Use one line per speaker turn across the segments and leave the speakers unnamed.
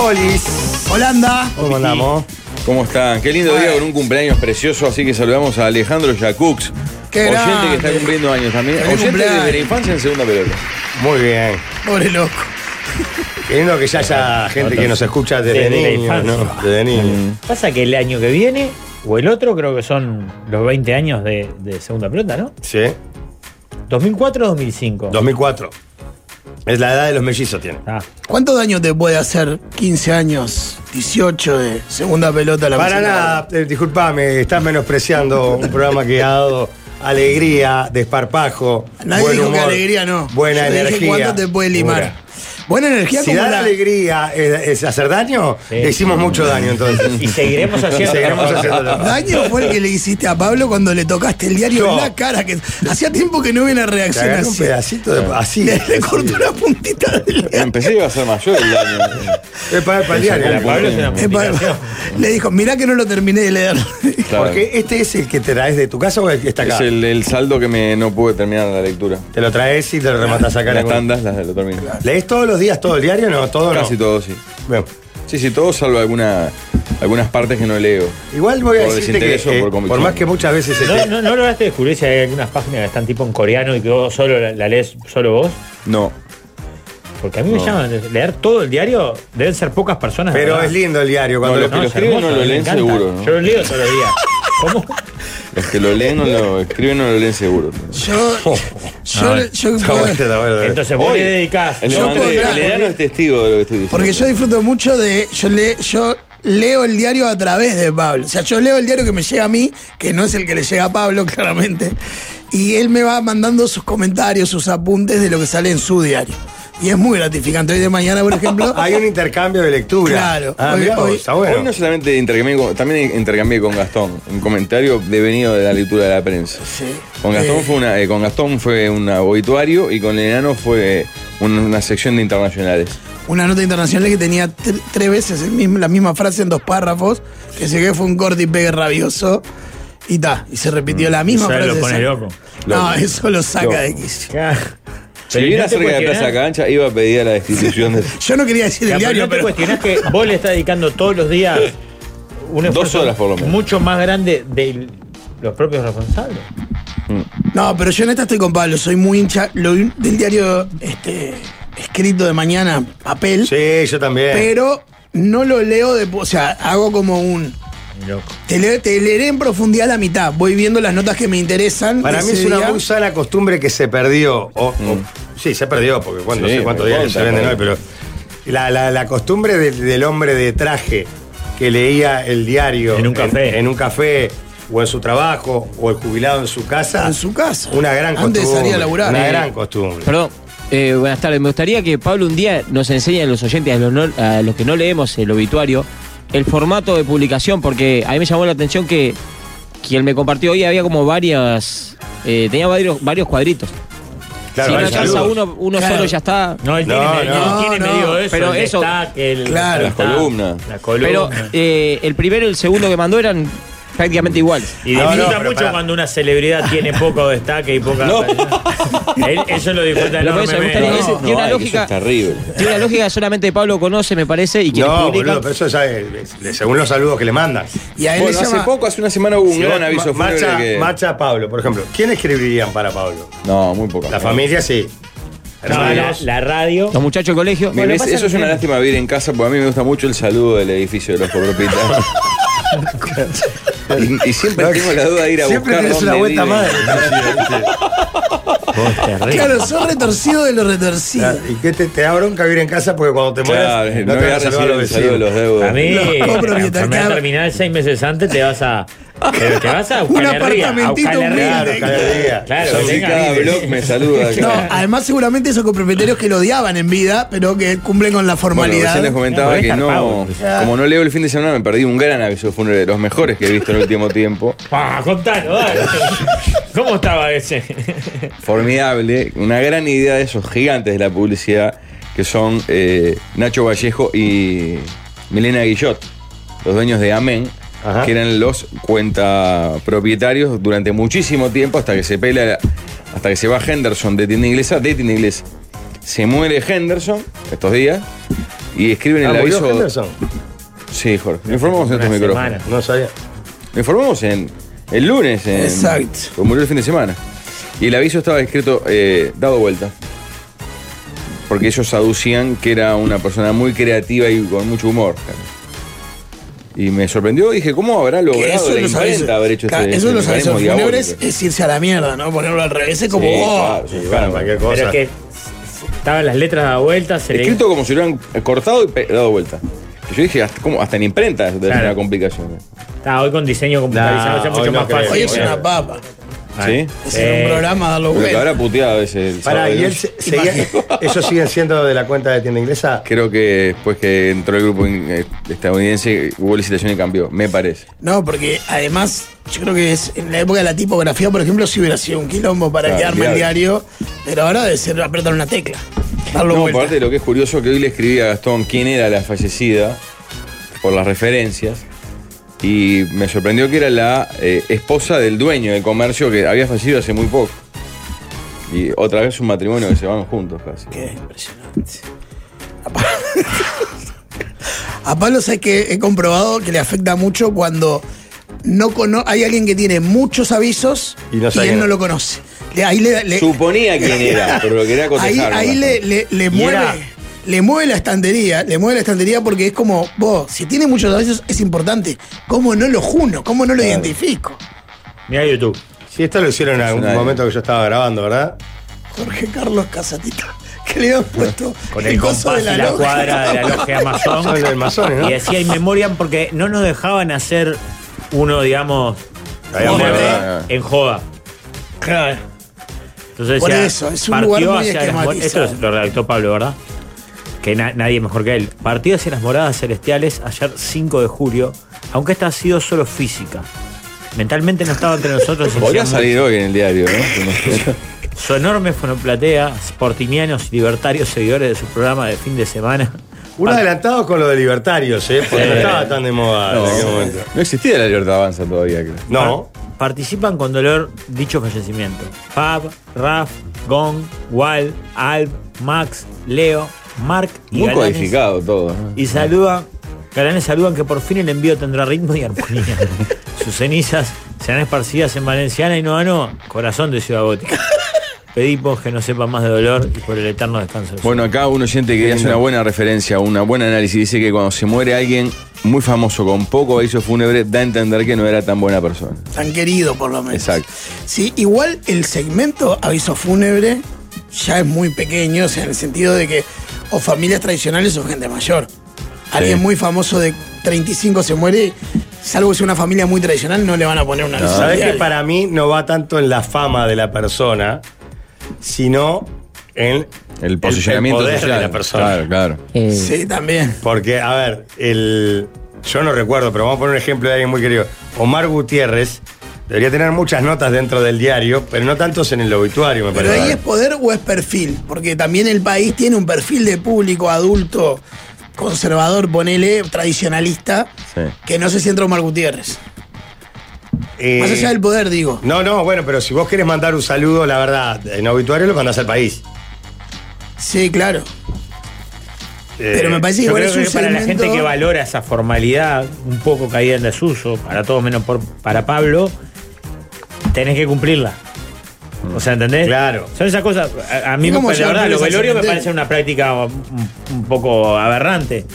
Olis.
Holanda.
¿Cómo andamos?
¿Cómo están? Qué lindo día con un cumpleaños precioso, así que saludamos a Alejandro Yacux.
Qué
oyente
grande.
que está cumpliendo años también.
Feliz
Oyente
cumpleaños.
desde la infancia en segunda pelota.
Muy bien.
Pobre loco.
Qué lindo que ya haya gente que nos escucha desde,
Desde la
niños,
infancia.
¿no? Desde niños.
Pasa que el año que viene, o el otro, creo que son los 20 años de, de segunda pelota, ¿no?
Sí.
2004-2005.
2004. Es la edad de los mellizos, tiene.
Ah,
¿Cuánto daño te puede hacer 15 años, 18 de segunda pelota a la
Para
persona?
nada, eh, disculpame, estás menospreciando un programa que ha dado alegría, desparpajo.
Nadie
buen
dijo que
humor,
alegría no.
Buena
Yo te dije,
energía.
¿Cuánto te puede limar?
Pura.
Buena energía
Si
como
da
la...
alegría eh, es, es hacer daño,
Sí.
le hicimos mucho daño entonces.
Y seguiremos haciendo.
Seguiremos haciéndolo.
Daño fue el que le hiciste a Pablo cuando le tocaste el diario en
Yo.
la cara. que Hacía tiempo que no hubiera una
Te
reacción
agarré un
así.
pedacito de. Así.
Le, le
así.
cortó una puntita del
Empecé a ser mayor el daño.
Es para, para el diario.
Para Pablo es una multiplicación.
Le dijo, mirá que no lo terminé de leer.
Claro.
Porque este es el que te traes de tu casa o el que está acá.
Es el, el saldo que me no pude terminar la lectura.
Te lo traes y te lo rematas acá en
Las
algún-
tandas las lo termino.
¿Lees todos los días todo el diario? No, todo no.
Casi todo, sí.
Bueno,
Sí, sí, todo salvo alguna, algunas partes que no leo.
igual voy a
Por
decirte que,
desinterés o
eh,
por
por,
convicción.
más que muchas veces... este-
¿No, no, no lograste descubrir si hay algunas páginas que están tipo en coreano y que vos solo la, la lees solo vos?
No.
Porque a mí me
No.
llaman leer todo el diario, deben ser pocas personas.
Pero
¿verdad?
es lindo el diario. Cuando
No,
lo-
los que lo
es
escriben
hermoso,
no lo
me
leen
encanta.
seguro, ¿no?
Yo lo leo todos los días. ¿Cómo?
Los que lo leen no lo escriben no lo leen seguro. Oh.
Yo. Yo.
No,
yo-
Ah, Está bueno, está bueno.
Entonces vos
Hoy,
le dedicás.
El
Yo
Leandro
puedo hablar,
el Leandro
porque-
es testigo de lo que estoy diciendo.
porque yo disfruto mucho de. Yo, le, yo leo el diario a través de Pablo. O sea, yo leo el diario que me llega a mí, que no es el que le llega a Pablo, claramente. Y él me va mandando sus comentarios, sus apuntes de lo que sale en su diario. Y es muy gratificante. Hoy de mañana, por ejemplo.
Hay un intercambio de lectura.
Claro.
Ah,
Hoy-
mirá vos,
hoy-
está bueno.
Hoy no solamente intercambié con, también intercambié con Gastón, un comentario devenido de la lectura de la prensa.
sí,
Con Gastón
eh,
fue una, eh, con Gastón fue un obituario y con el enano fue un- una sección de internacionales.
una nota internacional que tenía tre- tres veces el mismo- la misma frase en dos párrafos, que se que fue un corte y pegue rabioso. Y ta, y se
Mm.
repitió la misma
ya
frase.
lo pone
esa-
loco.
No,
Loco.
eso lo saca
Loco.
de quicio.
Si viviera
este
cerca de la Plaza Cancha, iba a pedir la destitución de
Yo no quería decir el diario,
no te
pero.
cuestionás que vos le estás dedicando todos los días un
Dos
esfuerzo
horas por lo menos.
mucho más grande de los propios responsables.
No, pero yo en esta estoy con Pablo, soy muy hincha lo del diario este, escrito de mañana, papel,
Sí, yo también.
pero no lo leo de. O sea, hago como un.
Loco.
Te, le- te leeré en profundidad la mitad. Voy viendo las notas que me interesan.
Para
de
mí
ese
es una
día.
muy sana costumbre que se perdió. o- o- sí, se perdió, porque cuánto- no
Mm. Sí,
sé cuántos
me
diarios se
conta,
venden
me
hoy, pero. La, la- la costumbre del, del hombre de traje que leía el diario
En un café.
en un café, o en su trabajo, o el jubilado en su casa.
En su casa.
Una gran costumbre.
Antes de salir a laburar.
Una
Eh,
gran costumbre.
Perdón, eh, buenas tardes. Me gustaría que Pablo un día nos enseñe a los oyentes, a los, no- a los que no leemos el obituario, el formato de publicación, porque a mí me llamó la atención que quien me compartió hoy había como varias. eh, tenía varios, varios cuadritos.
Claro,
si no
hay
alcanza
saludos.
uno, uno
Claro.
solo ya está.
No, él
No,
tiene, me-
no,
él tiene
no.
medido eso.
Pero
el
eso-
destaque, el-
Claro.
el
Las
destaque,
columnas.
La columna.
Pero eh, el primero y el segundo que mandó eran prácticamente iguales.
y
No, no,
disfruta
pero
mucho
pará.
cuando una celebridad tiene poco destaque y poca. Él- eso lo disfruta
Lo que pasa es que me
enormemente.
gustaría-
No,
tiene una
ay, que
lógica-
eso es terrible.
Tiene una lógica que solamente Pablo conoce, me parece, y quienes
No,
publican.
boludo, pero eso ya es- es- según los saludos que le mandan.
Y a él
Bueno,
le
hace
llama-
poco, hace una semana hubo un
Si
gran
vos-
aviso
Ma-
fúnebre
Macha,
que...
Macha Pablo, por ejemplo. ¿Quién escribirían para Pablo?
No, muy poca.
La familia sí.
no, la,
Hermanos.
la radio.
Los muchachos del colegio.
Me-
Bueno,
me-
pasa
eso es
que-
una lástima vivir en casa, porque a mí me gusta mucho el saludo del edificio de los copropietarios. y, y siempre tengo la duda de ir a
Siempre
buscar
tenés
dónde
una vuelta
viven.
madre.
Claro, sos retorcido de lo retorcido.
Y que te, te da bronca vivir en casa porque cuando te
Claro,
mueras
no, voy
te
a
vas a
recibir
saludar a los
el saludo de
vecinos.
los deudos.
A mí,
Los
la
copropietarios.
enfermedad terminal seis meses antes te vas a. Pero te vas a
Un
Ucanerría, a
apartamentito
Ucanerría.
Claro,
humilde.
cada día.
Claro,
Yo
que
sí
tenga
cada
líderes.
blog me saluda.
No,
acá.
además seguramente esos copropietarios que lo odiaban en vida, pero que cumplen con la
Bueno,
formalidad.
recién les comentaba
Podés
que no,
zarpado.
como no leo el fin de semana, me perdí un gran aviso fúnebre, de los mejores que he visto en el último tiempo.
Pa, contanos, dale. ¿Cómo estaba ese?
Formidable, una gran idea de esos gigantes de la publicidad que son eh, Nacho Vallejo y Milena Guillot, los dueños de Amén,
Ajá.
que eran los cuentapropietarios durante muchísimo tiempo hasta que se pela, hasta que se va Henderson de tienda inglesa, de tienda inglesa. Se muere Henderson estos días y escriben
Ah,
el
¿murió
aviso.
Henderson?
Sí, Jorge. Lo informamos en
Una
estos micrófonos.
semana.
No sabía.
Lo informamos en, el lunes. En,
Exacto.
Como murió el fin de semana. Y el aviso estaba escrito eh, dado vuelta. Porque ellos aducían que era una persona muy creativa y con mucho humor. Y me sorprendió. Dije, ¿cómo habrá
Que
logrado
eso
la
los avisos,
imprenta haber hecho
claro,
este,
eso
este
los avisos
mecanismo
fúnebres
diabólico?
es irse a la mierda, ¿no? Ponerlo al revés es como.
Sí,
"Oh".
claro, sí,
Y
claro.
bueno, cualquier
Pero
cosa.
es que estaban las letras dadas vueltas, se le
Escrito como si lo hubieran eh, cortado y pe- dado vuelta. Y Yo dije, hasta, ¿cómo? hasta en imprenta es
Claro.
una complicación. ¿eh?
Está hoy con diseño computarizado,
No,
ya es mucho
hoy no
más
creo.
fácil.
Hoy es
Sí,
una papa.
¿Sí?
Es
Sí.
un programa darlo
Porque
vuelta.
habrá puteado ese. el
Pará,
sábado,
y
¿no?
él se- seguía- ¿Ellos siguen siendo de la cuenta de tienda inglesa?
Creo que después que entró el grupo in- eh, estadounidense hubo licitación y cambió, me parece.
No, porque además, yo creo que es en la época de la tipografía, por ejemplo, si hubiera sido un quilombo para
Claro,
quedarme el diario, pero ahora debe ser apretar una tecla. Darlo
No,
vuelta.
aparte de lo que es curioso que hoy le escribí a Gastón quién era la fallecida por las referencias y me sorprendió que era la eh, esposa del dueño del comercio que había fallecido hace muy poco. Y otra vez un matrimonio que se van juntos casi.
Qué impresionante. A Pa- A Pablo, sabes que he comprobado que le afecta mucho cuando no cono hay alguien que tiene muchos avisos
Y
y,
no sabe
él
quién
no
es.
lo conoce. Le- Ahí le, le-
Suponía quién era, pero lo quería
ahí,
cotejar.
ahí
nomás.
le, le- le mueve.
era-
Le mueve la estantería, le mueve la estantería porque es como, vos, si tiene muchos avisos es importante. ¿Cómo no lo juno? ¿Cómo no lo identifico?
Mira YouTube.
Sí, esto lo hicieron en algún
una-
momento que yo estaba grabando, ¿verdad?
Jorge Carlos Casatita, que le han puesto
Con el
coso
compás y la
loja.
cuadra de la logia
Son los
Amazon.
masones, ¿no?
Y decía in memoriam porque no nos dejaban hacer uno, digamos,
Ahí,
hombre,
hombre,
en joda.
Claro.
Entonces
Por
decía,
eso, es un
partió
lugar muy
hacia las
esquematizado.
mor- Esto lo redactó Pablo, ¿verdad? Que na- nadie mejor que él. Partió hacia las moradas celestiales ayer 5 de julio, aunque esta ha sido solo física. Mentalmente no estaba entre nosotros. y
Podría
hacía
salir hoy en el diario, ¿no?
Su enorme fonoplatea, sportinianos y libertarios seguidores de su programa de fin de semana.
Un
Par-
adelantado con lo de libertarios, ¿eh? Porque no estaba tan de moda Ah, en aquel momento.
No existía la libertad avanza todavía, creo.
No.
Participan con dolor dicho fallecimiento. Fab, Raf, Gong, Wal, Alb, Max, Leo, Mark y
Muy
Galanes.
codificado todo. ¿no?
Y saludan, Galanes saludan que por fin el envío tendrá ritmo y armonía. Sus cenizas serán esparcidas en Valenciana y Noano, corazón de Ciudad Gótica. Pedimos que no sepa más de dolor y por el eterno descanso. de su
Bueno, acá un oyente que hace una buena referencia, una buena análisis, dice que cuando se muere alguien muy famoso con poco aviso fúnebre, da a entender que no era tan buena persona.
tan querido por lo menos.
Exacto.
Sí, igual el segmento aviso fúnebre ya es muy pequeño, o sea, en el sentido de que o familias tradicionales o gente mayor. Alguien
Sí.
muy famoso de 35 se muere, salvo que sea una familia muy tradicional, no le van a poner una aviso
Sabés que
diario.
para mí no va tanto en la fama de la persona, sino en
El posicionamiento
poder
social.
de la persona.
Claro, claro.
Eh,
Sí, también.
Porque, a ver, el, yo no recuerdo, pero vamos a poner un ejemplo de alguien muy querido. Omar Gutiérrez debería tener muchas notas dentro del diario, pero no tantos en el obituario, me
Pero
parece.
ahí es poder o es perfil, porque también el país tiene un perfil de público adulto, conservador, ponele, tradicionalista,
Sí.
que no se sienta Omar Gutiérrez.
Eh,
Más allá del poder, digo.
No, no, bueno, pero si vos querés mandar un saludo, la verdad, en obituario lo mandás al país.
Sí, claro. Pero me parece
Eh,
que
Yo
igual
creo
es un
que para la
segmento-
gente que valora esa formalidad, un poco caída en desuso, para todos menos por- para Pablo, tenés que cumplirla. O sea, ¿entendés?
Claro.
Son esas cosas. A, a mí,
Es
me,
como
la
llevar
verdad, los
flores al
velorios me
cementerio.
parecen una práctica un, un poco aberrante.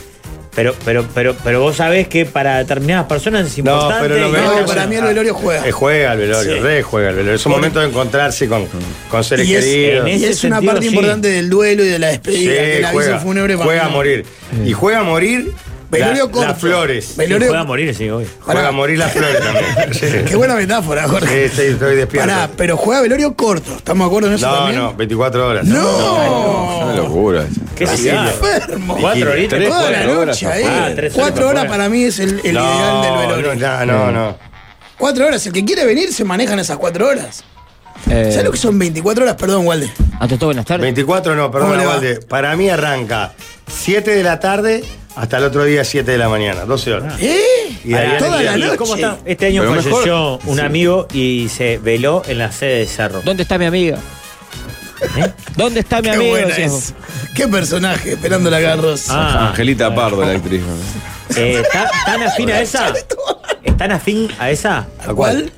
Pero, pero, pero, pero vos sabés que para determinadas personas es
No,
importante.
pero lo
y
mejor
otra
que
No,
es
para
una-
mí el
ah,
velorio juega.
Eh, juega al velorio,
Sí.
re juega al velorio. Es un momento de encontrarse con, con seres
Y es-
queridos.
en
Y es
ese
una
sentido,
parte
sí.
importante del duelo y de la
Sí,
despedida, que el aviso
juega,
fúnebre para
juega a
mí.
morir. Y juega a morir
Velorio
la-
corto.
las flores.
Sí,
Velorio-
pueda morir, sí, obvio.
Juega
Pará.
a morir las flores también. Sí.
Qué buena metáfora, Jorge.
Sí, sí, estoy despierto.
Pará, pero juega velorio corto. ¿Estamos de acuerdo en eso
no,
también?
no, 24 horas.
¡No!
Una locura.
¿Qué
Así
ciudad?
Enfermo.
Cuatro
Tres,
horitas.
Tres,
Toda la
cuatro horas
noche,
afuera.
eh.
Ah, tres horas
Cuatro horas
afuera.
para mí es el, el
No,
ideal del velorio.
No, no, no.
Cuatro horas. El que quiere venir se manejan esas cuatro horas.
eh,
¿Sabes lo que son 24 horas? Perdón, Walde.
ante todo, Ah, buenas tardes.
24 no, perdón,
¿Cómo le va?
Valde. Para mí arranca 7 de la tarde hasta el otro día 7 de la mañana, 12
Ah.
horas.
¿Eh?
Y ahí
Toda
hay-
la
¿y
noche.
¿Cómo está? Este año
Pero mejor-
falleció un amigo y se veló en la sede de Cerro.
¿Dónde está mi amiga?
¿Eh?
¿Dónde está mi
Qué
amigo?
buena es.
Decías vos.
Qué personaje, esperando la garrosa.
Ah,
Angelita Pardo, la actriz. ¿no?
eh, ¿tan, tan afín a esa? ¿Es tan afín a esa?
¿A cuál?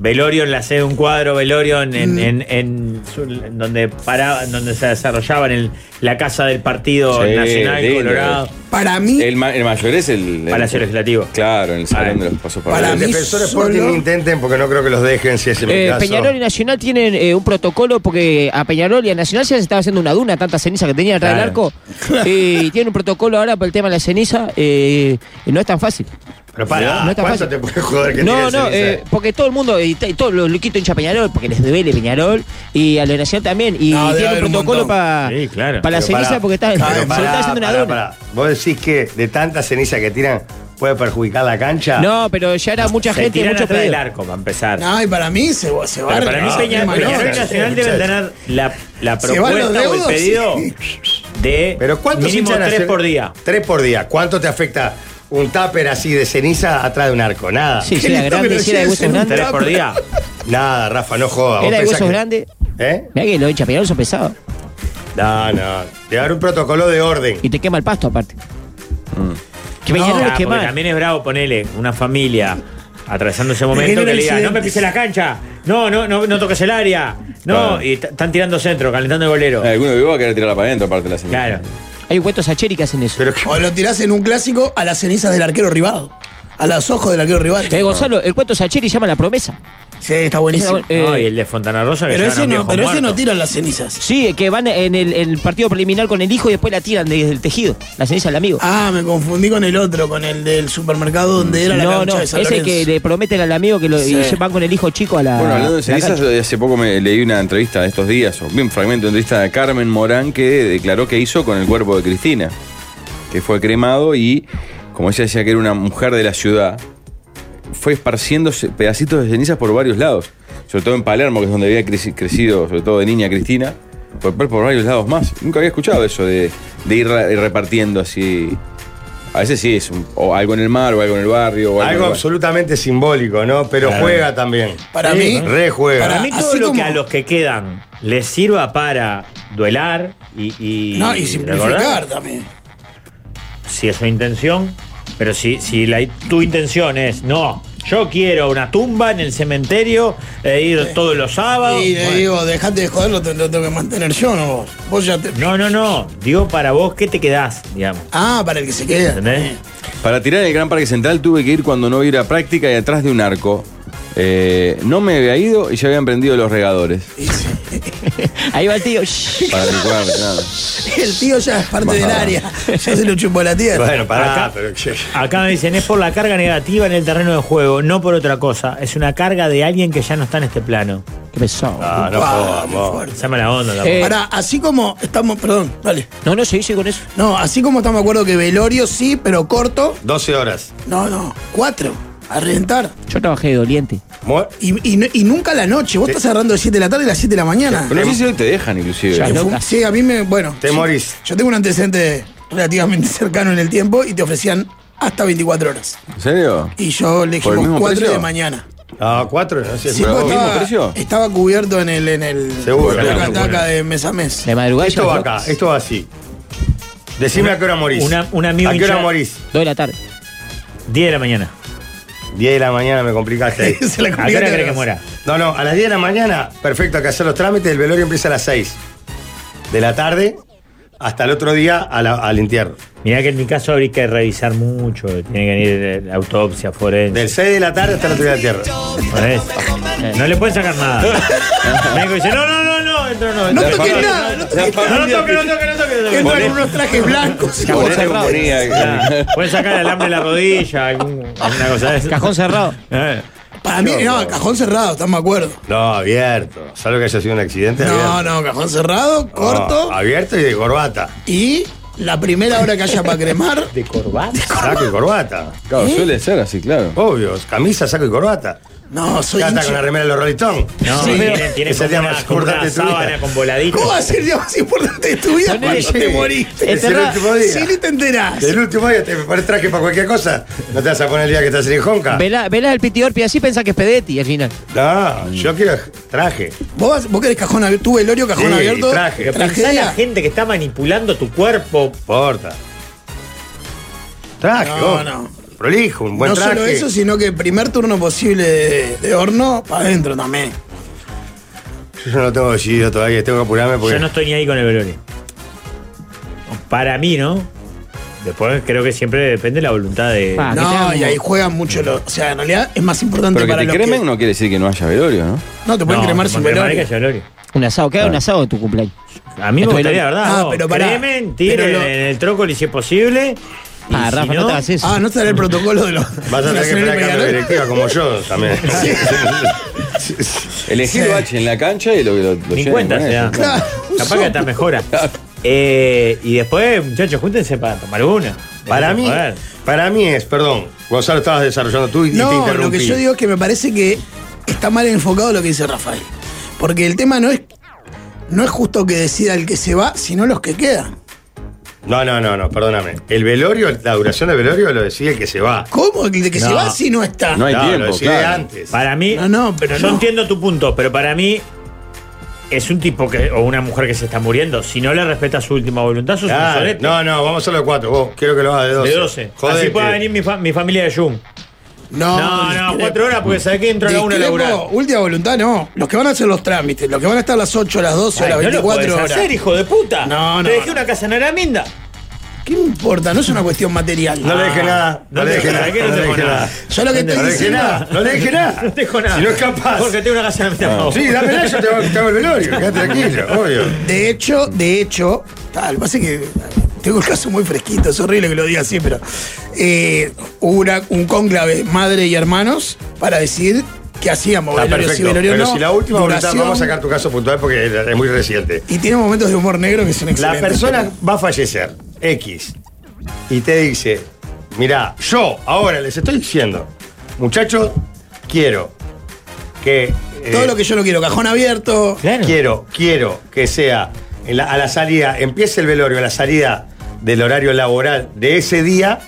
Velorio en la sede, un cuadro, Velorio en,
Mm.
en- en- en su- en donde paraba, en donde se desarrollaba en el- la casa del Partido
Sí,
Nacional
lindo.
Colorado,
Para mí,
El, ma- el mayor es el. el-
Palacio Legislativo.
Claro, en el salón
Para-
de los pasos
para
para
mí-
Defensor
solo-
Sporting ni intenten porque no creo que los dejen si es el
Eh,
caso.
Peñarol y Nacional tienen eh, un protocolo porque a Peñarol y a Nacional se les estaba haciendo una duna, tanta ceniza que tenían atrás del
Claro.
arco. Eh, y tienen un protocolo ahora por el tema de la ceniza. eh, y no es tan fácil.
Pero para,
No está
¿cuánto
fácil.
te puede joder que
No,
tiene
no,
ceniza?
eh, porque todo el mundo, y, t- y todos los loquitos hincha Peñarol, porque les duele Peñarol, y a la Nacional también. Y
No, debe
tienen un
haber un
protocolo
montón.
para
Sí, claro.
para la
Pero
ceniza
pará,
porque está,
pero
se le
pará,
está haciendo una
pará,
duna.
pará. Vos decís que de tanta ceniza que tiran puede perjudicar la cancha.
No, pero ya era mucha
Se
gente y
tiran
mucho
atrás del
pedo.
arco para empezar.
ay, para mí se, se va
Pero para mí
no,
Peña-
no,
Peñarol
no,
y Nacional
no,
deben
no,
tener la, la
Se van los
propuesta o el
deudos,
pedido de
Pero ¿cuántos
mínimo
hinchas
tres
nacional-
por día.
Tres por día. ¿Cuánto te afecta un tupper así de ceniza atrás de un arco? Nada.
Sí,
Qué
sí, era
lindo que
grande,
lo
sí, era de
lleves
huesos
en un
grandes.
Tres por día.
Nada, Rafa, no jodas. ¿Vos
Era de
pensás
huesos
que-
grandes.
¿Eh?
Mirá que los hinchas Peñarol son pesados.
No, no. Debe haber un protocolo de orden.
Y te quema el pasto aparte. Que
No,
Peñarol es
porque
quemar.
también es bravo ponerle una familia atravesando ese momento
Genera
que le diga, no me
accidentes.
pise la cancha, no, no, no, no toques el área, no,
Claro. Eh,
y t- están tirando centro, calentando el bolero.
Alguno de vos va a querer tirarla para adentro, aparte de la ceniza.
Claro.
Hay cuentos sacheri que hacen eso.
Pero que-
O lo tirás en un clásico a las cenizas del arquero rival. A los ojos del arquero rival.
Eh, Gonzalo, el cuento sacheri llama la promesa.
Sí, está buenísimo.
Eh,
No, y el de Fontana Rosa que
Pero
llevan a
ese
un
no,
viejo
pero ese no
muerto.
tira las cenizas.
Sí, que van en el, en el partido preliminar con el hijo y después la tiran desde el tejido. La ceniza del amigo.
Ah, me confundí con el otro, con el del supermercado donde era la
no,
cancha
no,
de San
ese que
Lorenzo.
le prometen al amigo que lo, y
Sí.
van con el hijo chico a la.
Bueno, hablando de
Ah, la
cenizas,
cancha.
hace poco me leí una entrevista de estos días, o bien un fragmento de entrevista de Carmen Morán que declaró que hizo con el cuerpo de Cristina, que fue cremado y, como ella decía que era una mujer de la ciudad, fue esparciendo ce- pedacitos de cenizas por varios lados, sobre todo en Palermo, que es donde había creci- crecido, sobre todo de niña Cristina, por, por por varios lados más. Nunca había escuchado eso de, de ir ra- repartiendo así. A veces sí, es un- o algo en el mar, o algo en el barrio. O algo en el
Algo
bar-
absolutamente simbólico, ¿no? Pero juega también.
Para
Sí,
mí-
Rejuega.
Para
Para-
mí todo
así
lo que
como-
a los que quedan les sirva para duelar y... y
No, y simplificar
recordar,
también.
Si es su intención, pero si, si la, tu intención es, no, yo quiero una tumba en el cementerio e ir todos los sábados.
Y le
bueno.
digo, dejate de joder, lo, te- lo tengo que mantener yo, no vos. Vos ya te.
No, no, no. Digo, para vos, ¿qué te quedás? Digamos.
Ah, para el que se queda.
¿Entendés?
Para tirar en el Gran Parque Central tuve que ir cuando no iba a práctica y atrás de un arco. Eh, no me había ido y ya habían prendido los regadores.
Y sí.
Ahí va el tío. shh.
Para licuar, claro.
El tío ya es parte
Bajada.
del área. Ya se lo chupó la tierra.
Bueno, pará,
Acá-
pero que-
Acá me dicen, es por la carga negativa en el terreno de juego, no por otra cosa. Es una carga de alguien que ya no está en este plano.
Qué pesado.
No, no
Ah, qué
jodamos.
fuerte.
Se llama la onda. la
Eh,
puta.
Pará, así como estamos. Perdón, dale.
No, no, se dice con eso.
No, así como estamos de acuerdo que velorio sí, pero corto.
12 horas.
No, no. Cuatro. A reventar.
Yo trabajé de doliente.
Mu-
Y, y no- y nunca a la noche. Vos estás cerrando de 7 de la tarde y las 7 de la mañana.
Pero no sé si hoy te dejan, inclusive.
Ya,
Que
no.
fu-
loca.
Sí, a mí me. Bueno.
Te
yo-
morís.
Yo tengo un antecedente relativamente cercano en el tiempo y te ofrecían hasta 24 horas.
¿En serio?
Y yo le
¿Por el
dijimos
mismo
4
precio?
de mañana.
No, 4 no sé.
Sí,
pero-
pues,
¿mismo
estaba,
precio?
estaba cubierto en el. En el
Seguro,
la
claro,
cataca
seguro.
de mes a mes.
De madrugada.
Esto
yo
va
loco.
acá, esto va así. Decime a qué hora morís.
Una- un amigo
¿A qué hora
hincha-
morís?
Dos de la tarde.
10 de la mañana.
10 de la mañana me complicaste. ahí.
Se la
¿A qué
complicaste,
hora crees que
pero-
muera?
No, no, a las 10 de la mañana, perfecto, hay que hacer los trámites, el velorio empieza a las 6 de la tarde hasta el otro día a la- al entierro.
Mirá que en mi caso habría que revisar mucho. Tiene que venir la autopsia
Del
forense.
6 de la tarde hasta el otro día del entierro.
Por eso. No le pueden sacar nada. El médico dice, no, no, no, no, esto no.
No
esto
toques
no,
nada, no toques
No, no toques, no toques, no toques, no toques.
Entran
Poné-
con unos trajes blancos. y vos
Ponete
cerrado.
compañía.
Claro, Pueden sacar el alambre de la rodilla, algún- alguna cosa de eso.
Cajón cerrado.
Eh.
Para mí, no, cajón cerrado, estamos de acuerdo.
No, abierto. Salvo que haya sido un accidente.
No,
abierto.
no, cajón cerrado, corto
No, abierto y de corbata.
y la primera hora que haya para cremar.
¿De corbata? Saco y corbata.
¿Eh?
Claro, suele ser así, claro.
Obvio, camisa, saco y corbata.
No, soy
Ya está con la
hincha.
remera de los Rolling Stones.
No,
Sí,
tiene, tiene
ese
como
día
una-
más
como
importante
una
de tu vida.
sábana con voladito.
¿Cómo va a ser el día más importante de tu vida
Ponele,
cuando te
sí.
moriste?
Es el
Enterrá-
último día.
Sí, ni te enterás.
El último día te pones traje para cualquier cosa. No te vas a poner el día que estás en Jonca.
Velá, velá el pitiorpi, así pensás que es Pedetti al final.
No, yo quiero traje.
¿Vos, vas- vos querés cajón abierto? ¿Tu velorio cajón
Sí,
abierto?
traje.
Pero pensá la
Tragedia.
gente que está manipulando tu cuerpo.
Porta. Traje,
No,
vos.
no.
Prolijo, un buen
No
traje.
solo eso, sino que primer turno posible de, de horno para adentro también.
Yo no tengo decidido todavía, tengo que apurarme porque.
Yo no estoy ni ahí con el velorio. Para mí, ¿no? Después creo que siempre depende de la voluntad de.
Ah, que
no,
tengan
y
como-
ahí juegan mucho los. O sea, en realidad es más importante
Pero que
para
te
los
cremen
que-
no quiere decir que no haya velorio, ¿no?
No, te pueden
No,
cremar
como
sin
cremar
velorio.
que haya velorio.
Un asado, que haga un asado de tu cumpleaños.
A mí me
Estoy
gustaría,
hablando-
¿verdad?
Ah,
No,
pero pará.
cremen, tiren
Pero lo-
en el trócoli si es posible. Y
Ah,
si
Rafa, no, te hagas eso.
Ah, no estará el protocolo de los.
Vas a tener que esperar a
nacionales
cambio de
pegadores?
directiva como yo también.
Elegí el bache en la cancha y lo que lo, lo
Ni
llenen
cuenta
con
se
eso.
da.
Claro, un
Capaz que hasta
soplo.
mejora. Eh, y después, muchachos, júntense para tomar una.
Para
Déjense
mí,
joder.
para mí es, perdón, Gonzalo, estabas desarrollando tú y te
No,
interrumpí.
lo que yo digo es que me parece que está mal enfocado lo que dice Rafael. Porque el tema no es. No es justo que decida el que se va, sino los que quedan.
No, no, no, no, perdóname. El velorio, la duración del velorio lo decide el que se va.
¿Cómo? El de que se
No.
va si no está.
No hay
No,
tiempo,
lo decide
claro.
antes.
Para mí,
No, no, pero
yo
no.
entiendo tu punto, pero para mí es un tipo que o una mujer que se está muriendo. Si no le respeta su última voluntad, sos un
Claro,
sorete.
no, no, vamos a lo de cuatro. Vos, quiero que lo hagas de 12.
de 12. Así
Jodete.
pueda venir mi, fa- mi familia de Zoom.
No,
No, no,
discrepo.
cuatro horas, porque sabés que entro a la una a
Discrepo,
laburar.
última voluntad, no. Los que van a hacer los trámites, los que van a estar a las 8, a las 12, a
Ay,
las
no lo
24
podés
horas.
hacer, hijo de puta.
No, no,
Te dejé
no.
una casa en Araminda.
¿Qué me importa? No es una cuestión material.
No le deje nada, no,
Ah, No
le
te-
deje
¿para
nada.
qué no
le
te
deje
pongo
nada.
nada?
Yo lo que
No
estoy
le deje
diciendo.
nada, no le deje nada.
No te dejo nada.
Si no es capaz.
Porque tengo una casa en Araminda. no.
Sí, dámela, yo te hago, te hago el velorio. Quédate tranquilo, obvio.
De hecho, de hecho, tal, pasa que eh, tengo el caso muy fresquito, es horrible que lo diga así, pero eh, hubo una- un cónclave madre y hermanos para decidir qué hacíamos,
Está
velorio sí,
perfecto.
velorio
Pero
no,
si la última voluntad,
duración,
vamos a sacar tu caso puntual porque es es muy reciente.
Y tiene momentos de humor negro que son
La
excelentes.
persona va a fallecer, X, y te dice, mirá, yo ahora les estoy diciendo, muchachos, quiero que... eh,
Todo lo que yo no quiero, cajón abierto,
Claro.
Quiero, quiero que sea en la- a la salida, empiece el velorio a la salida del horario laboral de ese día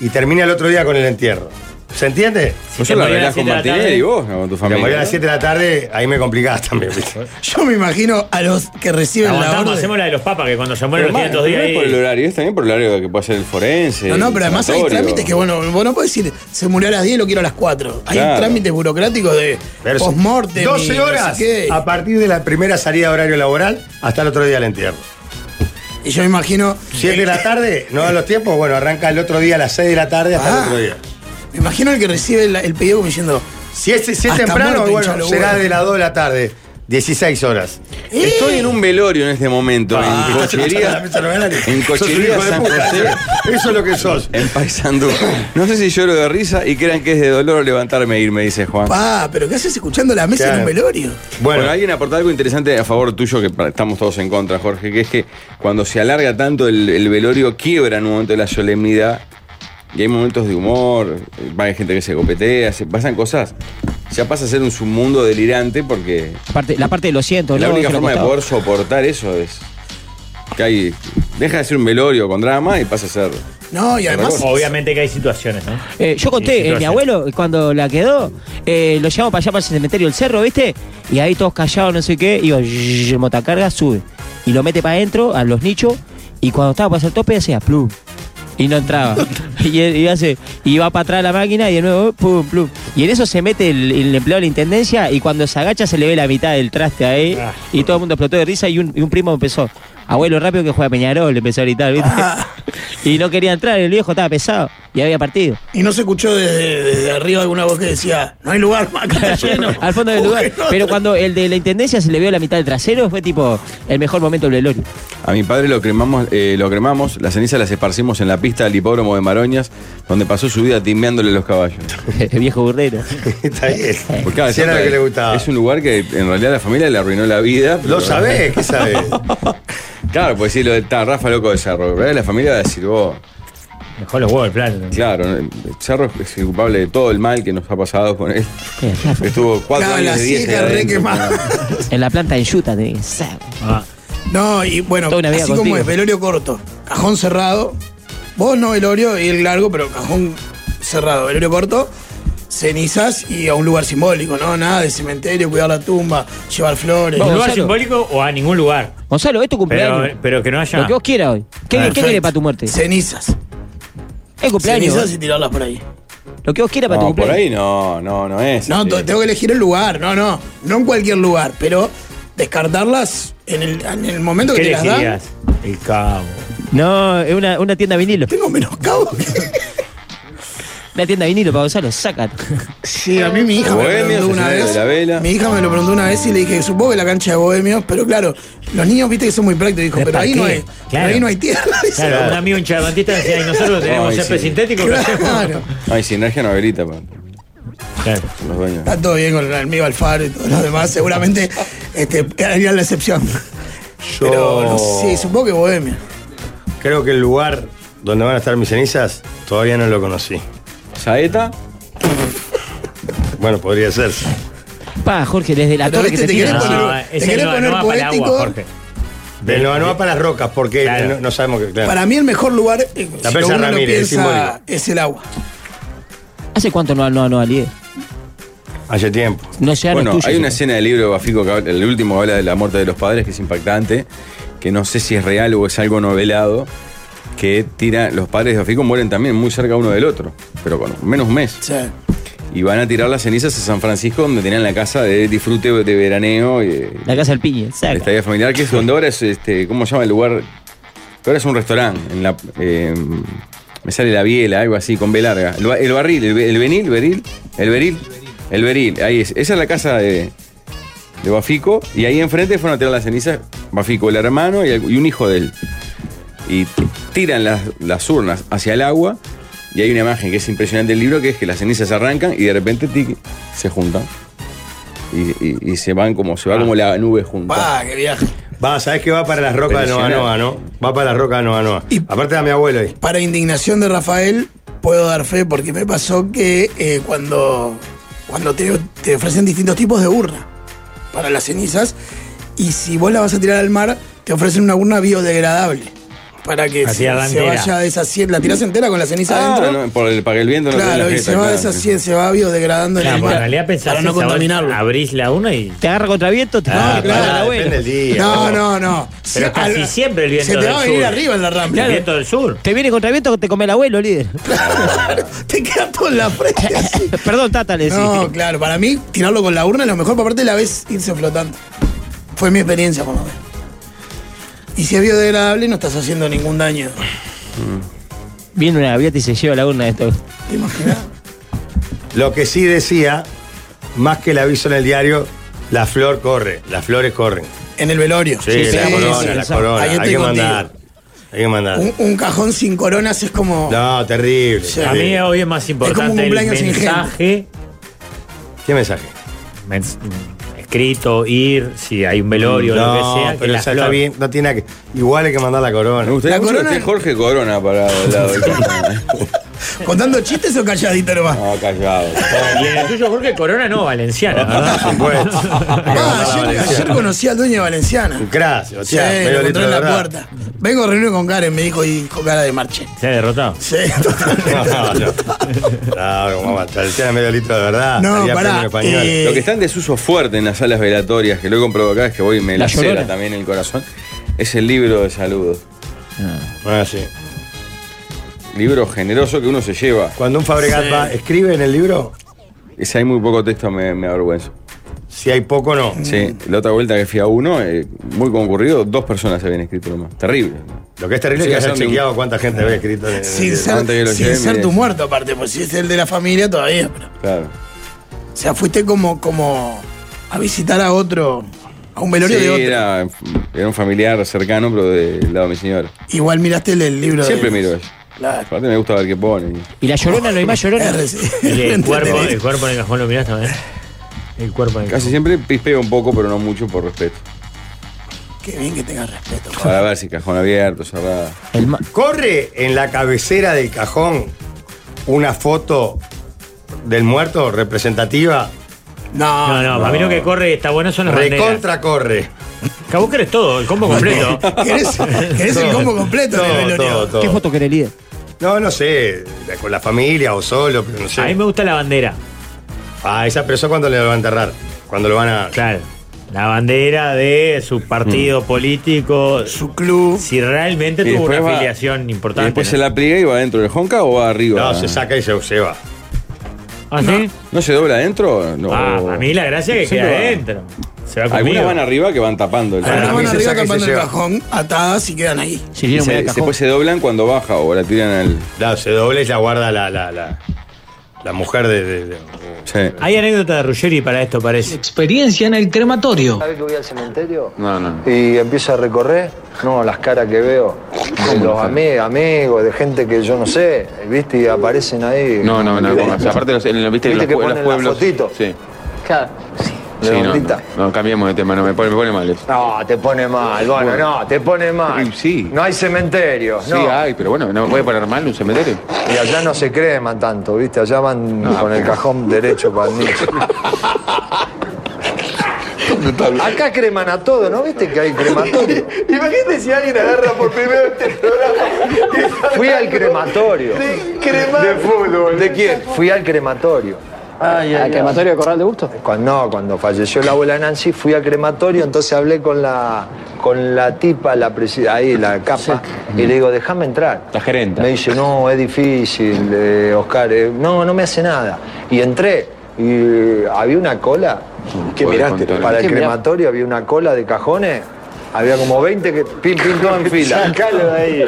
y termine el otro día con el entierro. ¿Se entiende?
Si
Vos
te
solo
morís
Pues
a
arreglás
las
con
siete de la
Martinelli
tarde,
y vos, no, con tu
Como
familia.
era a las
¿no?
7 de la tarde, ahí me complicás también. ¿viste?
Yo me imagino a los que reciben la
Aguantamos,
orden.
hacemos la de los papas, que cuando se
Pero
mueren los
más,
tienen dos días
no es por el
ahí.
horario, es también por el horario que puede hacer el forense.
No, no,
el
pero además hay
sanatorio.
trámites que, bueno, vos no podés decir, se murió a las 10, lo quiero a las 4. Hay
Claro.
trámites burocráticos de
Pero si-
postmortem. y
12
No
horas
sé qué.
a partir de la primera salida de horario laboral hasta el otro día del entierro.
Y yo me imagino,
7 de la tarde, no dan los tiempos, bueno, arranca el otro día a las 6 de la tarde hasta el
Ah.
otro día.
me imagino el que recibe la- el pedido como diciendo,
Si es, si es
Hasta
temprano,
muerto, hincha
bueno,
lo
será
bueno.
de las 2 de la tarde, 16 horas.
Estoy en un velorio en este momento,
Ah.
Ah,
en cochería. en cochería San José,
Eso es lo que sos.
en Paisandú. No sé si lloro de risa y crean que es de dolor levantarme e ir, me dice Juan.
pa, pero ¿qué haces escuchando la mesa en
Claro.
un velorio?
Bueno,
Bueno, alguien aporta algo interesante a favor tuyo, que pa- estamos todos en contra, Jorge, que es que cuando se alarga tanto el, el velorio, quiebra en un momento de la solemnidad. Y hay momentos de humor, va- hay gente que se copetea, se pasan cosas. Ya pasa a ser un submundo delirante porque
Parte- la parte de lo siento,
la
¿no?
única
Se lo
forma de
costaba.
poder soportar eso es que hay. Deja de ser un velorio con drama y pasa a ser.
No, y además,
Obviamente que hay situaciones, ¿no?
Eh, yo
Sí,
conté, eh, mi
situación.
abuelo, eh, cuando la quedó, eh, lo llevamos para allá, para el cementerio del cerro, ¿viste? Y ahí todos callados, no sé qué, y digo, "Shh", el motacarga sube. Y lo mete para adentro, a los nichos, y cuando estaba para hacer tope, hacía plum. Y no entraba. y, él- y hace, y va para atrás la máquina y de nuevo, pum, plum. Y en eso se mete el, el empleado de la intendencia y cuando se agacha se le ve la mitad del traste ahí.
Ah.
Y todo el mundo explotó de risa y un, y un primo empezó, abuelo rápido que juega Peñarol, le empezó a gritar, ¿viste? y no quería entrar, el viejo estaba pesado y había partido.
y no se escuchó desde, desde arriba alguna voz que decía, no hay lugar, acá está lleno.
Al fondo del lugar.
Busquen otro.
Pero cuando el de la intendencia se le vio la mitad del trasero, fue tipo el mejor momento del velorio.
A mi padre lo cremamos, eh, lo cremamos, las cenizas las esparcimos en la pista del hipódromo de Maroñas, donde pasó su vida timeándole los caballos.
El viejo burrero.
está bien.
Eh.
Porque, claro,
Si era lo que le gustaba.
Es un lugar que en realidad la familia le arruinó la vida.
Lo
pero-
sabés, ¿qué sabés?
Claro, pues sí, lo de ta, Rafa Loco de Cerro. En realidad la familia va a decir, vos,
Mejor los huevos del plátano.
Claro, Cerro es el culpable de todo el mal que nos ha pasado con él. Estuvo cuatro
Claro, la
años de diez
sieca re
adentro.
quemada.
En la planta de Utah tenés que ser.
Ah,
No, y bueno,
Toda una vida
así
contigo.
como es, velorio corto, cajón cerrado. Vos no velorio y el largo, pero cajón cerrado, velorio corto, cenizas y a un lugar simbólico, ¿no? Nada de cementerio, cuidar la tumba, llevar flores.
¿Un
Vos,
lugar
Gonzalo.
simbólico o a ningún lugar?
Gonzalo, es tu
Pero,
cumpleaños.
pero que no haya.
Lo que vos quieras hoy. ¿Qué,
Ah,
qué
perfecto.
querés para tu muerte?
Cenizas.
Es cumpleaños.
Cenizas y tirarlas por ahí.
Lo que vos quieras para tu
No, por
cumpleaños.
ahí no, no, no es.
No,
así.
to- tengo que elegir el lugar, no, no. No en cualquier lugar, pero descartarlas en el, en el momento que
¿Qué
te las dan.
elegirías? El cabo.
No, es una, una tienda vinilo.
Tengo menos cabo que.
Una tienda vinilo para Gonzalo, sácate.
Sí, a mí mi hija me lo
Bohemios,
preguntó una
escenario
vez.
de la vela.
Mi hija me lo preguntó una vez y le dije, supongo que la cancha de bohemios, pero claro, los niños viste que son muy prácticos. Dijo,
¿Pero
pero
para
ahí no
qué?
hay,
Claro.
pero ahí no hay tierra. Dice,
Claro, un amigo hincha de Batista decía, y nosotros tenemos
Ay,
césped
sí.
sintético. ¿qué hacemos?
Claro.
No, y sinergia no habilita para
Claro.
los dueños.
Está todo bien con el amigo Alfaro y todos los demás. Seguramente este, haría la excepción.
Yo
Pero no
Oh.
sé, sí, supongo que bohemia.
creo que el lugar donde van a estar mis cenizas todavía no lo conocí.
Saeta,
Bueno, podría ser.
Pa, Jorge, desde la
Pero
torre que
viste,
te
te
tiran.
querés
así.
poner-
No,
¿te
ese
querés
no,
poner
no va para el agua,
poético?
Jorge.
Del Noanoa para las rocas, porque
Claro.
no, no sabemos que. claro.
Para mí el mejor lugar, eh,
La
si
presa
uno lo
Ramírez, es
piensa,
simbólico.
es el agua.
¿Hace cuánto no, no, no alié?
Hace tiempo.
No sea
Bueno,
tuyo.
hay una
seguro.
escena del libro de Bafico, que habla- el último que habla de la muerte de los padres, que es impactante, que no sé si es real o es algo novelado, que tira, los padres de Bafico mueren también muy cerca uno del otro, pero con menos un mes.
O sea,
Y van a tirar las cenizas a San Francisco, donde tenían la casa de disfrute de veraneo y eh,
La casa del piñe,
de
saca.
estadía familiar, que es donde ahora es, este, ¿cómo se llama el lugar? Que Ahora es un restaurante, en la, eh, me sale la biela, algo así, con B larga. El, ba- el barril, el, be- el venil, veril, el veril, el veril, ahí es. Esa es la casa de, de Bafico, y ahí enfrente fueron a tirar las cenizas Bafico, el hermano y, al- y un hijo de él. Y t- tiran las, las urnas hacia el agua, y hay una imagen que es impresionante del libro, que es que las cenizas arrancan y de repente tic, se juntan. Y, y- y se van como, se va como la nube junta.
pa, qué viaje.
Va, sabés que va para las rocas de
Impresionante.
Noanoa, ¿no? Va para las rocas de Noanoa.
Y-
Aparte de mi abuelo ahí.
Para indignación de Rafael, puedo dar fe porque me pasó que eh, cuando, cuando te, te ofrecen distintos tipos de urna para las cenizas, y si vos la vas a tirar al mar, te ofrecen una urna biodegradable para que
Así
se,
la
se
entera.
vaya deshaciendo. La tirás entera con la ceniza
Ah,
adentro.
no, por el, para que el viento no te
Claro,
dé la
y
jeta,
se va
claro.
deshaciendo, se va biodegradando en
Claro,
el
porque
mar.
en realidad pensás
para no
esa, vos
contaminarlo.
Abrís la una y.
Te agarra contra viento, te
Ah,
ah,
claro,
la
depende del día.
No, no, no.
Pero
Sí,
casi
al-
siempre el viento
Se te
del
va a venir
sur.
arriba en la rampa.
El viento del sur.
Te viene contra viento, te come el abuelo, líder.
te queda todo en la frente así.
Perdón, Tata, le decís.
No, claro, para mí tirarlo con la urna es lo mejor, pero aparte la ves irse flotando. Fue mi experiencia por lo menos. Y si es biodegradable no estás haciendo ningún daño.
Viene una gaviota y se lleva la urna de esto.
¿Te imaginas?
Lo que sí decía, más que el aviso en el diario, la flor corre, las flores corren.
En el velorio.
Sí, la
sí,
corona,
sí,
la
eso.
corona.
Ahí
Hay
estoy
que
contigo.
mandar. Hay que mandar.
Un, un cajón sin coronas es como.
No, terrible.
Sí.
A mí
terrible.
hoy es más
como un
importante el
cumpleaños sin gente.
mensaje
¿Qué mensaje?
mens- mm, escrito, ir, si hay un velorio, lo que sea. que
pero
la
ya está
flor-
bien, no tiene nada que. Igual hay que mandar la corona.
Me gustaría
La
mucho que
corona-
esté Jorge Corona para el lado del
¿Contando chistes o calladito nomás?
No, callado.
Y en el tuyo, Jorge Corona, no, valenciana, ¿verdad?
Por supuesto.
Ah, ayer, ayer conocí al dueño de Valenciana.
Gracias, o
Sí,
sea, medio
lo
litro
encontré en
de
la
verdad.
puerta. Vengo a reunión con Karen, me dijo, y con cara de marche.
Se ha derrotado.
Sí,
No,
totalmente.
no, no. Claro, mamá, Valenciana medio litro de verdad.
No,
Salía
pará,
premio español.
eh,
Lo que está en desuso fuerte en las salas velatorias, que lo he comprobado acá, es que voy y me
La
la
Llorona.
también el corazón, es el libro de saludos.
Ah, sí.
Libro generoso que uno se lleva.
Cuando un fabricante va, escribe en el libro,
Y si hay muy poco texto me, me avergüenzo.
si hay poco, no.
Sí, la otra vuelta que fui a uno, eh, muy concurrido, dos personas habían escrito nomás. Terrible.
Lo que es terrible
Sí,
es que hayas
son de un-
chequeado cuánta gente había escrito en el
sin
libro.
ser,
Antes que lo
sin
lleve,
ser
mire.
tu muerto, aparte, pues si es el de la familia todavía. pero-
Claro.
o sea, fuiste como, como a visitar a otro, a un velorio
Sí,
de otro.
era, era un familiar cercano, pero del lado de mi señora.
Igual miraste el, el libro.
Siempre
de,
miro eso.
La,
Aparte me gusta ver qué pone.
Y la llorona, no hay más llorona.
R, sí.
El, el cuerpo,
Entendí.
el cuerpo en el cajón lo mirás también. El cuerpo en el
Casi
cajón.
siempre pispeo un poco, pero no mucho por respeto.
Qué Qué bien que tengas respeto. Pablo.
Para ver si cajón abierto, cerrada.
El ma-
Corre en la cabecera del cajón una foto del muerto representativa.
No,
No, no, para mí lo que corre está bueno son las banderas.
Recontra corre.
Cabos querés todo, el combo completo.
¿Querés, querés el
Todo,
combo completo
todo,
de velorio?
todo, todo.
¿Qué foto querés, líder?
No, no sé. Con la familia o solo, pero no sé.
A mí me gusta la bandera.
Ah, esa persona cuando le van a enterrar. Cuando lo van a.
Claro. La bandera de su partido político.
Su club.
Si realmente
Y
tuvo
después
una
va-
afiliación
Y
importante.
después
¿no?
se la pliega y va dentro del honka o va arriba.
No, se saca y se, se va.
¿Ah, sí?
¿No se dobla adentro? No.
Ah, a mí la gracia es que queda
Siempre va.
adentro. Se va conmigo.
Algunas van arriba que van tapando el
Ahora
a mí
van
se
arriba
saca y se
tapando el
lleva.
cajón, atadas y quedan ahí.
Si
Y
vieron,
se-
mirá el cajón.
después se doblan cuando baja o la tiran al.
Claro, se doble y la guarda la, la, la, la mujer de. de- de-
Sí.
Hay anécdota de Ruggeri para esto, parece.
Experiencia en el crematorio.
¿Sabes que voy al cementerio?
No, no.
Y empiezo a recorrer, no, las caras que veo, de los ami- amigos, de gente que yo no sé, ¿viste? Y aparecen ahí.
No, no, no.
De-
o sea, aparte, los, en los- ¿viste,
¿Viste
los,
que
pue- los
ponen la
pueblos?
fotito?
Sí.
Claro, sí.
Sí, no, no,
Redondita.
no, cambiemos de tema, no, me pone, me pone mal. eso.
No, te pone mal, bueno, no, te pone mal.
Y sí.
No hay cementerio,
Sí,
no.
hay, pero bueno, ¿no me puede poner mal un cementerio?
Y allá no se creman tanto, ¿viste? Allá van con el cajón derecho para el nicho. Acá creman a todo, ¿no? ¿Viste que hay crematorio?
Imagínate si alguien agarra por primera vez este programa.
Fui al crematorio.
De cremar. De fútbol.
¿De quién? Fui al crematorio.
¿Al crematorio de Corral de Gusto?
Cuando, no, cuando falleció la abuela Nancy, fui al crematorio, entonces hablé con la, con la tipa, la presi- ahí, la capa, y le digo, déjame entrar.
La gerenta.
Me dice, no, es difícil, eh, Oscar, eh, no, no me hace nada. Y entré, y eh, había una cola.
¿Qué podés miraste? contar.
Para el
¿Qué mirá?
crematorio había una cola de cajones, había como 20 que, pim, pim, todo en fila.
Sácalo de ahí.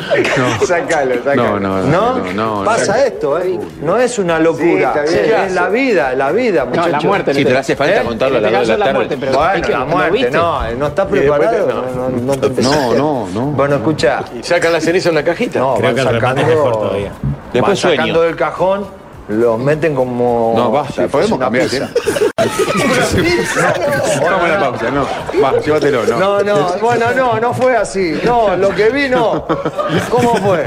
Sácalo,
No,
sácalo.
no,
¿No?
no, no,
Pasa esto, ¿eh? No es una locura.
Sí, está bien.
es la vida, la vida,
No,
muchachos.
la muerte.
Sí,
no
te hace falta
¿Eh?
contarlo a
En
las
este
dos de
caso
la
la
tarde.
muerte, pero es
bueno,
que
la
¿lo
muerte,
viste?
no, eh, no está preparado.
después
No, no, no te
No,
empezaste.
no, no.
Bueno, escucha,
Sacan la ceniza en la cajita.
no,
Creo
van
que el remate es mejor
sacando,
todavía.
Después
van
sueño.
sacando del cajón, los meten como.
No, basta, podemos
una
cambiar el
pizza.
tema. Vamos a la pausa, no. Va, llévatelo, no.
No, no, bueno, no, no fue así. No, lo que vi no. ¿Cómo fue?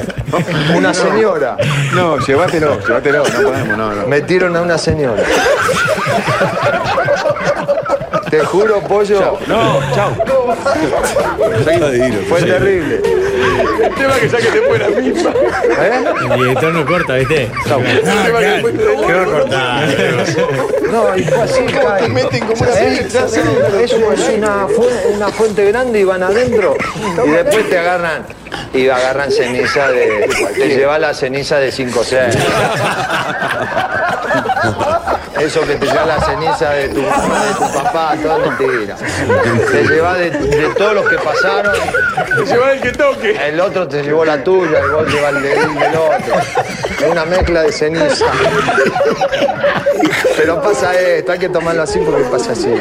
Una señora.
No, llévatelo, llévatelo, no podemos, no, no.
Metieron a una señora. Te juro, pollo,
No, chau.
fue terrible.
El tema que saque te fuera misma.
¿Eh?
El director no corta, ¿viste?
Ah, claro.
Quiero cortar.
No, y fue así, cae. ¿Eh? Eso es una, fu- una fuente grande y van adentro. Y después te agarran. Y agarran ceniza de. Te lleva la ceniza de 5 6. Eso que te lleva la ceniza de tu mamá, de tu papá, toda mentira. Te lleva de, de todos los que pasaron. Te lleva el que toque. El otro te llevó la tuya, y vos llevas el de- el del otro. Una mezcla de ceniza. Pero pasa esto, hay que tomarlo así porque pasa así.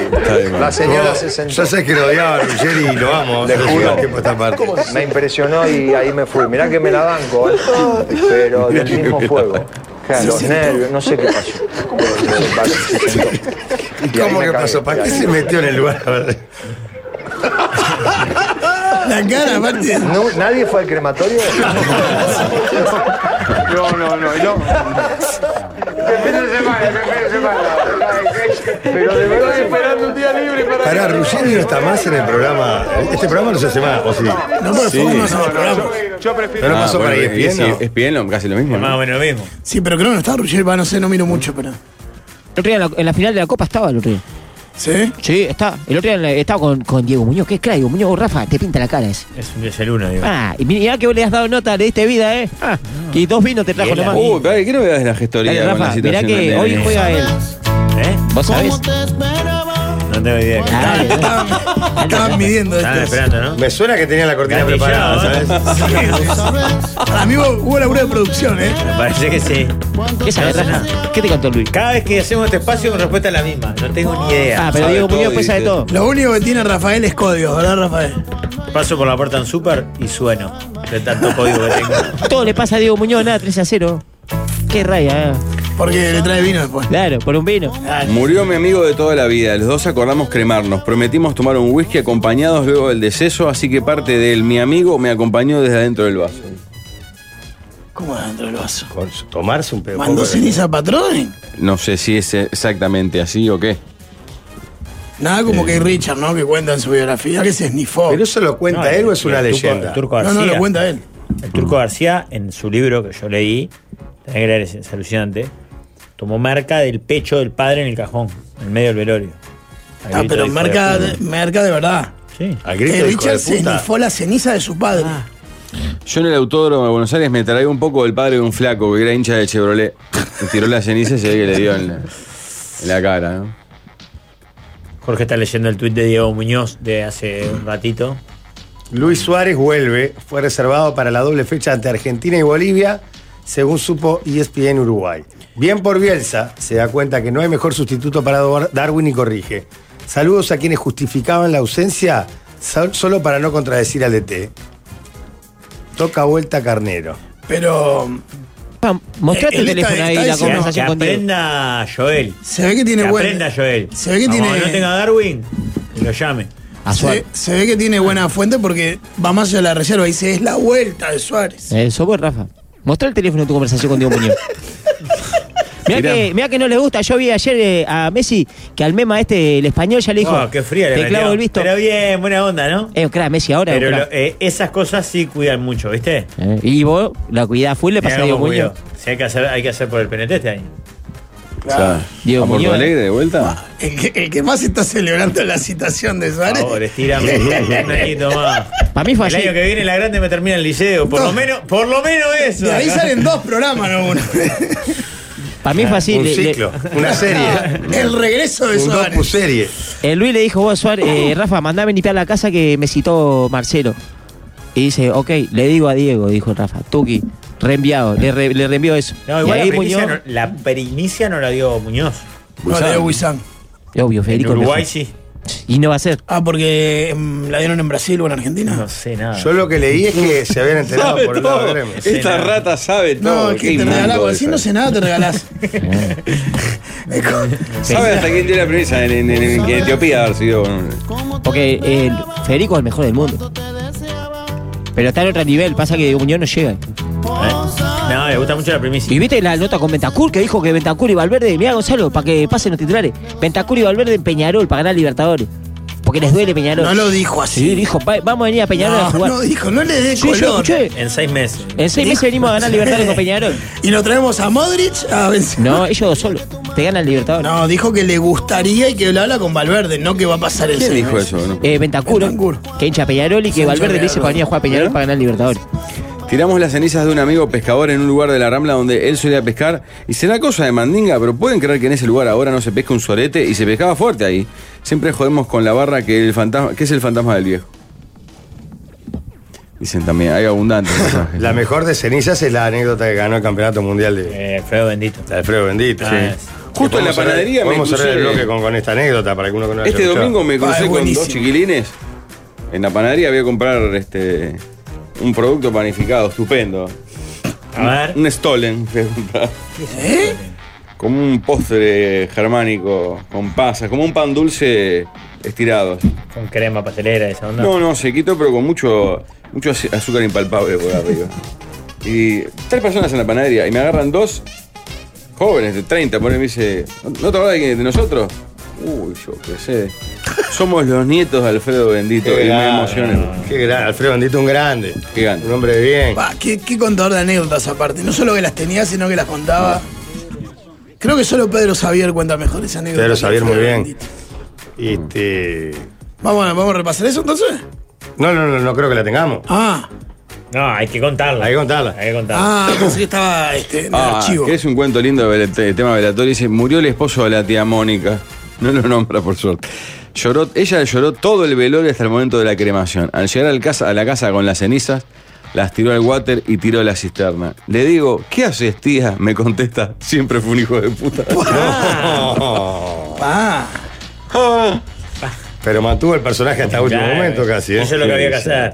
La señora se sentó.
Yo sé que lo odiaba a Ruggeri y lo amo.
Le
hace
juro.
un tiempo a esta parte.
Me impresionó y ahí me fui. Mirá que me la banco, ¿eh? pero del mismo fuego. Los nervios, no sé qué pasó. Se paró, se sentó. Y ahí
¿Cómo
me
que
cagué.
pasó? ¿Para qué se metió en el lugar?
La cara, aparte.
No, ¿Nadie fue al crematorio?
No, no, no, no.
Pero de verdad que fue-
Pará, Ruggeri no está más en el programa. Este programa no se hace más, ¿o sí?
No, pero fue uno solo programa.
Pero
Ah,
no pasó para ESPN, ¿no?
Es bien, casi lo mismo. ¿no?
Más o menos lo mismo.
Sí, pero creo que no está Ruggeri, va, no sé, no miro mucho, pero.
El otro día en la, en la final de la Copa estaba el otro día.
¿Sí?
Sí, está. El otro día en la- estaba con, con Diego Muñoz. ¿Qué es claro, Diego Muñoz? Rafa, te pinta la cara ese.
Es un desayuno, digo.
Ah, y mirá que vos le has dado nota, le diste vida, ¿eh? Ah, y dos vinos te trajo
Bien,
nomás.
Uy, Uh, ¿qué novedades de la gestoría
Dale,
con la
Rafa, mirá
situación
que
de-
hoy juega él.
¿Eh?
¿Vos sabés?
No tengo idea.
Dale, dale.
Estaban midiendo
Estaban
esto.
esperando, ¿no?
Me suena que tenía la cortina
Gatillado,
preparada,
¿eh?
¿sabes?
Para mí hubo, hubo laburo de producción, ¿eh?
Me parece que sí.
¿Qué sabés, Rafa? ¿Qué te contó Luis?
Cada vez que hacemos este espacio con respuesta es la misma. No tengo ni idea.
Ah, pero
sabe
Diego
todo,
Muñoz pesa de
dice.
todo.
Lo único que tiene Rafael es código, ¿verdad, Rafael?
Paso por la puerta en super y sueno. De tanto código que tengo.
Todo le pasa a Diego Muñoz, nada, 3 a 0. Qué raya, ¿eh?
Porque le trae vino después.
Claro, por un vino.
Murió mi amigo de toda la vida, los dos acordamos cremarnos, prometimos tomar un whisky acompañados luego del deceso, así que parte de él, mi amigo, me acompañó desde adentro del vaso.
¿Cómo adentro del vaso?
Con su- tomarse un pedo.
¿Mandó
poco de-
ceniza patrón?
No sé si es exactamente así o qué.
Nada como que Richard, ¿no? Que cuenta en su biografía que se esnifó.
¿Pero eso lo cuenta
No,
él
el-
o es una
el turco-
leyenda?
el turco
No, no,
García.
lo cuenta él.
El Turco García, en su libro que yo leí, tenés que leer, es, es alucinante, tomó marca del pecho del padre en el cajón, en medio del velorio. Al
Ah,
grito
pero
de hijo de
marca,
puta.
marca de verdad.
Sí. Ah.
Al grito
Que
de hijo de
Richard se
puta.
esnifó la ceniza de su padre.
Yo en el autódromo de Buenos Aires me traía un poco del padre de un flaco que era hincha de Chevrolet. Me tiró la ceniza y se ve que le dio en la, en la cara, ¿no?
Jorge está leyendo el tuit de Diego Muñoz de hace un ratito.
Luis Suárez vuelve, fue reservado para la doble fecha ante Argentina y Bolivia, según supo E ESPN Uruguay. Bien por Bielsa, se da cuenta que no hay mejor sustituto para Dar- Darwin y corrige. Saludos a quienes justificaban la ausencia so- solo para no contradecir al DT. Toca vuelta Carnero.
Pero
Pa, mostrate
Eh,
el
él está-
teléfono ahí,
está
la
diciendo-
Que
conversación con Diego.
aprenda Joel.
se ve que
Que
tiene buen-
aprenda Joel.
Se ve que
Vamos,
tiene-
no tenga Darwin, que lo llame.
A
Se,
Suárez.
se ve que tiene buena fuente porque va más allá de la reserva. Dice, es la vuelta de Suárez.
Eh, sos vos, Rafa. Mostrá el teléfono de tu conversación con Diego Muñoz. Mirá
Mirá.
que, mirá que no le gusta. Yo vi ayer eh, a Messi que al mema este, el español, ya le dijo.
Oh, qué fría le
Te
metió.
clavo el visto.
Pero bien, buena onda, ¿no?
Eh, un crack, Messi ahora. es un
Pero lo-
crack.
eh, esas cosas sí cuidan mucho, ¿viste?
Eh, y vos la cuidás full, le
Mirá
pasás a Diego
cómo
Muñoz.
cuidó. Sí, hay que hacer, hay que hacer por el PNT este año.
O sea,
Diego
¿A Porto
Muñoz,
Alegre de vuelta?
Ah, El que, el que más está celebrando la citación de
Por
Suárez.
favor, estirame un añito más.
Pa' mí fue
El
ayer.
año que viene la grande me termina el liceo. Por
No.
lo menos, por lo menos eso.
De ahí salen dos programas, no uno.
Para mí es fácil.
un
le- le-
ciclo, una serie,
El regreso de
un docu
Suárez.
serie.
el Luis le dijo, vos, Suárez, eh, Rafa, mandame limpiar la casa que me citó Marcelo. Y dice, ok, le digo a Diego, dijo Rafa. Tuki, reenviado, le, re- le reenvió eso.
No,
y
igual la
ahí
primicia,
Muñoz,
no, la primicia no la dio Muñoz.
No, de Wisan.
obvio,
En
Federico. el
Uruguay
mejor.
sí.
Y no va a ser.
Ah, porque mm, la dieron en Brasil o en Argentina.
No sé nada.
Yo lo que leí es que se habían enterado por el lado de Gremio.
Esta rata sabe todo.
No, es que
Qué
te regalás,
inmundo
porque así
esa.
no sé nada, te regalás. Es como-
¿Sabe hasta quién tiene la premisa en, en- en- en Etiopía haber sido?
Porque eh, Federico es el mejor del mundo. Pero está en otro nivel, pasa que Diego Muñoz no llega.
¿Eh? No, le gusta mucho la primicia.
Y viste la nota con Ventacur que dijo que Ventacur y Valverde, mirá Gonzalo, para que pasen los titulares. Ventacur y Valverde en Peñarol para ganar Libertadores. Porque les duele Peñarol.
no lo dijo
Sí,
así.
dijo, "Va- vamos a venir a Peñarol a
No,
jugar.
no dijo, no le dé
Sí, yo
color.
escuché.
En seis meses.
En seis meses venimos a ganar Libertadores con Peñarol.
Y lo traemos a Modric a vencer.
No, ellos dos solos. Te ganan Libertadores.
No, dijo que le gustaría y que bla bla con Valverde, no que va a pasar el
¿Quién
seis
dijo
meses.
eso? no?
Eh, Ventacuro,
Ventacur.
que hincha Peñarol y que
hincha
Valverde le dice
Peñarol.
para venir a jugar a Peñarol
¿Eh?
para ganar Libertadores.
Tiramos las cenizas de un amigo pescador en un lugar de la Rambla donde él solía pescar y será cosa de mandinga, pero pueden creer que en ese lugar ahora no se pesca un sorete y se pescaba fuerte ahí. Siempre jodemos con la barra que el fantasma, que es el fantasma del viejo. Dicen también, hay abundantes pasajes.
La mejor de cenizas es la anécdota que ganó el campeonato mundial de,
Eh, Alfredo bendito. Ah,
La de Alfredo Bendito.
Sí.
Justo en la panadería me
Vamos a cerrar el
crucé-
bloque con, con esta anécdota para que uno que no haya
Este
escuchado.
domingo me
Ah,
crucé
es
con
buenísimo.
dos chiquilines. En la panadería voy a comprar este un producto panificado, estupendo.
A ver.
Un Stollen fui a comprar.
¿Eh?
Como un postre germánico con pasas, como un pan dulce estirado.
Con crema pastelera, esa onda.
No, no, se quitó, pero con mucho, mucho azu- azúcar impalpable por arriba. Y tres personas en la panadería y me agarran dos jóvenes de 30, por ahí me dice, ¿no no te acordás de, quién- de nosotros? Uy, yo qué sé. Somos los nietos de Alfredo Bendito
Qué
y me
grande.
emocioné.
Qué grande. Alfredo Bendito, un grande.
Gigante.
Un hombre de bien.
Pa, ¿qué, qué contador de anécdotas aparte. No solo que las tenía, sino que las contaba. Creo que solo Pedro Xavier cuenta mejor esa anécdota.
Pedro
que
Xavier, muy
Alfredo
bien.
Bendito.
Este...
Vamos, a- vamos a repasar eso entonces.
No, no, no, no creo que la tengamos.
Ah,
No, hay que contarla.
Hay que contarla.
Hay que contarla.
ah, pensé que estaba este, en el
Ah,
archivo.
que es un cuento lindo del te- tema velatorio. Dice, murió el esposo de la tía Mónica. No lo nombra, por suerte. Lloró, ella lloró todo el velorio hasta el momento de la cremación. Al llegar al casa, a la casa con las cenizas, las tiró al water y tiró a la cisterna. Le digo, ¿qué haces, tía? Me contesta, siempre fue un hijo de puta.
Ah.
No.
Ah.
Pa.
Pero mantuvo el personaje hasta último
Claro.
momento casi. ¿eh?
Eso es lo que había que hacer.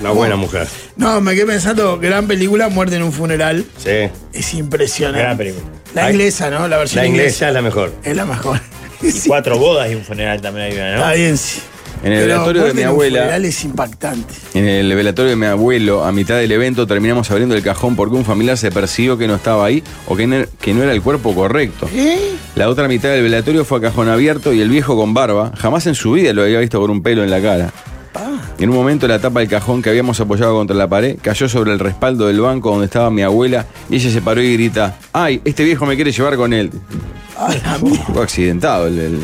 Una buena mujer.
No, me quedé pensando, gran película, Muerte en un funeral.
Sí.
Es
Gran
impresionante.
película.
La inglesa, ¿no? La versión
La inglesa es la mejor.
Es la mejor.
Y cuatro bodas y un funeral también hay una, ¿no?
Está bien, sí.
En el
Pero
velatorio de
aparte
mi
en un
abuela-
funeral es impactante.
En el velatorio de mi abuelo, a mitad del evento, terminamos abriendo el cajón porque un familiar se percibió que no estaba ahí o que no, que no era el cuerpo correcto.
¿Eh?
La otra mitad del velatorio fue a cajón abierto y el viejo con barba, jamás en su vida lo había visto con un pelo en la cara.
Ah.
En un momento la tapa del cajón que habíamos apoyado contra la pared cayó sobre el respaldo del banco donde estaba mi abuela y ella se paró y grita, ¡ay, este viejo me quiere llevar con él! Fue accidentado el- el,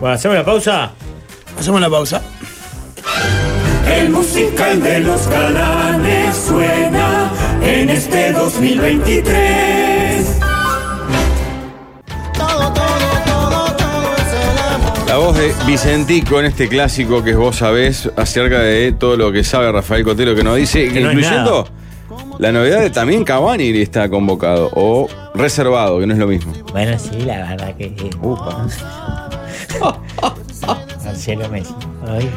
Bueno, hacemos la pausa.
Hacemos la pausa.
El musical de los galanes suena en este 2023.
La voz de Vicentico en este clásico que vos sabés acerca de todo lo que sabe Rafael Cotelo que nos dice,
Que no es
incluyendo la novedad de también Cavani está convocado o reservado, que no es lo mismo.
Bueno, sí, la verdad que. eh, Marcelo Messi. Ay,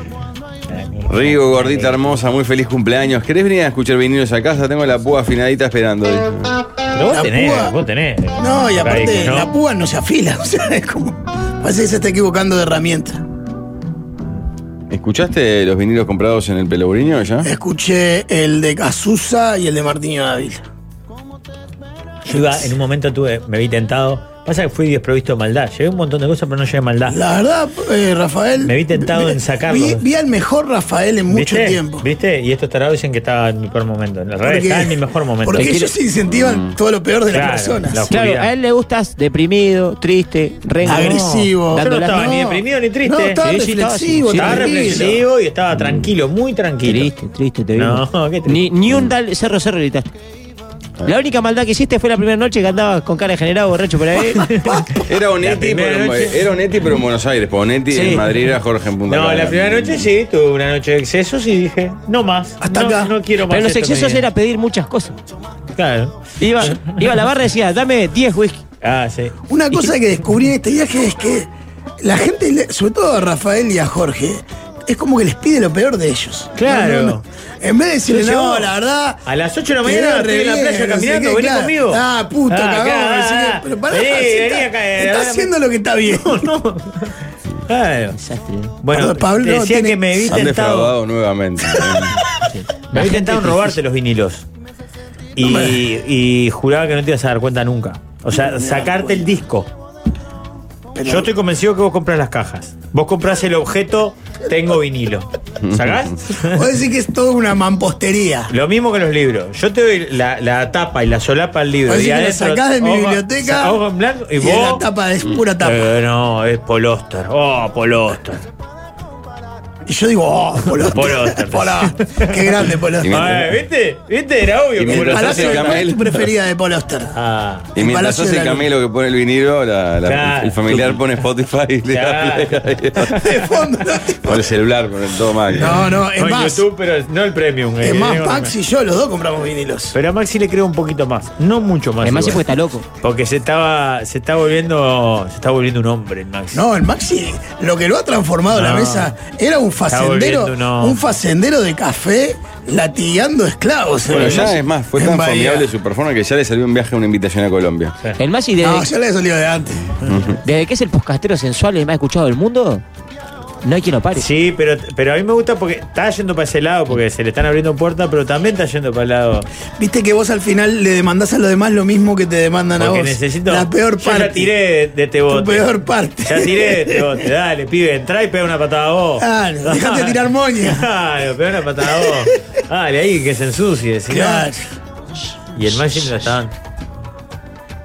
para mí.
Rigo, gordita hermosa, muy feliz cumpleaños. ¿Querés venir a escuchar vinilos a casa? Tengo la púa afinadita esperando. dice.
Pero vos
La
tenés,
púa.
vos tenés.
No, y aparte,
Ahí, ¿no?
la púa no se afila. O sea, es como. Parece que se está equivocando de herramienta.
¿Escuchaste los vinilos comprados en el Pelobrinho ya?
Escuché el de Azusa y el de Martiño Dávila.
Yo iba, en un momento tuve, me vi tentado. Pasa que fui desprovisto de maldad. Llevé un montón de cosas, pero no llevé maldad.
La verdad, eh, Rafael.
Me vi tentado en sacarlo.
Vi, vi al mejor Rafael en mucho
¿Viste?
tiempo.
¿Viste? Y estos tarados dicen que estaba en mi peor momento. En realidad
Porque-
estaba en mi mejor momento.
Porque
Te quiero-
ellos incentivan todo lo peor de
Claro,
las personas.
la
Claro,
oscuridad.
a él le gustas deprimido, triste, rengo.
Yo no
Agresivo.
Dándolas-
estaba ni
no.
deprimido ni triste.
No, estaba
Sí, sí, estaba
reflexivo,
así.
Estaba
tranquilo.
reflexivo y estaba tranquilo, muy tranquilo.
Triste, triste, te
No,
vimos.
qué triste.
Ni, ni un tal cerro cerro gritaste. La única maldad que hiciste fue la primera noche que andabas con cara de generado borracho por ahí.
Era Onetti,
primera
pero, en-
noche.
era Onetti, pero en Buenos Aires, porque Onetti en Madrid era Jorge en Punta
No,
Cana.
la primera noche sí, tuve una noche de excesos y dije, no más.
Hasta
no,
acá.
No quiero más.
Pero los
esto, me
excesos
dije.
era pedir muchas cosas.
Claro.
Iba, iba a la barra y decía, dame 10 whisky.
Ah, sí.
Una cosa que descubrí en este viaje es que la gente, le- sobre todo a Rafael y a Jorge, es como que les pide lo peor de ellos.
Claro.
No, no, no. En vez de decirle,
Yo
no,
llevo-
la verdad.
A las 8 de la mañana
quedé
estoy en la
re
playa
bien, no sé
caminando,
qué,
vení
claro.
conmigo.
Ah, puto,
Ah,
cagón.
acá,
no sé qué.
ah,
pero pará,
vení,
si
vení
está,
acá, eh,
está
ahora me-
haciendo lo que está bien.
No. Claro.
Desastre.
Bueno,
Perdón, Pablo,
te decía
tiene-
que me vi
Han
tentado.
defraudado nuevamente.
Me
La
vi
gente
tentado en
que-
robarte los vinilos. Y, y juraba que no te ibas a dar cuenta nunca. O sea, sacarte el disco.
Pero-
Yo estoy convencido que vos compras las cajas. Vos compras el objeto, tengo vinilo. ¿Sacás?
Vos decís que es toda una mampostería.
Lo mismo que los libros. Yo te doy la, la tapa y la solapa al libro.
Así
y
que la
adentro-
sacás de mi
ojo-
biblioteca
sa- Ojo en blanco y,
Y
vos.
la tapa es pura tapa.
Eh, no, es Polóster. Oh, Polóster.
Y yo digo, oh, Poloster.
Poloster.
Poloster. Qué grande
Y
Poloster.
me-
Ah, ¿Viste? ¿Viste? Era obvio
Y
que
El
mientras
Poloster.
palacio
hace
de ¿cuál es
Camel.
tu preferida de Poloster?
Ah,
Y
El
mientras
Palacio de
hace el
la Luz.
camelo que pone el vinilo, la- la-
Claro.
el familiar pone Spotify y le da play ahí.
De fondo, ¿no?
Por el celular, con el todo mal.
No, no, es
no en
más.
YouTube, pero no el premium. eh,
Es más,
no,
Pax y yo, los dos compramos vinilos.
Pero a Maxi le creo un poquito más. No mucho más.
Además, sí,
igual.
porque está loco.
Porque se estaba, se está volviendo, se está volviendo un hombre el Maxi.
No, el Maxi, lo que lo ha transformado la
No.
mesa, era un facendero,
volviendo, no.
un facendero de café latigando esclavos.
Bueno,
en-
ya es más, fue
en
tan
Bahía.
formidable su performance que ya le salió un viaje, una invitación a Colombia.
El más y
No,
desde,
ya le he salido de antes.
desde que es el podcastero sensual y más escuchado del mundo, no hay quien lo pare.
Sí, pero, pero a mí me gusta porque está yendo para ese lado, porque se le están abriendo puertas, pero también está yendo para el lado.
Viste que vos al final le demandás a los demás lo mismo que te demandan a
Porque
vos.
necesito.
la peor
Yo
parte.
Ya tiré de, de este
tu
bote.
peor parte.
Ya tiré de este bote. Dale, pibe, entrá y pega una patada a vos.
Claro, dejate de tirar moña.
Claro, pega una patada a vos. Dale, ahí que se ensucie. si no-
Claro.
Y el Maxi no está.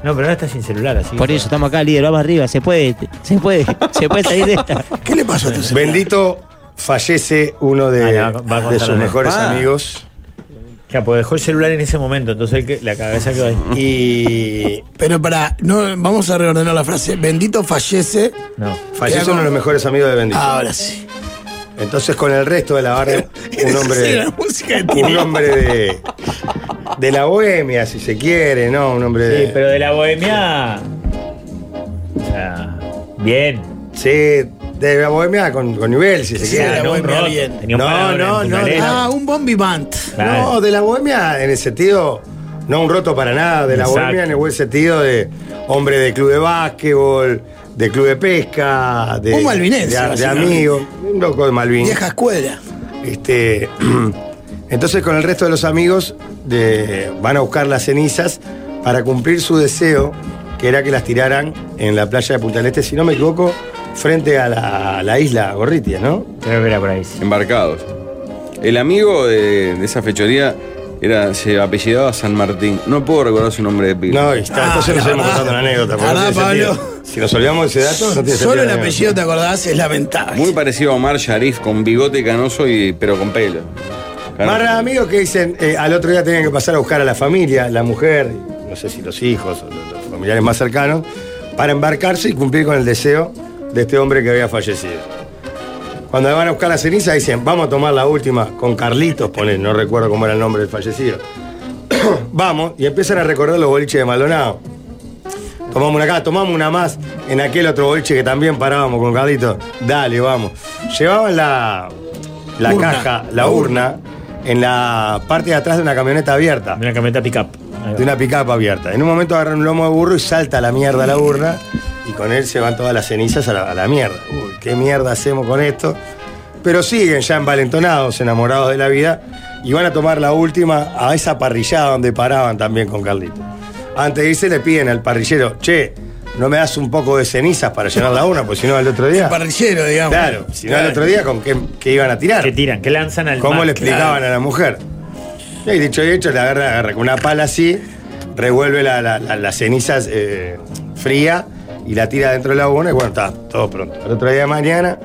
No, pero ahora está sin celular, así.
Por
que-
eso estamos acá, líder, vamos arriba. Se puede, se puede, se puede salir de esta.
¿Qué le pasó a tu celular?
Bendito fallece uno
Ah,
de,
la va- va a
Eh, de
contar
sus
la
mejores
Ah.
amigos
Ya, pues dejó el celular en ese momento, entonces el que- la cabeza quedó ahí.
y
Pero para, no, vamos a reordenar la frase. Bendito fallece.
No.
fallece uno de los mejores amigos de Bendito.
Ahora sí.
Entonces con el resto de la barra, un
Sí,
hombre,
la música de
un
Tini.
hombre de, de la bohemia, si se quiere, ¿no? Un hombre de...
Sí, pero de la bohemia. O sea, bien.
Sí, de la bohemia con, con nivel, si se
Sí,
quiere.
de la
Ganó un
bohemia
rock,
bien.
tenía un
No,
paladar
no, no,
antimalero.
Ah, un bombi band.
Claro.
No, de la bohemia en el sentido No un roto para nada, de la
Exacto.
bohemia en el buen sentido de hombre de club de básquetbol, de club de pesca, de,
Un malvinense,
de, de
básicamente.
amigo, un loco de Malvin.
Vieja escuela.
Este, entonces con el resto de los amigos de- van a buscar las cenizas para cumplir su deseo, que era que las tiraran en la playa de Punta del Este, si no me equivoco, frente a la, la isla Gorritia, ¿no?
Creo que era por ahí.
Embarcados. El amigo de, de esa fechoría era, se apellidaba San Martín. No puedo recordar su nombre de pila.
No, y está, entonces nos hemos contado una anécdota. porque no
Ah,
tiene
Pablo.
sentido. Si nos olvidamos de ese dato, no tiene
Solo
sentido
el
la anécdota.
apellido, ¿te acordás? Es lamentable.
Muy parecido a Omar Sharif, con bigote canoso y pero con pelo. Claro.
Más amigos que dicen, eh, al otro día tenían que pasar a buscar a la familia, la mujer, no sé si los hijos o los, los familiares más cercanos, para embarcarse y cumplir con el deseo de este hombre que había fallecido. Cuando van a buscar la ceniza dicen, vamos a tomar la última con Carlitos, ponen, no recuerdo cómo era el nombre del fallecido. vamos, y empiezan a recordar los boliches de Maldonado. Tomamos una acá, tomamos una más en aquel otro boliche que también parábamos con Carlitos. Dale, vamos. Llevaban la, la
Urna.
caja, la urna, en la parte de atrás de una camioneta abierta. De
una camioneta pickup.
De una pickup abierta. En un momento agarran un lomo de burro y salta a la mierda la urna y con él se van todas las cenizas a la, a la mierda. Uy, ¿qué mierda hacemos con esto? Pero siguen ya envalentonados, enamorados de la vida y van a tomar la última a esa parrillada donde paraban también con Carlito. Antes de irse le piden al parrillero, che, ¿no me das un poco de cenizas para llenar la urna? Pues si no, al otro día...
Parrillero, digamos.
Claro, si no, al otro día, ¿con qué, qué iban a tirar?
Que tiran, que lanzan al
¿Cómo
mar.
le explicaban a la mujer? Y dicho y hecho, la agarra, agarra con una pala así, revuelve la- la- la- las cenizas eh, fría y la tira dentro de la urna y bueno, está todo pronto. Al otro día de mañana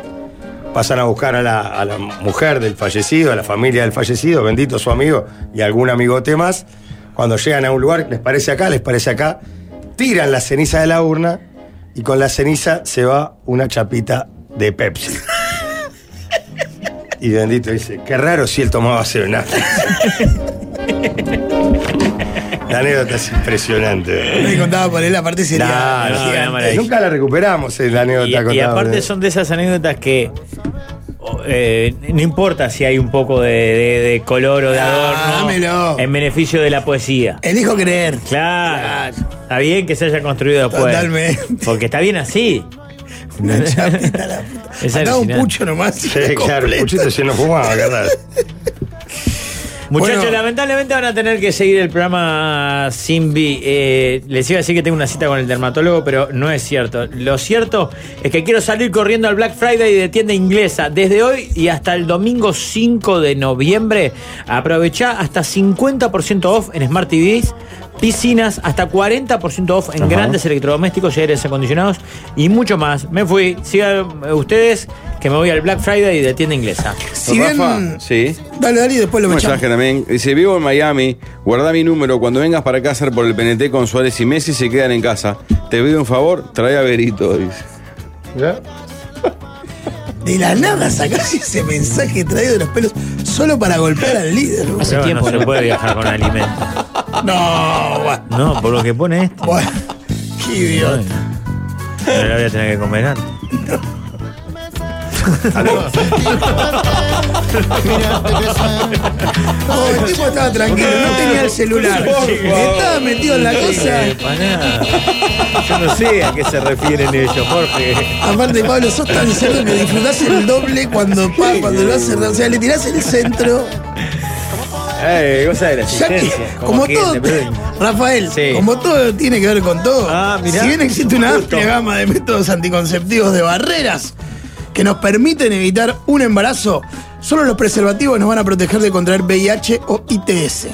pasan a buscar a la, a la mujer del fallecido, a la familia del fallecido, bendito su amigo y algún amigote más. Cuando llegan a un lugar, les parece acá, les parece acá, tiran la ceniza de la urna y con la ceniza se va una chapita de Pepsi. Y bendito dice, qué raro si él tomaba Serenata. La anécdota es impresionante.
Me contaba por él, aparte sería.
Nah, no,
gigante.
no, nunca la recuperamos eh, la
Y,
anécdota
y
contada por
aparte
él.
son de esas anécdotas que o, eh, no importa si hay un poco de, de- de color o de adorno
Dámelo.
en beneficio de la poesía.
Elijo creer.
Claro. Está bien que se haya construido después.
Totalmente.
Porque está bien así.
Una chapita a la puta.
Es
Andaba un
alucinante.
pucho nomás. y
Sí, claro,
completo.
Puchito se nos fumaba, ¿verdad?
Muchachos,
Bueno.
lamentablemente van a tener que seguir el programa Simbi. Eh, les iba a decir que tengo una cita con el dermatólogo, pero no es cierto. Lo cierto es que quiero salir corriendo al Black Friday de tienda inglesa. Desde hoy y hasta el domingo 5 de noviembre, aprovechá hasta 50% off en Smart TVs, piscinas, hasta 40% off en grandes electrodomésticos y aires acondicionados y mucho más. Me fui. Sigan eh, ustedes que me voy al Black Friday de tienda inglesa.
Si
Pues, Rafa,
bien.
sí.
Dale, dale y después lo
Un
mechamos.
mensaje también. Dice, vivo en Miami, guarda mi número. Cuando vengas para acá a hacer por el PNT con Suárez y Messi, se quedan en casa. Te pido un favor, trae a Berito. dice.
¿Ya?
De la nada sacás ese mensaje traído de los pelos solo para golpear al líder. boludo.
Creo que no se puede viajar con alimentos.
No, bueno,
No, por lo que pone esto.
bueno. Qué idiota.
Pero la voy a tener que comer antes.
Ah, No, el tipo estaba tranquilo, no tenía el celular. Estaba metido en la cosa.
Yo no sé a qué se refieren ellos, Jorge.
Aparte, Pablo, sos tan cerdo que disfrutás el doble cuando, pa, cuando lo haces. O sea, le tirás el centro.
Eh, cosa de la
Ya que,
asistencia.
como
que
todo,
de Bruyne.
Rafael,
Sí.
como todo tiene que ver con todo.
Ah, mirá.
si bien existe una
Justo.
amplia gama de métodos anticonceptivos de barreras que nos permiten evitar un embarazo, solo los preservativos nos van a proteger de contraer VIH o ITS.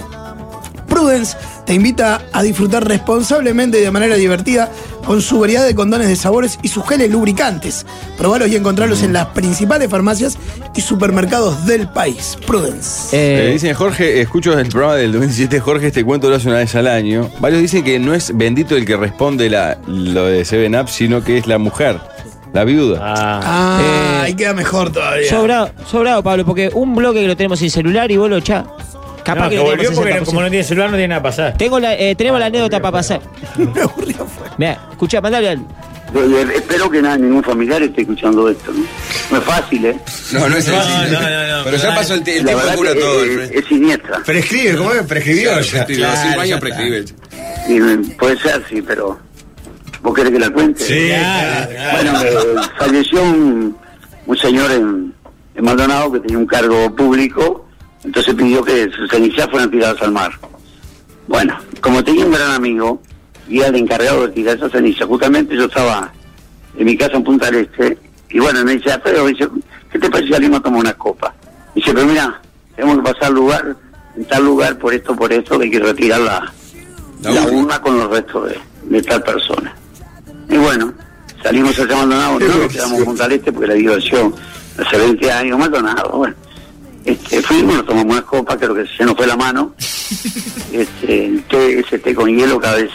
Prudence te invita a disfrutar responsablemente y de manera divertida con su variedad de condones de sabores y sus geles lubricantes. Probalos y encontrarlos en las principales farmacias y supermercados del país. Prudence.
Eh,
Eh,
dicen, Jorge, escucho el programa del 2017, Jorge, este cuento lo hace una vez al año. Varios dicen que no es bendito el que responde la, lo de Seven Up, sino que es la mujer, la viuda.
Ah,
Ah,
eh,
ahí queda mejor todavía.
sobrado, sobrado, Pablo, porque un bloque que lo tenemos sin celular y vos lo echás. Capaz
no,
que,
que
lo tenemos
volvió
en
porque
60%.
como no tiene celular no tiene nada que pasar.
Tengo la, eh, tenemos la anécdota para pasar.
Me aburrió fuera.
Mira, escuchá, mandale al.
Yo- yo Espero que nada, ningún familiar esté escuchando esto, ¿no? No es fácil, ¿eh?
No, no es sencillo.
No, no, no, no.
Pero ya pasó el, tie-
La
el tiempo
verdad
cura
que
todo.
es-
Alfredo.
Es siniestra.
Prescribe, ¿cómo es? Prescribió
Claro,
ya.
sí, los
Claro,
cinco
ya
años
está.
prescribe.
Y, mm, puede ser, sí, pero. ¿Vos querés que la cuente?
Sí, claro,
Bueno, eh, falleció un, un señor en, en Maldonado que tenía un cargo público, entonces pidió que sus cenizas fueran tiradas al mar. Bueno, como tenía un gran amigo y era el encargado de tirar esas cenizas, justamente yo estaba en mi casa en Punta del Este, y bueno, me dice, pero dice, ¿qué te parece si salimos a tomar una copa? Dice, pero mira, tenemos que pasar al lugar, en tal lugar, por esto, por esto, que hay que retirar la, la urna con los restos de, de tal persona. Y bueno, salimos hacia Maldonado, no nos quedamos en Punta del Este porque la diversión hace 20 años, Maldonado, bueno. Este, fuimos, nos tomamos unas copas, creo que se nos fue la mano. Este, el té- ese té con hielo cada vez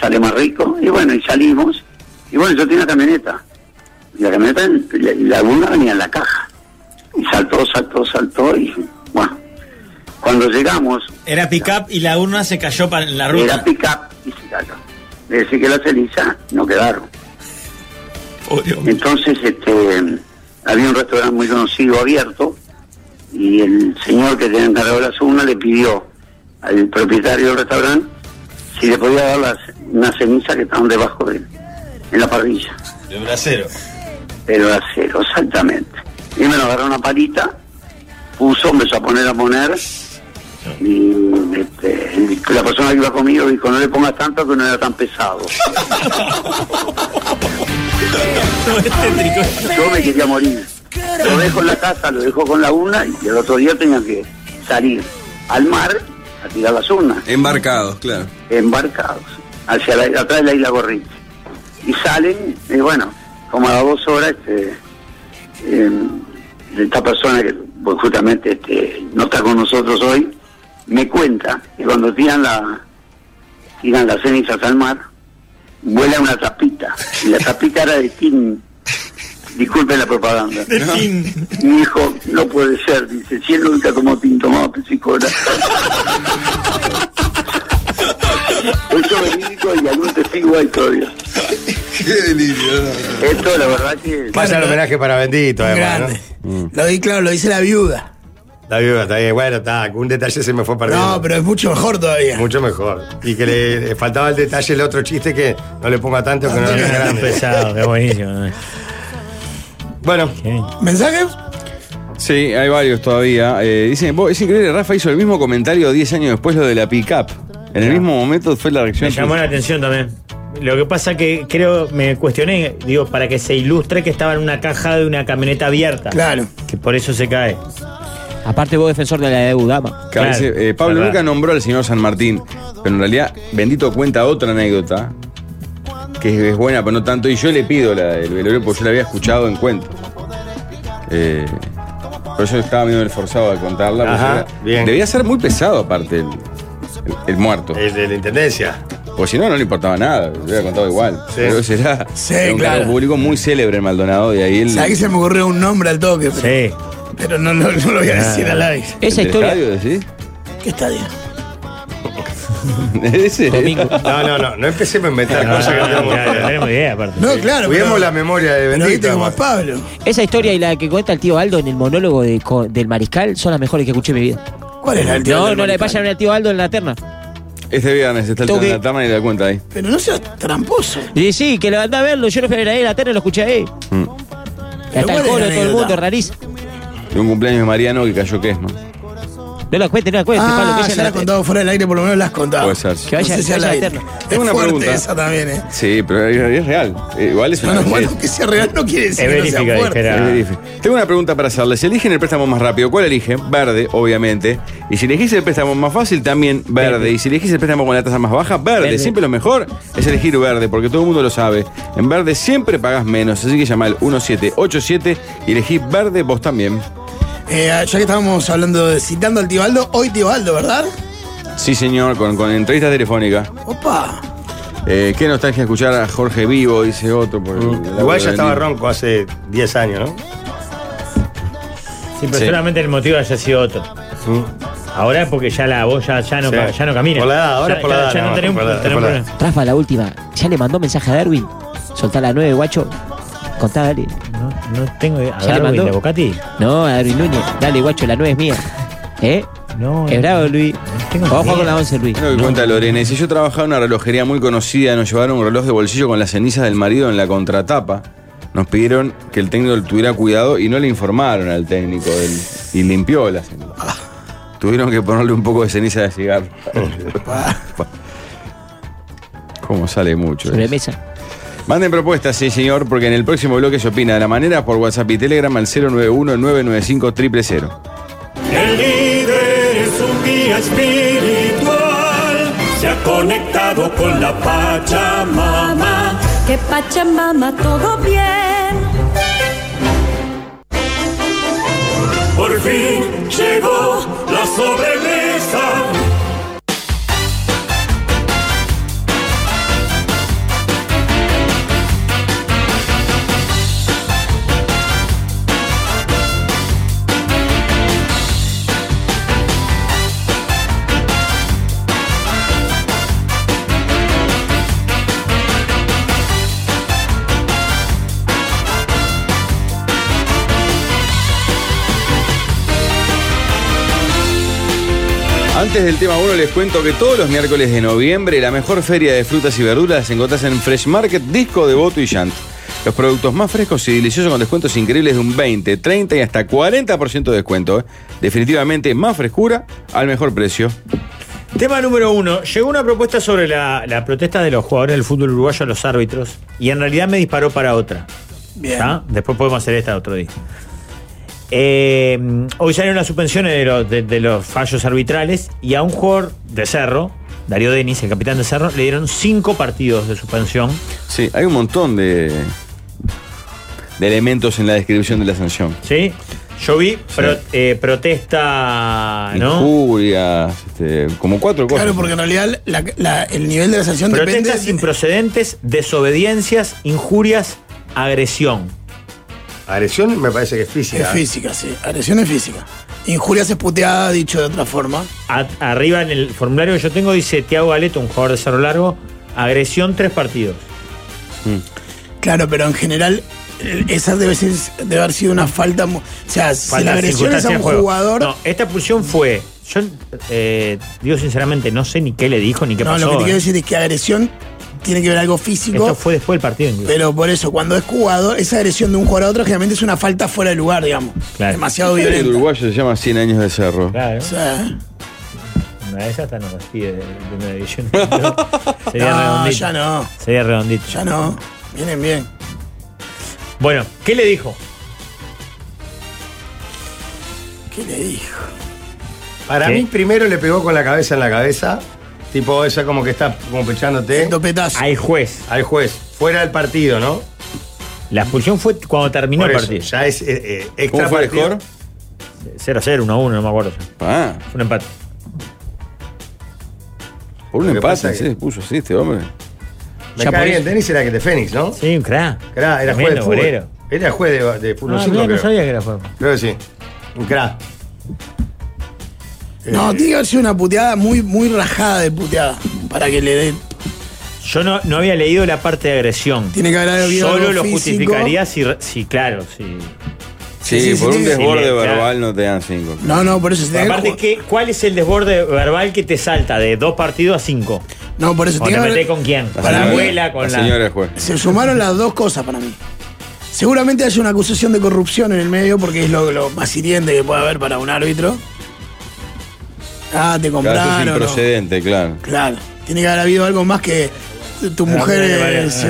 sale más rico. Y bueno, y salimos. Y bueno, yo tenía una camioneta. Y la camioneta, la, la urna venía en la caja. Y saltó, saltó, saltó. Y bueno, cuando llegamos,
Era pick-up y la urna se cayó para en la ruta.
era pick-up y se cayó. Es decir, que las cenizas no quedaron. Entonces, este, había un restaurante muy conocido abierto y el señor que tenía encargado la zona le pidió al propietario del restaurante si le podía dar las, unas cenizas que estaban debajo de en la parrilla.
De bracero.
Pero a cero, exactamente. Y me lo agarró una palita, puso, empezó a poner a poner. Y este, el- la persona que iba conmigo dijo: No le pongas tanto que no era tan pesado. Yo me quería morir. Lo dejo en la casa, lo dejo con la urna y el otro día tenía que salir al mar a tirar las urnas
Embarcados, claro.
embarcados hacia la, atrás de la isla Gorriti. Y salen, y bueno, como a las dos horas, este, eh, esta persona que pues, justamente este, no está con nosotros hoy, me cuenta que cuando tiran la tiran las cenizas al mar, vuela una tapita. Y la tapita era de tin. Disculpen la propaganda.
De
Mi hijo, no puede ser, dice, si él nunca tomó tin, tomaba piscicona. Esto es verídico y algún testigo hay todavía.
Qué delirio.
Esto, la verdad que...
Vaya el homenaje para Bendito, además, ¿no?
Lo di, claro, lo dice la viuda.
Está bien, está bien. Bueno, está, un detalle se me fue perdiendo.
No, pero es mucho mejor todavía.
Mucho mejor. Y que le, le faltaba el detalle el otro chiste que no le ponga tanto que no
No,
le
no,
grande.
pesado, qué buenísimo.
Bueno.
¿Mensajes?
Sí, hay varios todavía. Eh, dicen, "Vos, es increíble, Rafa hizo el mismo comentario 10 años después lo de la pick-up. En el mismo momento fue la reacción.
Me llamó la atención también. Lo que pasa que creo, me cuestioné, digo, para que se ilustre que estaba en una caja de una camioneta abierta.
Claro.
Que por eso se cae.
Aparte vos defensor de la deuda. ma.
Que a veces, eh, Pablo nunca nombró al señor San Martín, pero en realidad Bendito cuenta otra anécdota que es, es buena, pero no tanto. Y yo le pido la del velorio porque yo la había escuchado en cuento. Eh, pero yo estaba medio forzado de contarla. porque
Ajá,
era-
bien.
Debía ser muy pesado, aparte, el, el- el muerto.
El de la intendencia.
Pues si no, no le importaba nada, le hubiera contado igual. Pero ese era,
Sí,
era un cargo
claro.
público muy célebre en Maldonado, y ahí el.
Aquí se me ocurrió un nombre al toque. Pero, pero no, lo- no lo voy a
Ah.
decir al aire.
¿El del estadio, decís?
¿Qué estadio?
Ese.
No, no, no, no empecemos a inventar
No,
cosas
no,
que no tenemos
claro, no tenemos idea, aparte.
No, claro,
Cuidemos
pero-
la memoria de
Pero viste
Bendito.
como es
además.
Pablo.
Esa historia y la que cuenta el tío Aldo en el monólogo de co- del mariscal son las mejores que escuché en mi vida.
¿Cuál era el tío
No,
del
no le
mariscal?
vayan al tío Aldo en la terna.
Este viernes está el
Toque.
en la tarma y la cuenta ahí.
Pero no seas tramposo.
Y sí, que levantá a verlo, yo no fui a ver ahí en la terna, lo escuché ahí.
Mm.
Y Hasta
¿cuál es
el
la
coro, todo el
anécdota?
mundo, rarísimo.
De un cumpleaños de Mariano que cayó quesma.
No la cuente, no la cuente, Pablo, que
Ah,
ella
ya
la-
la he contado fuera del aire, por lo menos la has contado.
Puede ser.
Que vaya-
no sé si al
vaya
aire.
eterno.
Es
Tengo una
fuerte
pregunta.
esa también, ¿eh?
Sí, pero es, es real. Eh, Igual es una
Bueno,
vez.
bueno, que sea real no quiere decir que no sea
Es
fuerte.
verifi- Tengo una pregunta para hacerles. Si eligen el préstamo más rápido, ¿cuál eligen? Verde, obviamente. Y si elegís el préstamo más fácil, también verde. Y si elegís el préstamo con la tasa más baja, verde.
Verde.
Siempre lo mejor es elegir verde, porque todo el mundo lo sabe. En verde siempre pagás menos. Así que llama al 1787 y elegí verde vos también.
Eh, ya que estábamos hablando, de, citando al tío Aldo, hoy tío Aldo, ¿verdad?
Sí, señor, con, con entrevistas telefónicas.
Opa.
Eh, qué nostalgia escuchar a Jorge Vivo, dice otro. Por el- el
Igual ya estaba
Bendito.
ronco hace 10 años, ¿no?
Sí, pero
Sí.
solamente el motivo haya sido otro. Ahora es porque ya la voz ya, ya Ah, no,
Sí.
ca- ya no camina.
Por la edad, ahora
ya,
es por la
ya-
edad,
ya
nada
no
más,
tenemos,
por la edad,
tenemos
por la
problema.
Rafa, la última. Ya le mandó mensaje a Darwin. Soltá la 9, guacho. Contá, dale.
No, No, no tengo idea. ¿A
¿Ya le
Darwin,
mandó?
de Bocati?
No, a Darwin Núñez. Dale, guacho, la 9 es mía. ¿Eh?
No.
Es bravo, Luis. Ojo con la 11, Luis.
Lo que cuenta Lorena, dice, yo trabajaba en una relojería muy conocida, nos llevaron un reloj de bolsillo con las cenizas del marido en la contratapa. Nos pidieron que el técnico tuviera cuidado y no le informaron al técnico del- y limpió las cenizas. Tuvieron que ponerle un poco de ceniza de cigarro. ¿Cómo sale mucho?
Sobre
eso.
mesa.
Manden propuestas, sí, señor, porque en el próximo bloque se opina de la manera por WhatsApp y Telegram al 091-995-000.
El líder es un guía espiritual, se ha conectado con la Pachamama.
Que Pachamama todo bien.
Por fin llegó la sobremesa.
Antes del tema 1 les cuento que todos los miércoles de noviembre la mejor feria de frutas y verduras se encontrás en Fresh Market, Disco de Voto y Shant. Los productos más frescos y deliciosos con descuentos increíbles de un 20, 30 y hasta 40% de descuento. ¿eh? Definitivamente más frescura al mejor precio.
Tema número uno. Llegó una propuesta sobre la, la protesta de los jugadores del fútbol uruguayo a los árbitros y en realidad me disparó para otra.
Bien.
¿Está? Después podemos hacer esta otro día. Eh, hoy salieron las suspensiones de los, de- de los fallos arbitrales y a un jugador de Cerro, Darío Denis, el capitán de Cerro, le dieron cinco partidos de suspensión.
Sí, hay un montón de, de elementos en la descripción de la sanción.
¿Sí? Yo vi pro- eh, protesta, ¿no?
Injurias, este, como cuatro cosas.
Claro, porque en realidad la- la- el nivel de la sanción depende.
Protestas improcedentes, desobediencias, injurias, agresión.
Agresión me parece que es física.
Es física, sí. Agresión es física. Injurias es puteada, dicho de otra forma.
A- arriba en el formulario que yo tengo dice Tiago Galeto, un jugador de cerro largo, agresión tres partidos.
Mm.
Claro, pero en general eh, esa debe, ser, debe haber sido una falta. mu- O sea, si
Falta
la
de
agresión es a
circunstancia de
un
juego.
jugador.
No, esta expulsión fue. Yo eh, digo sinceramente, no sé ni qué le dijo ni qué
no,
pasó.
lo que te quiero
eh.
decir es que agresión tiene que ver algo físico.
Esto fue después del partido incluso.
Pero por eso, cuando es jugador, esa agresión de un jugador a otro generalmente es una falta fuera de lugar, digamos. Demasiado
El
violento.
uruguayo se llama 100 años de cerro.
Claro. Una de esas hasta nos despide de, de una división. Sería
No,
redondito.
ya no.
Sería redondito.
Ya no. Vienen bien.
Bueno, ¿qué le dijo?
¿Qué le dijo?
Para
¿Qué?
mí primero le pegó con la cabeza en la cabeza. Tipo, esa como que está como pechándote.
Al juez.
Al juez. Fuera del partido, ¿no?
La expulsión fue cuando terminó
Por
el
eso,
partido.
Ya es eh, eh, extra
fue el
partido.
score? Ah. 0 a 0, 1 a 1, no me acuerdo. Fue un empate.
Por un
Lo que
empate,
pasa es que-
se puso así este hombre.
Me
Ya
cae
por
bien,
eso-
Denis era que de Fénix, ¿no?
Sí, un crack.
Cra, era juez de
Tremendo
fútbol.
bolero.
Era juez de, de fútbol
Ah,
cinco,
mirá, no
creo.
sabía que era juego.
Creo que sí. Un cra.
No, tiene que haber sido una puteada muy, muy rajada de puteada. Para que le dé.
Yo no, no había leído la parte de agresión.
Tiene que haber habido
Solo
algo
lo
físico.
justificaría si, re- si claro, si.
Sí,
Sí, sí,
por
sí,
un
sí.
desborde
Sí, claro.
verbal no te dan cinco.
no, por eso se tiene que-
Aparte, ¿qué- ¿cuál es el desborde verbal que te salta de dos partidos a cinco?
No, por eso
¿O te
tiene que
metés
haber-
con quién?
La
Con la
señora-
abuela, con la.
juez.
Se sumaron las dos cosas para mí. Seguramente hay una acusación de corrupción en el medio porque es lo, lo más hiriente que puede haber para un árbitro. Ah, te
Claro, eso es
compraron. o-
improcedente, claro.
Claro, tiene que haber habido algo más que tu mujer.
no, no, no,
eh,
no.
sí.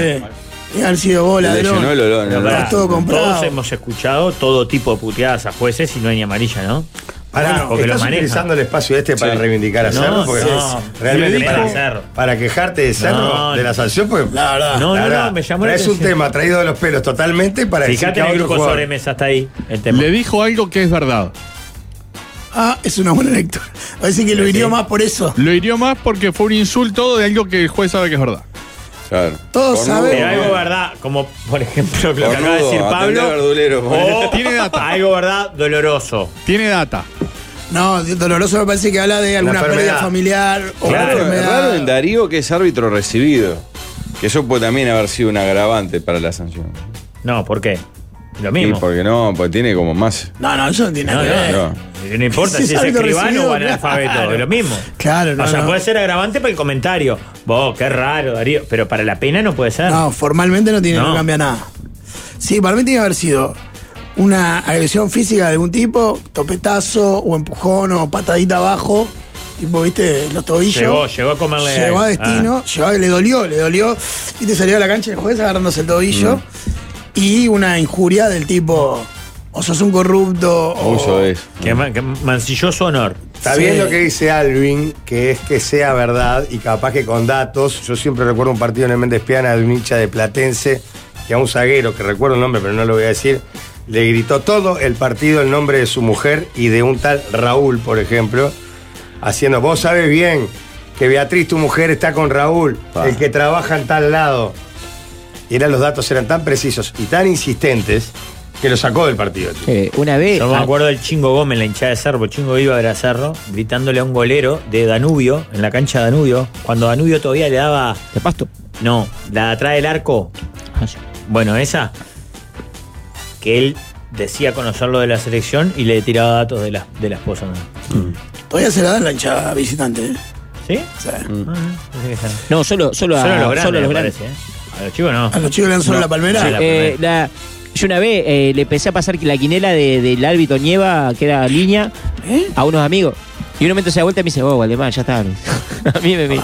Tiene que haber sido vos, ladrón.
Pero pará,
Estás todo comprado.
Todos hemos escuchado todo tipo de puteadas a jueces y no hay ni amarilla, ¿no?
Pará,
porque lo
estás
manejan.
utilizando el espacio este para
Sí.
reivindicar a
No,
Cerro, porque
sí,
no,
sí.
realmente
Sí,
para,
para Cerro.
para quejarte de Cerro,
No,
de la
no.
sanción, pues, porque
La verdad. No, no, no, me llamó la
Es un
atención.
tema traído de los pelos totalmente para decir
Fíjate
que
en
a
el
otro
grupo
jugador-
sobremesa, hasta ahí el tema.
Le dijo algo que es verdad.
Ah, es una buena lectura. Así que lo hirió más por eso.
Lo hirió más porque fue un insulto de algo que el juez sabe que es verdad.
Claro.
Todos
Pero algo verdad, Ah, como por ejemplo lo que acaba de
Cornudo,
decir
atendé
Pablo.
al verdulero,
o
Tiene data.
Algo verdad doloroso.
Tiene data.
No, doloroso me parece que habla de alguna pérdida
enfermedad.
familiar o una
Claro,
enfermedad.
raro en Darío que es árbitro recibido. Que eso puede también haber sido un agravante para la sanción.
No, ¿por qué? Lo mismo.
Y porque no, porque tiene como más.
No, no, eso no tiene
No,
nada que ver.
no.
No importa
Si
si es
sabe lo
escribano
recibido,
o analfabeto,
claro.
es lo mismo.
Claro, no,
O sea,
no.
puede ser agravante para el comentario. Vos, qué raro, Darío. Pero para la pena no puede ser.
No, formalmente no tiene, no.
No.
cambia nada. Sí, para mí tiene que haber sido una agresión física de algún tipo, topetazo, o empujón, o patadita abajo, tipo, viste, los tobillos.
Llegó, llegó a comerle.
Llegó a
Ah.
destino, llegó, le dolió, le dolió. Y te salió a la cancha el juez agarrándose el
Mm.
tobillo. Y una injuria del tipo, o sos un corrupto, o...
Uso de eso.
Ah. Oh. Que, ma- que mancilloso honor.
Está bien lo que dice Alvin, que es que sea verdad y capaz que con datos. Yo siempre recuerdo un partido en el Méndez Piana de un hincha de Platense que a un zaguero, que recuerdo el nombre pero no lo voy a decir, le gritó todo el partido el nombre de su mujer y de un tal Raúl, por ejemplo, haciendo, vos sabes bien que Beatriz, tu mujer, está con Raúl, el que trabaja en tal lado. Y eran los datos, eran tan precisos y tan insistentes que lo sacó del partido.
una vez.
Yo me
ah,
acuerdo del Chingo Gómez, la hinchada de Cerro. Chingo iba a ver a Cerro gritándole a un golero de Danubio, en la cancha de Danubio, cuando Danubio todavía le daba.
¿De pasto?
No, la de atrás del arco.
Ah,
Bueno, esa. Que él decía conocerlo de la selección y le tiraba datos de la, de la esposa.
Mm. Todavía se la dan la hinchada visitante, ¿eh?
¿Sí?
No, solo, solo, a,
Solo a los grandes,
solo a los
me
grandes.
parece, ¿eh? A los chicos no.
A los chicos le dan solo la palmera.
Sí,
la
eh, la- yo una vez eh, le empecé a pasar la quinela de- del árbitro Nieva, que era línea,
¿Eh?
a unos amigos. Y un momento se da vuelta y me dice, oh, Valdemar, ya está. a mí me, me-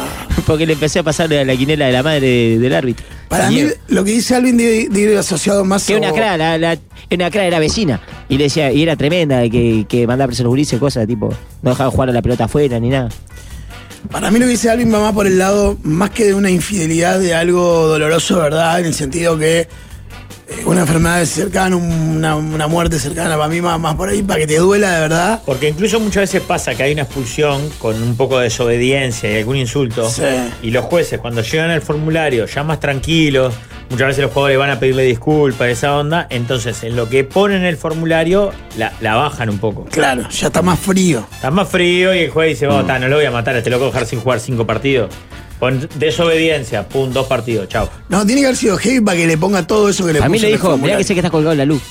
Porque le empecé a pasar la, la quinela de la madre de- del árbitro.
Para mí, lo que dice Alvin debe, debe ir asociado más
Que
a-
una cra, la, la- una cra era vecina. Y le decía, y era tremenda, que, que mandaba preso a los gurises, cosas, tipo, no dejaba jugar a la pelota afuera ni nada.
Para mí lo que dice Alvin va más por el lado, más que de una infidelidad, de algo doloroso, ¿verdad? En el sentido que eh, una enfermedad es cercana, una, una muerte cercana, para mí más, más por ahí, para que te duela de verdad.
Porque incluso muchas veces pasa que hay una expulsión con un poco de desobediencia y algún insulto.
Sí.
Y los jueces, cuando llegan al formulario, ya más tranquilos, muchas veces los jugadores van a pedirle disculpas, esa onda. Entonces, en lo que ponen el formulario, la, la bajan un poco.
Claro, ya está más frío.
Está más frío y el juez dice: "Vos, ta, no lo voy a matar, a este loco dejar sin jugar cinco partidos. Pon desobediencia, pum, dos partidos, chao.
No, tiene que haber sido heavy para que le ponga todo eso que le
a mí
puso
le
en el
dijo, mirá
formulario".
que sé que estás colgado en la luz.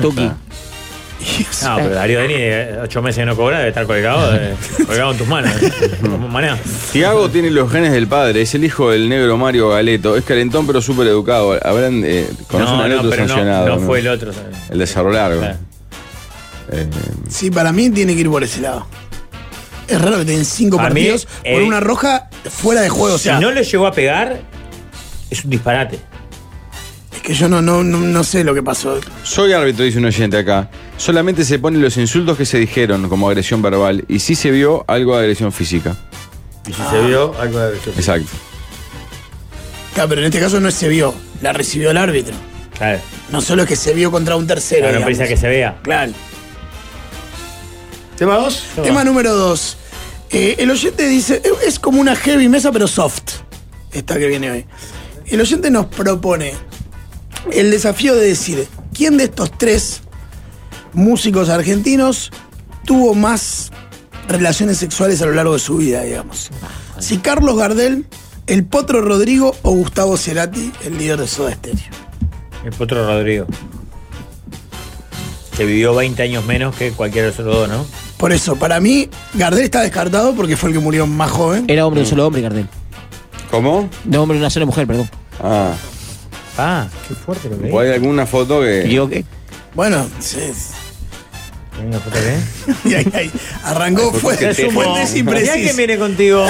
Tuki.
No, pero Darío Deni, eh, ocho meses de no cobrar, debe estar colgado, eh, colgado en tus manos. eh, Como maná.
Tiago tiene los genes del padre, es el hijo del negro Mario Galeto. Es calentón pero súper educado. Habrán, eh, conocen
No,
al
no,
otro
pero no-
sancionado.
no fue el Ah. otro.
El de Cerro Largo. Eh,
Sí, para mí tiene que ir por ese lado. Es raro que tengan cinco
A mí,
partidos por
eh,
una roja fuera de juego. O sea,
si no le llegó a pegar, es un disparate.
es que yo no, no, no, no sé lo que pasó.
Soy árbitro, dice un oyente acá. Solamente se ponen los insultos que se dijeron como agresión verbal. Y sí se vio algo de agresión física.
Y si se vio, algo de
Exacto.
Claro, pero en este caso no se vio, la recibió el árbitro.
Claro.
No solo es que se vio contra un tercero.
Claro, no
digamos.
precisa que se vea.
Claro.
¿Tema 2?
Tema número 2. el oyente dice, "Eh, es como una heavy mesa pero soft, esta que viene hoy. El oyente nos propone el desafío de decir, ¿quién de estos tres músicos argentinos tuvo más relaciones sexuales a lo largo de su vida, digamos? Si Carlos Gardel, el Potro Rodrigo o Gustavo Cerati, el líder de Soda Stereo.
El Potro Rodrigo. Que vivió 20 años menos que cualquier otro dos, ¿no?
Por eso, para mí, Gardel está descartado porque fue el que murió más joven.
Era hombre, un solo hombre, Gardel.
¿Cómo?
No, hombre, una sola mujer, perdón.
Ah.
Ah, qué fuerte lo
¿O hay alguna foto que.?
¿Yo qué?
Bueno, sí.
¿Tiene una foto qué?
Y ahí, ahí, arrancó
Ay,
fuerte,
se sumó. Mirá
fuentes
que
imprecisas.
viene contigo.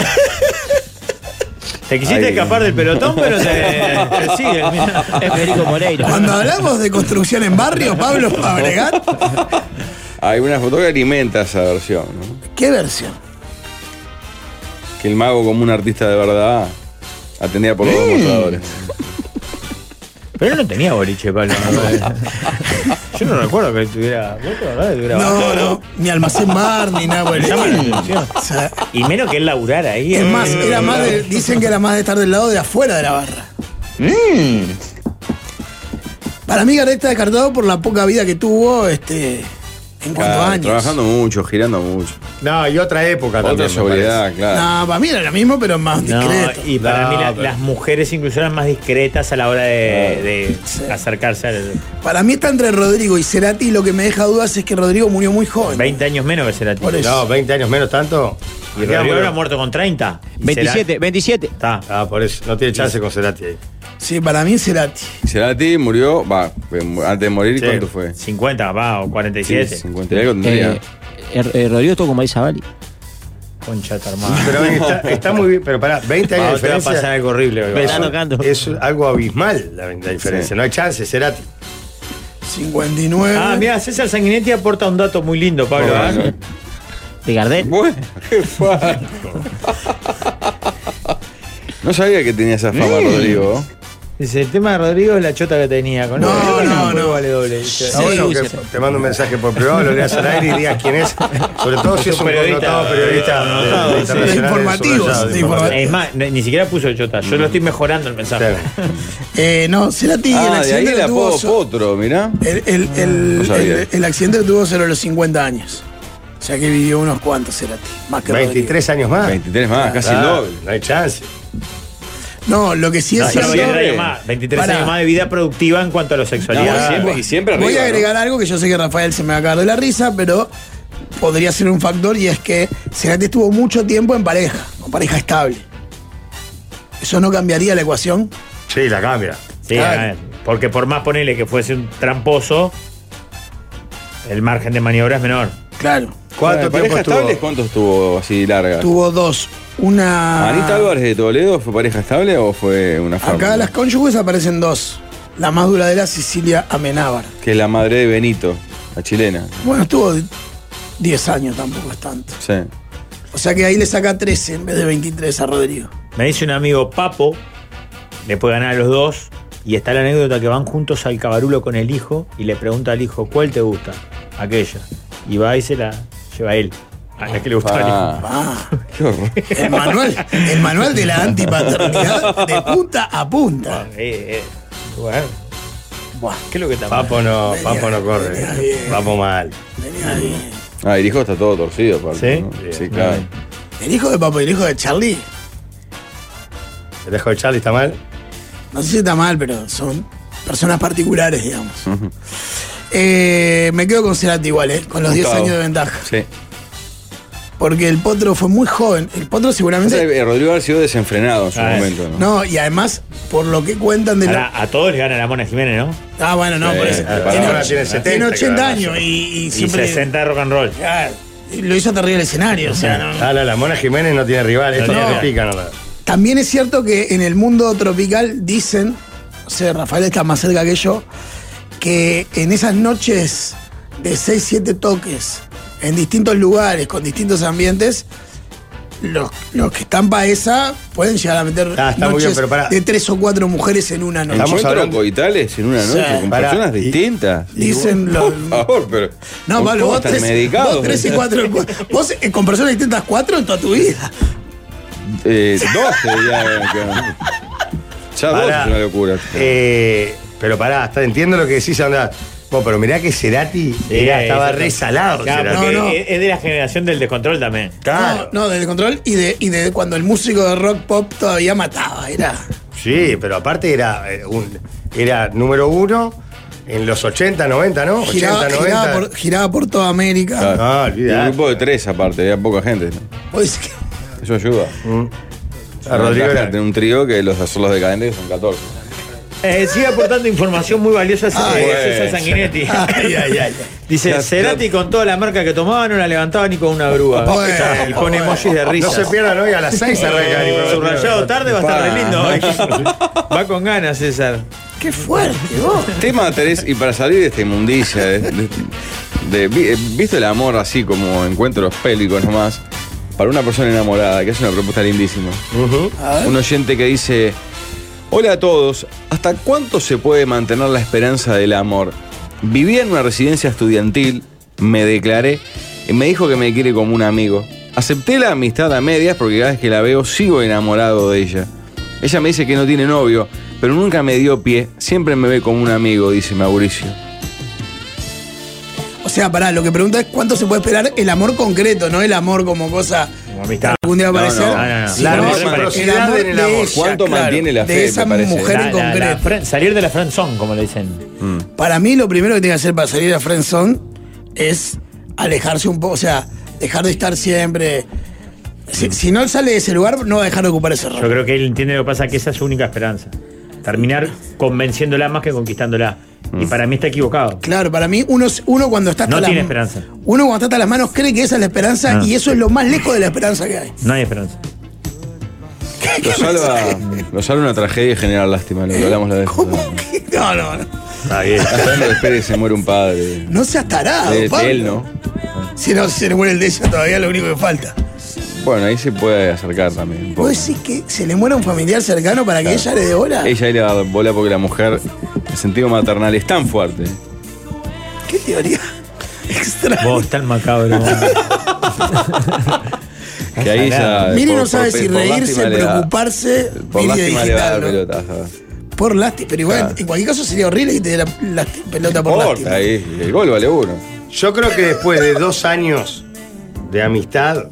Te quisiste
Ay.
escapar del pelotón, pero te, te siguen, mirá.
Cuando hablamos de construcción en barrio, Pablo Fabregat,
Hay una foto que alimenta esa versión. ¿no?
¿qué versión?
Que el mago, como un artista de verdad, atendía por los dos mostradores.
Pero no tenía boliche, Pablo. Yo no recuerdo que tuviera. ¿Vos te acordás de que tuviera
No,
bastante?
no, ni almacén bar, ni nada por el
Me llama la
estilo.
atención.
O sea,
Y menos que él laburara ahí. eh.
Es más, era más de- dicen que era más de estar del lado de afuera de la barra.
Mm.
Para mí Gardel está descartado por la poca vida que tuvo este, en cuanto
Claro,
a años.
Trabajando mucho, girando mucho.
No, y otra época
Otra
también. me
sobriedad,
parece.
claro.
No, para mí era lo mismo, pero más
No,
discreto.
y
Para
No,
mí la-
pero-
las mujeres incluso eran más discretas a la hora de, de acercarse al...
Para mí está entre Rodrigo y Cerati y lo que me deja dudas es que Rodrigo murió muy joven.
20 años menos que Cerati.
Por eso.
No, 20 años menos tanto.
Y Rodrigo era muerto con 30.
27, 27.
Está.
Ah, por eso. No tiene chance con Cerati ahí.
Sí, para mí es Cerati.
Cerati murió, va, antes de morir,
Sí.
¿cuánto fue?
50, va, o 47.
Sí, 50 y algo tendría.
Eh, eh, eh, Rodrigo estuvo con Marisa Bali.
Concha de tu hermano.
Pero está, está muy bien. Pero pará, 20 años
Ah, te va a
de diferencia.
pasar algo horrible, hoy,
Es,
va.
un- es un- algo abismal la, la diferencia.
Sí.
No hay chance, Cerati.
59.
Ah, mira, César Sanguinetti aporta un dato muy lindo, Pablo. ¿eh?
Bueno,
De Gardel.
Bueno, qué fácil. No sabía que tenía esa
Mm.
fama, Rodrigo.
Dice, el tema de Rodrigo es la chota que tenía con
No,
él.
no,
Pues
no.
vale doble. dice.
Está bueno que
sí.
te mando un mensaje por privado, lo leas al aire y digas quién es. Sobre todo si
Es
es un
un periodista,
connotado periodista
connotado,
de- de
sí.
internacional,
De informativos,
subrayado, informativos.
de informativos.
Es más, ni ni siquiera puso el chota. Yo lo estoy mejorando el mensaje.
Eh, no, Cerati el
Ah, de ahí
accidente
el
lo
apodo
tuvo. so-
Potro, mirá.
El, el- el-
No sabía.
el- el accidente lo tuvo solo a los 50 años. O sea que vivió unos cuantos Cerati. Más que Rodrigo.
23 años más.
23 más, casi el
Ah,
doble.
No hay chance.
No, lo que sí es
No,
cierto-
no, 23 años más, 23
Pará.
años más de vida productiva en cuanto a la sexualidad.
No, siempre- y siempre
Voy
arriba,
a
¿no?
agregar algo que yo sé que Rafael se me va a caer de la risa, pero podría ser un factor y es que Cerati estuvo mucho tiempo en pareja, con pareja estable. ¿Eso no cambiaría la ecuación?
Sí, la cambia.
Sí, a ver, porque por más ponerle que fuese un tramposo, el margen de maniobra es menor.
Claro.
Bueno,
¿Cuánto tiempo
pareja estable,
estuvo?
¿Cuánto estuvo así larga?
Tuvo dos. Una.
¿Anita Álvarez de Toledo fue pareja estable o fue una fama?
Acá las cónyuges aparecen dos. La más duradera, Sicilia Amenábar.
Que es la madre de Benito, la chilena.
Bueno, estuvo 10 años, tampoco es tanto.
Sí.
O sea que ahí le saca 13 en vez de 23 a Rodrigo.
Me dice un amigo Papo, le puede ganar a los dos, y está la anécdota que van juntos al cabarulo con el hijo y le pregunta al hijo, ¿cuál te gusta? Aquella. Y va y se la lleva él, a la que le gusta al hijo.
Ah,
Ah,
qué horror.
el manual, el manual de la antipaternidad de punta a punta.
Eh, eh, bueno,
Buah,
¿qué es lo que está mal?
Papo no, Papo no corre.
Venía bien.
Papo mal.
venía bien.
Ah, el hijo está todo torcido, aparte,
¿Sí?
¿no?
Bien.
Sí, claro.
El hijo de Papo y el hijo de Charlie,
El hijo de Charlie está mal.
no sé si está mal, pero son personas particulares, digamos. Eh, me quedo con Cerati igual, ¿eh? con los 10
Gustavo.
años de ventaja.
Sí.
Porque el Potro fue muy joven. El Potro seguramente
Eh, Rodrigo ha sido desenfrenado en su
Ah,
momento, ¿no?
No, y además, por lo que cuentan de la.
Ahora, a todos les gana la Mona Jiménez, ¿no?
Ah, bueno, no,
Sí,
por eso.
claro.
Tiene,
Ahora tiene 70,
tiene 80
claro.
años y, y
Y
siempre.
60 de rock and roll.
Ah, y lo hizo terrible el escenario, o sea, no-
Ah, no, la Mona Jiménez no tiene rival. Esto
No.
no, te pica, no.
También es cierto que en el mundo tropical dicen, no sé, Rafael está más cerca que yo, que en esas noches de 6, 7 toques, en distintos lugares, con distintos ambientes, los, los que están para esa pueden llegar a meter
Ah, está muy bien,
noches
pero pará.
de tres o cuatro mujeres en una noche.
Estamos
Estamos
hablando-
coitales en una
Ah, Sí.
noche con
Pará,
personas
y-
distintas.
Dicen los.
Por favor, pero.
No, Pablo,
¿cómo
vos
están
tres,
medicados?
vos tres y cuatro. en cu- Vos eh, con personas distintas cuatro en toda tu vida.
Eh, 12 ya. que- Ya dos
Pará.
es una locura.
Eh, pero pará, hasta entiendo lo que decís, andá. Bueno, pero mirá que Cerati era-
Eh,
estaba
eso está-
re salado.
Claro,
Cerati.
porque
No, no.
Es es de la generación del descontrol también.
Claro.
No, no, del control y de, y de cuando el músico de rock pop todavía mataba. Era.
Sí, pero aparte era, eh, un- era número uno en los 80, 90, ¿no?
Giraba,
80, 90.
giraba por, giraba por toda América.
Claro.
Ah,
Y un
olvidate.
grupo de tres aparte, había poca gente.
Ah.
Vos decís que-
Eso ayuda.
Mm.
A Rodrigo era-
Tiene un trío que los hacer los decadentes son 14.
Eh, sigue aportando información muy valiosa a César-
Ay,
a César
bueno.
Sanguinetti.
Ay, ay, ay.
Dice,
Ya-
Cerati con toda la marca que tomaba no la levantaba ni con una grúa.
Bueno,
y pone emojis de risa. Eh,
No se pierdan hoy a las 6 arranca. el programa.
Subrayado tarde va a estar re lindo hoy. Va con ganas, César.
Qué fuerte, vos.
Tema 3, y para salir de esta inmundicia, de, de- de- vi- eh, visto el amor así como encuentros pélvicos nomás, para una persona enamorada, que es una propuesta lindísima.
Ujú.
Un oyente que dice, hola a todos, ¿hasta cuánto se puede mantener la esperanza del amor? Vivía en una residencia estudiantil, me declaré, y me dijo que me quiere como un amigo. Acepté la amistad a medias porque cada vez que la veo sigo enamorado de ella. Ella me dice que no tiene novio, pero nunca me dio pie, siempre me ve como un amigo, dice Mauricio.
O sea, pará, lo que pregunta es cuánto se puede esperar el amor concreto, no el amor como cosa.
amistad.
Algún día va a aparecer. Sí,
La
no,
reciprocidad
el amor
en el
de
amor.
ella, claro, De esa mujer
La-
en
la- la
concreto.
fren- salir de la friendzone, como le dicen.
Para mí lo primero que tiene que hacer para salir a friendzone es alejarse un poco, o sea, dejar de estar siempre. Si, si no sale de ese lugar, no va a dejar de ocupar ese rol.
Yo creo que él entiende lo que pasa, que esa es su única esperanza. Terminar convenciéndola más que conquistándola.
Mm.
Y para mí está equivocado.
Claro, para mí uno, uno cuando está hasta
No
las-
tiene esperanza.
uno cuando está hasta las manos cree que esa es la esperanza
Ah.
y eso es lo más lejos de la esperanza que hay.
No hay esperanza.
Nos salva, nos salva una tragedia y genera lástima, lo que hablamos la vez.
No, no, no.
Está bien.
que se muere un padre.
No seas tarado,
De, de
Pablo.
él, ¿no?
Si no se le muere el de ella todavía es lo único que falta.
Bueno, ahí se puede acercar también. un poco.
¿Vos decís que se le muera un familiar cercano para que
Claro.
ella le dé bola?
Ella ahí le va a dar bola porque la mujer, el sentido maternal es tan fuerte.
¿Qué teoría?
Vos, tan macabro.
Que ahí ya.
Miri
por-
no
por
sabe
pe-
si
por
reírse,
lástima le da-
preocuparse,
Por
Miri
lástima le va a dar
digital, ¿no?
pelotas.
Por lástima, pero igual, en cualquier caso sería horrible que te dé la, la pelota por lástima.
Corta ahí, el gol vale uno.
Yo creo que después de dos años de amistad,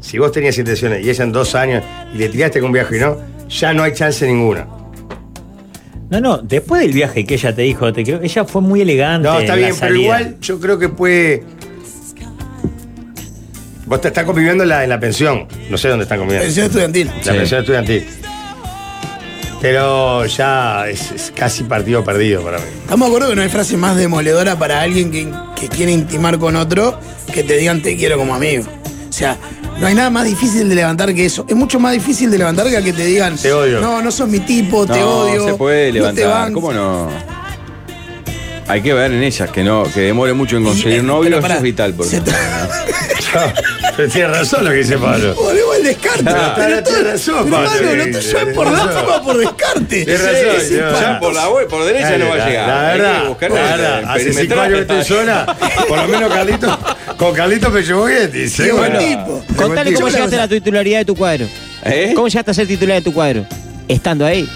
si vos tenías intenciones y ella en dos años y le tiraste con un viaje y no, ya no hay chance ninguna.
No, no, después del viaje que ella te dijo, te quiero, ella fue muy elegante.
No, está
en la
bien, pero
salida.
igual yo creo que puede. Vos te estás conviviendo en la, en la pensión. No sé dónde están conviviendo.
Pensión estudiantil.
La
Sí.
pensión estudiantil. Pero ya es, es casi partido perdido para mí.
Estamos de acuerdo que no hay frase más demoledora para alguien que, que quiere intimar con otro que te digan te quiero como amigo. O sea, no hay nada más difícil de levantar que eso. Es mucho más difícil de levantar que a que te digan
Te odio.
No, no sos mi tipo, te
no,
odio.
se puede
no te
levantar.
banco".
¿Cómo no? Hay que ver en ellas que no, que demore mucho en
eh,
conseguir novio, eso es vital. Porque,
Tiene razón lo que dice Pablo.
Volvemos al descarte.
Ah,
pero todo-
tiene razón,
pero,
Pablo,
hermano,
que
lo
dice,
Eh,
tuyo es por
tiene
lástima,
razón.
por descarte.
Tiene razón,
Sí, sí,
tiene
pa-
razón.
Ya por la web, por derecha
Dale,
no va
la-
a llegar.
La
Hay que
verdad,
buscar
la
en el
verdad. Hace cinco
perimetral.
años que estoy sola. Por lo menos Carlito, con Carlito me llevó bien. Dice,
Qué buen
bueno,
tipo.
qué buen
Contale
tipo.
cómo llegaste a la titularidad de tu cuadro. ¿Cómo llegaste a ser titular de tu cuadro? Estando ahí.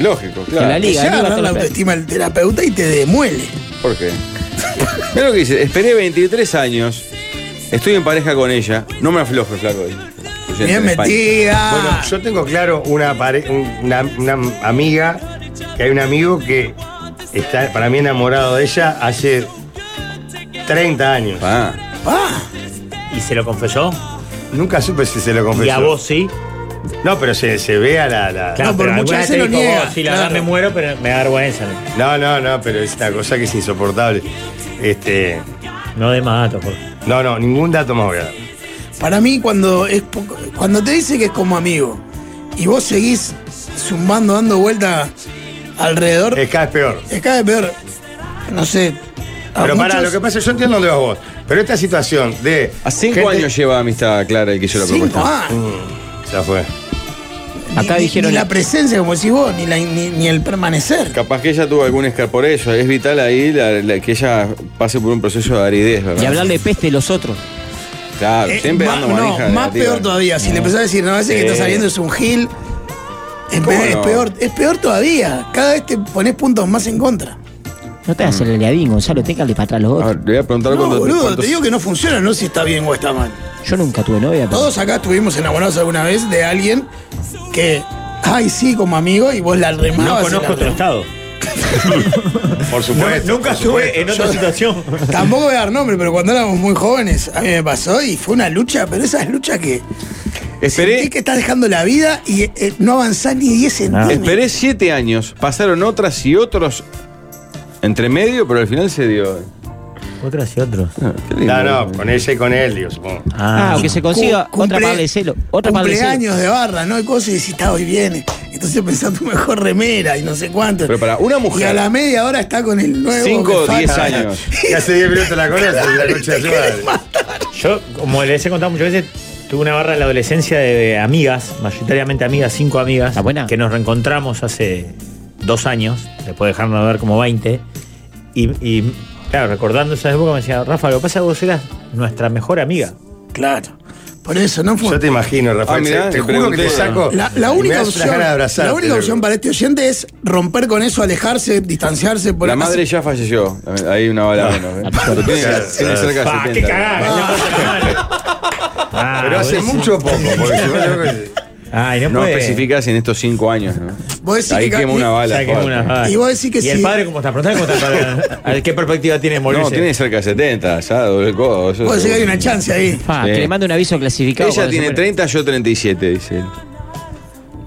Lógico,
claro. En la liga,
Ya
en
agarrar la
la
autoestima del terapeuta y te demuele.
¿Por qué? Mira lo que dice, esperé 23 años, estoy en pareja con ella, no me afloje, flaco. Oyente de España.
Bueno, yo tengo claro una, pare- un- una, una amiga, que hay un amigo que está para mí enamorado de ella hace 30 años.
Ah. ¿Y se lo confesó?
Nunca supe si se lo confesó.
¿Y a vos sí?
No, pero se, se ve a la. la-
Claro, pero alguna vez te dijo, vos, si la verdad me muero, pero me da vergüenza.
No, no, no, pero es una cosa que es insoportable. Este.
No de más datos,
No, no, ningún dato más voy a dar.
Para mí, cuando, es poco- cuando te dice que es como amigo y vos seguís zumbando, dando vueltas alrededor.
Es cada vez peor.
Es cada vez peor. No sé. a
Pero pará,
muchos-
lo que pasa, yo entiendo dónde vas vos. Pero esta situación de.
A cinco
gente-
años lleva amistad Clara el que hizo la
Cinco
propuesta.
años.
Ya fue.
ni- ni- ni la presencia, como decís vos, ni, la- ni- ni el permanecer.
Capaz que ella tuvo algún escar por eso, es vital ahí la- la- que ella pase por un proceso de aridez, ¿verdad?
Y hablarle peste de los otros.
Claro,
Eh,
siempre
ma-
dando
no,
manija.
más
negativa.
peor todavía. Si le empezás a decir, no, ese que
Sí.
está saliendo es un gil. Es,
¿Cómo
pe- es
no?
peor, es peor todavía. Cada vez te pones puntos más en contra.
No te hagas el aliadín, Gonzalo, téngale para atrás los
A ver,
otros.
le voy a preguntar
No,
cuándo-
boludo,
cuántos-
te digo que no funciona, no sé si está bien o está mal.
Yo nunca tuve novia, pero.
Todos acá estuvimos enamorados alguna vez de alguien que, ay, sí, como amigo, y vos la remabas.
No
y
conozco
la
otro estado.
Por
supuesto. nunca estuve en otra situación.
Tampoco voy a dar nombre, pero cuando éramos muy jóvenes, a mí me pasó y fue una lucha, pero esa es lucha que. Sentís que estás dejando la vida y eh, no avanzás ni 10
Ah.
centímetros.
Esperé siete años, pasaron otras y otros entre medio, pero al final se dio.
Otras y otros.
No, no, con ella y con él, digo, supongo.
Ah, que se consiga
Cum-
otra
cumple-
parla de celo. Otra parla de celo.
Cumpleaños de barra, ¿no? Hay cosas y decís, está, hoy viene. Entonces pensás tu mejor remera y no sé cuánto.
Pero para una
Y
mujer-
a la media hora está con el nuevo.
Cinco o
que
diez
falta.
años.
Que hace 10 minutos la conoces, la concha de su madre.
Yo, como les he contado muchas veces, tuve una barra en la adolescencia de amigas, mayoritariamente amigas, cinco amigas, que nos reencontramos hace dos años, después de dejarnos de ver como 20. Y, y, claro, recordando esa época me decía, Rafa, lo que pasa es que vos eras nuestra mejor amiga.
Claro. Por eso, no fue.
Yo te imagino,
Ah,
Rafael. Ah, te te juro que te saco.
Ah, La, la
y me
única
das unas
opción,
ganas de abrazarte,
la única
loco.
opción para este oyente es romper con eso, alejarse, distanciarse. Por
La madre ya falleció. Ahí una bala menos. ¿eh? Pero tiene, tiene cerca de Ah, 70.
Pero hace mucho o poco, porque si vos lo ves-
Ay, no
puede.
especificás en estos cinco años, ¿no?
Vos decís
Ahí
que-
quema una bala.
Ya quemó una bala.
Y vos decís que
¿Y el
sí.
padre cómo está? Preguntale cómo está el padre. A ver, ¿Qué perspectiva tiene de morirse?
No, tiene cerca de 70, ya doble codo. eso
Puede ser que hay
seguro.
una chance ahí.
Sí.
que le mande un aviso clasificado.
Ella tiene 30, yo 37, dice él.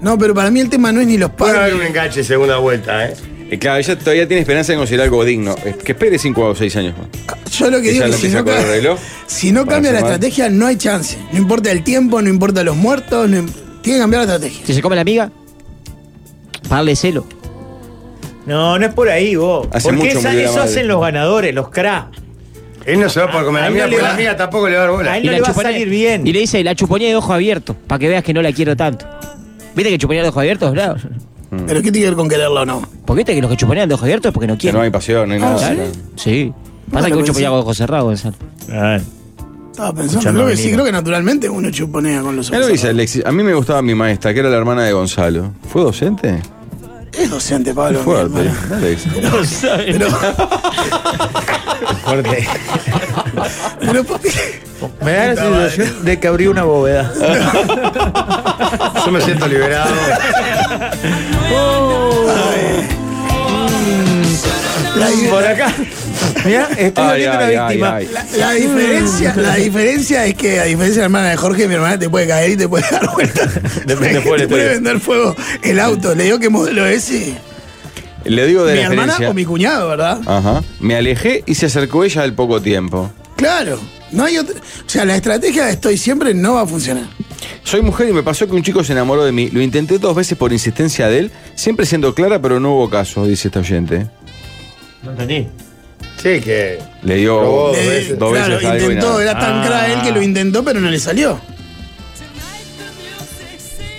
No, pero para mí el tema no es ni los
Puede
padres.
haber un enganche segunda vuelta, ¿eh?
Eh, claro, ella todavía tiene esperanza de conseguir algo digno. Es Que espere 5 o 6 años más.
Yo lo que
Ella
digo
lo
es que si
empieza
no,
a correr el
ca-
reloj.
si no
para
cambia la
llamar.
estrategia, no hay chance. No importa el tiempo, no importa los muertos, no im- tiene que cambiar la estrategia.
Si se come la amiga, pagarle celo.
No, no es por ahí vos.
Hace
Porque
mucho
esa-
murió la
eso
madre.
hacen los ganadores, los cra.
Él no se va por comer
A
la
él
mía,
no le
porque
va-
la mía tampoco le va a dar bola.
A él no le va a salir bien.
Y le dice, la chuponía de ojo abierto, para que veas que no la quiero tanto. ¿Viste que chuponía de ojos abiertos, claro?
Pero ¿qué tiene que ver con quererla o no?
Porque viste que los que chuponean de ojos abiertos es porque no
Que
quieren.
no hay pasión, no hay
Ah,
nada.
¿sí?
claro.
Sí. Oh, Pasa
Bueno,
que un
pensé-
chuponía con ojos cerrados, Gonzalo.
Estaba pensando,
Escuchando
creo que
venir.
sí, creo que naturalmente uno chuponea con los
Ya lo
ojos.
dice Alexis. A mí me gustaba mi maestra, que era la hermana de Gonzalo. ¿Fue docente?
Es docente, Pablo. mi
Fuerte.
hermano.
Dale, Alexis.
No sabe. Pero,
Fuerte.
pero ¿por qué?
Me da la sensación de que abrí una bóveda.
Yo me siento liberado.
Oh. La-
Por acá. Mirá, estoy
Ay,
volviendo una
ay,
víctima.
ay,
La, la diferencia, la diferencia es que, a diferencia de la hermana de Jorge, mi hermana te puede caer y te puede dar vuelta.
Depende,
te
después le
puede
estoy-
vender fuego el auto. Le digo qué modelo es y.
Le digo de
Mi
la
hermana
experiencia.
o mi cuñado, ¿verdad?
Ajá. Me alejé y se acercó ella al poco tiempo.
Claro. No hay otra. O sea, la estrategia de estoy siempre no va a funcionar.
Soy mujer y me pasó que un chico se enamoró de mí. Lo intenté dos veces por insistencia de él, siempre siendo clara, pero no hubo caso, dice esta oyente.
No entendí.
Sí, que.
Le dio
Probó
dos
dos
veces,
veces.
algo y
intentó,
nada.
era tan
Ah.
cra él que lo intentó, pero no le salió.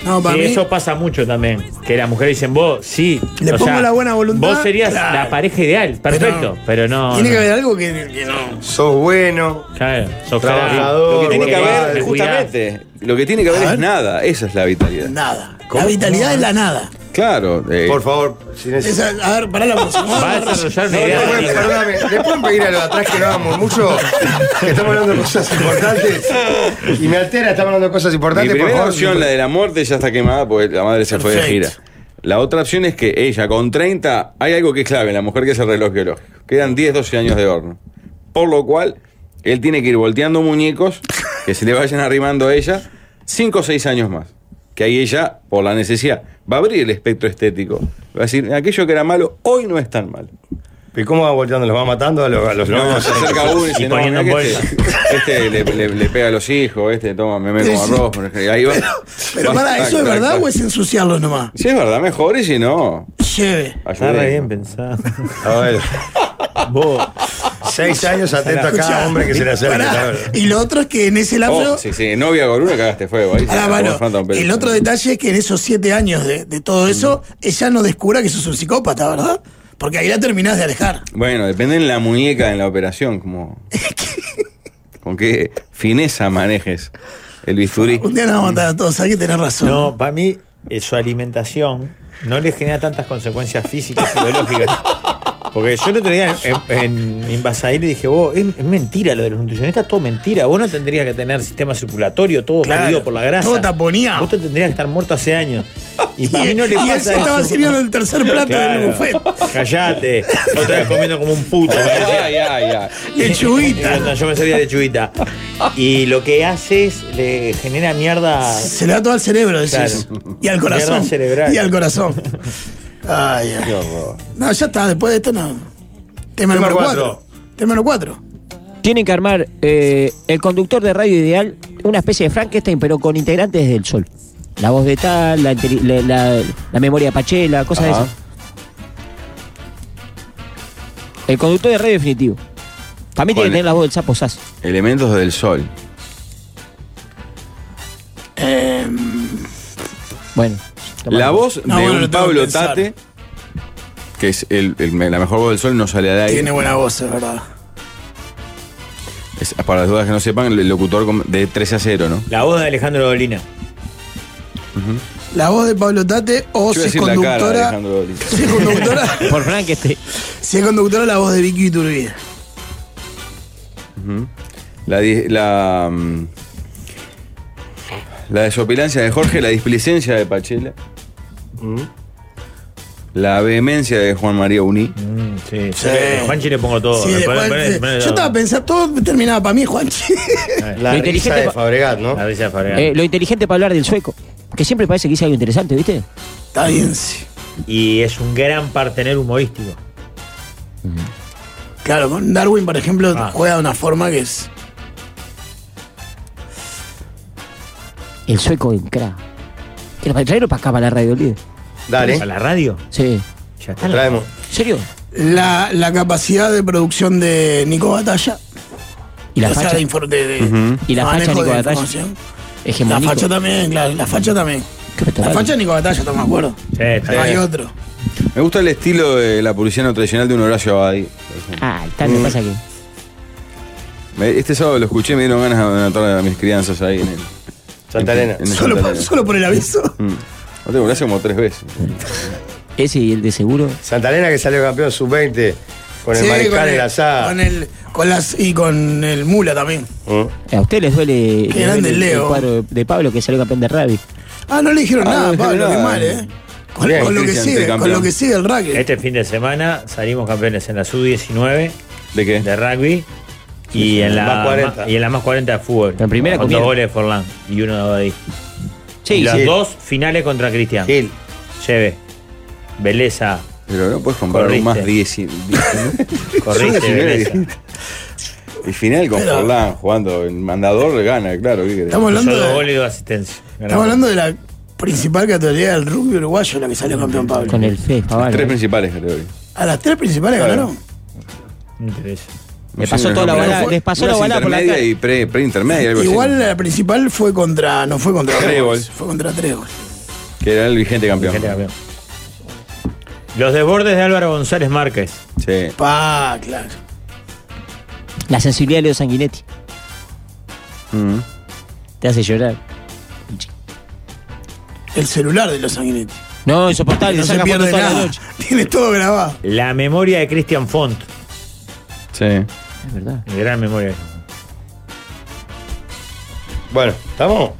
No, para
Sí,
mí.
eso pasa mucho también. Que las mujeres dicen, vos, sí.
Le pongo la buena voluntad,
Vos serías
claro.
la pareja ideal, perfecto. Pero, no.
Tiene
no.
que haber algo que, que no.
Sos bueno.
Claro, sos
Trabajador,
cra-
Lo que tiene que
Bueno,
haber,
te cuidás.
justamente, lo que tiene que haber es nada. Esa es la vitalidad.
Nada. La vitalidad es la nada.
Claro. eh,
Por favor, sin eso.
Esa- a ver, pará la próxima.
Va a desarrollar una idea.
Perdóname, perdóname, ¿le pueden pedir a los de atrás que no hagamos mucho? Que estamos hablando de cosas importantes. Y me altera, estamos hablando de cosas
Mi
importantes. por
primera
favor,
opción, la de la muerte, ya está quemada porque la madre se fue de gira.
Perfecto.
La otra opción es que ella, con 30, hay algo que es clave en la mujer, que es el reloj biológico. Quedan 10, 12 años de horno. Por lo cual, él tiene que ir volteando muñecos que se le vayan arrimando a ella 5 o 6 años más. Que ahí ella, por la necesidad, va a abrir el espectro estético. Va a decir, aquello que era malo, hoy no es tan malo.
¿Y cómo va volteando? ¿Los va matando a los, a los
No,
lobos?
se acerca uno y dice,
Y
no,
poniendo
mirá que este, este le, le- le pega a los hijos, este toma, me me como
Sí, sí.
arroz. por ejemplo. Ahí va.
Pero
Va,
pará,
tac,
¿eso es
tac,
verdad
tac.
o es ensuciarlo nomás?
Si es verdad, mejor y si no.
Lleve.
Está re bien
ayudemos.
pensado.
A ver,
vos.
seis años atento a cada
Escuchá,
hombre que se le acerca.
pará.
¿sabes?
Y lo otro es que en ese lapso.
Oh, sí, sí, novia con una cagaste fuego. Ahí se
Pará,
acabó
Pablo,
el Phantom Pain.
el otro detalle es que en esos siete años de, de todo eso, ella no descubra que sos un psicópata, ¿verdad? Porque ahí la terminás de alejar.
Bueno, depende en la muñeca, en la operación, como. con qué fineza manejes el bisturí.
Un día nos vamos a matar a todos, hay que tener razón.
No, para mí, eh, su alimentación no le genera tantas consecuencias físicas y biológicas. Porque yo el otro día en, en, en Invasair le dije, vos, es, es mentira lo de los nutricionistas, todo mentira. Vos no tendrías que tener sistema circulatorio, todo
Claro.
jodido por la grasa.
Todo taponía.
Vos te tendrías que estar muerto hace años. Y para mí no le
y él
pasa
se estaba
eso.
sirviendo el tercer plato del
Claro.
buffet.
Callate. Otra vez comiendo como un puto.
Ay, ay, ay.
Lechuguita.
Yo- Yo me salía lechuguita. Y lo que hace es, le genera mierda.
Se le da todo al cerebro, decís.
Claro.
Y al corazón.
Mierda cerebral.
Y al corazón. Ay, ay. No, ya está, después de esto no. Tema, número
cuatro.
4. Tema número 4.
Tienen que armar eh, el conductor de Radio Ideal, una especie de Frankenstein, pero con integrantes del sol. La voz de tal, la, inteli- la, la- la memoria pachela, cosas
Ajá.
de esas. El conductor de radio definitivo. Para mí tiene
Con-
que tener la voz del sapo Sass.
Elementos del sol.
Bueno.
La voz
Em, No,
de
bueno, lo
un
tengo que
Pablo
pensar.
Tate, que es el, el- la mejor voz del sol, no sale al aire.
Tiene buena voz, es verdad.
Es- para las dudas que no sepan, el locutor com- de 13 a 0, ¿no?
La voz de Alejandro Dolina.
La voz de Pablo Tate o
Yo
si
iba a decir la cara
es
de
conductora.
Alejandro Dolina.
Si es conductora.
Por Frank este.
Si es conductora, la voz de Vicky Iturbide.
Ujú. La, di- la, mm, la desopilancia de Jorge, la displicencia de Pachela, la vehemencia de Juan María Uní.
Mm, sí, Juanchi le pongo todo.
Sí,
Le
de
pone-
Juan-
pone- pone
yo
todo.
estaba pensando, todo terminaba para mí, Juanchi.
Lo inteligente pa-
Fabregat, ¿no?
La risa de Fabregat.
Eh, lo inteligente para hablar del sueco. Que siempre parece que dice algo interesante, ¿viste?
Está bien, sí.
Y es un gran partener humorístico.
Claro, con Darwin, por ejemplo,
Ah.
juega de una forma que es.
El sueco en cra. Quiero pa- traerlo para acá, para la radio, líder.
Dale.
¿A la radio?
Sí.
Ya
Lo traemos.
¿En serio?
La, la capacidad de producción de Nico Batalla.
Y la
O sea,
facha.
de infor- de- de
Ujú. Y la facha de
manejo
Nico Batalla.
información. La
Hegemónico.
facha también, claro, la facha también. La facha de Nico Batalla, no me acuerdo.
bien.
Hay otro.
Me gusta el estilo de la publicidad tradicional de un Horacio Abadi. por ejemplo.
Ah, tal me pasa que.
Me- Este sábado lo escuché, me dieron ganas de anotar a mis crianzas ahí en el.
Santa Elena.
Solo por, solo por el aviso.
No tengo, lo hace como tres veces.
Ese y el de seguro.
Santa Elena que salió campeón sub-20 con el
Sí,
mariscal en la asada.
Con el, con las, y con el mula también.
Eh, A usted les duele,
Qué
les
grande
duele el-
Leo.
el cuadro de- de Pablo que salió campeón de rugby.
Ah, no le dijeron
Ah,
nada,
no le
Pablo,
dijeron
qué
nada.
mal, ¿eh? Con,
Bien,
con lo que
Cristian,
sigue,
tricampeón.
con lo que sigue el rugby.
Este fin de semana salimos campeones en la sub-19.
¿De qué?
De rugby. Y en, la
Más 40.
y en la más 40 de fútbol.
La primera
con dos
comieron.
goles de Forlán y uno de Abadí.
Sí,
Y las
sí.
dos finales contra Cristian.
Gil.
Lleve. Beleza.
Pero no puedes comparar un
Corriste.
más 10 y.
Corriste,
Son las
Beleza.
finales. Y final con
Pero-
Forlán jugando, el mandador gana, claro. ¿qué querés?
Estamos hablando Yo dos de-
goles y dos asistencias.
Estamos hablando de la principal categoría del rugby uruguayo, la que salió campeón Pablo.
Con el fe,
Las tres principales categorías.
A las tres principales ganaron.
Me
pasó toda la bola- les pasó la bola por la
intermedia
cara.
y pre- pre-intermedia, algo así.
Igual la principal fue contra. No fue contra
Trébol.
Trébol, Fue contra Trébol.
Que era el vigente campeón.
Los desbordes de Álvaro González Márquez.
Sí.
Pa, claro.
La sensibilidad de Leo Sanguinetti. Te hace llorar.
El celular de los sanguinetti.
No, insoportable.
No
le
se
saca foto
pierde
toda la
nada.
noche.
Tiene todo grabado.
La memoria de Cristian Font.
Sí.
Es verdad.
Gran memoria.
Bueno, ¿estamos?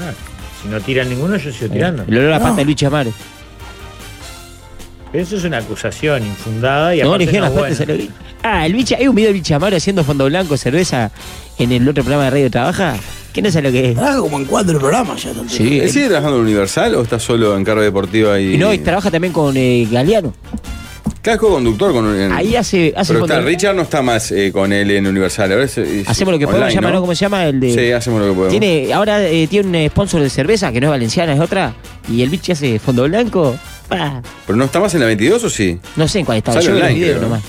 Ah, Si no tiran ninguno, yo sigo tirando.
Eh, El olor a la pata de Luis Amaro.
Pero eso es una acusación infundada y
No,
aparte
le dijeron
no
las
es
patas
buena.
al oído. Ah, el bicho, hay un video del bicho Amaro haciendo fondo blanco, cerveza, en el otro programa de radio trabaja. ¿Qué no sabe lo que es?
Trabaja como en cuatro programas ya tanto.
Sí,
¿Él sigue trabajando en Universal o está solo en cargo deportiva y.
Y no, y trabaja también con eh, Galeano.
Claro, es co-conductor con. en-
Ahí hace, hace
Pero
fondo
está,
blanco.
Richard no está más eh, con él en Universal. Ahora es- eh, es
Hacemos lo que podemos,
online,
llama, ¿no? ¿Cómo se llama? El de.
Sí, hacemos lo que podemos.
Tiene, ahora eh, tiene un eh, sponsor de cerveza que no es valenciana, es otra. Y el bicho hace fondo blanco. pa.
¿Pero no está más en la 22 o sí?
No sé en cuál estaba.
Sale
Yo vi los
online,
videos
creo.
nomás.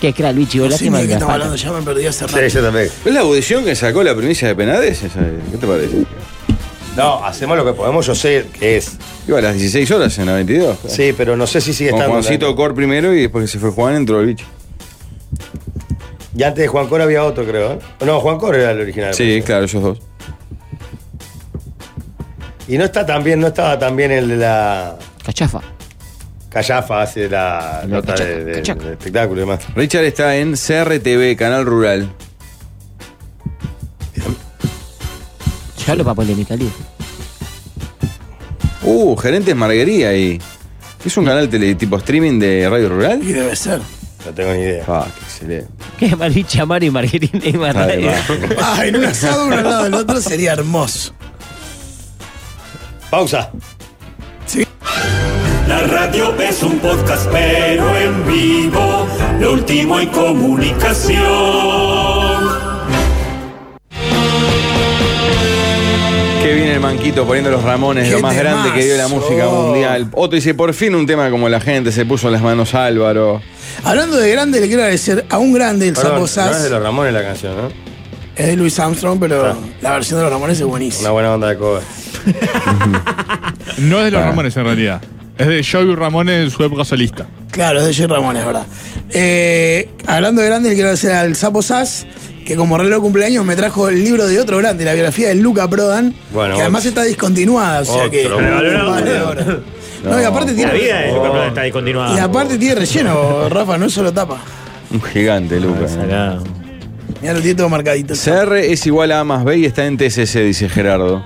Qué crack, Luigi,
No
vos,
sé ni
lástima
de
que
qué
la
estamos
falta.
hablando, ya me perdí hace rato.
Sí, yo también.
¿Es la audición que sacó la primicia de Penades? Esa, eh, ¿Qué te parece?
No, hacemos lo que podemos, yo sé que es.
Iba a las 16 horas en la 22.
Sí, pero no sé si sigue
Con
estando.
Juancito Cor primero y después que se fue Juan entró el bicho.
Y antes de Juan Cor había otro, creo. ¿eh? No, Juan Cor era el original.
Sí, claro, esos dos.
Y no está tan bien, no estaba tan bien el de la.
Cachafa.
Callafa hace la
La
nota
cachaca,
de, de-
cachaca.
del espectáculo y demás.
Richard está en CRTV, Canal Rural.
Yo hablo para polémica, líder.
Uh, gerentes Marguería ahí. Es un canal tele, tipo streaming de Radio Rural.
Y debe ser.
No tengo ni idea.
Ah, qué excelente.
Qué mal bicho Amaro y Margarita y Margarita.
Ah, en un asado uno al lado del otro sería hermoso.
Pausa.
La radio es un podcast, pero en vivo, lo último en comunicación.
Qué bien el manquito poniendo los ramones,
Qué
lo más grande que dio la
temazo.
música mundial. Otro dice, por fin un tema como la gente, se puso en las manos Álvaro.
Hablando de grande, le quiero agradecer a un grande, el
Perdón,
Sapo
no
Sass.
es de los Ramones la canción, ¿no?
Es de Louis Armstrong, pero la versión de los Ramones es buenísima.
Una buena onda de cover.
No es de los
Ah.
Ramones en realidad. Es de Joey Ramones en su época solista.
Claro, es de Jay Ramón, es verdad. Eh, hablando de grandes, le quiero agradecer al Sapo Sass, que como regalo de cumpleaños me trajo el libro de otro grande, la biografía de Luca Prodan,
Bueno,
que además
otro.
está discontinuada, o sea que.
Otro. Regaló la-
Vale, ahora. No, y aparte tiene.
La vida de
Oh.
Luca Prodan está discontinuada.
Y aparte tiene relleno, Rafa, no es solo tapa.
Un gigante,
Ah,
Lucas.
Mira, lo tiene todo marcadito.
CR es igual a A más B y está en TCC, dice Gerardo.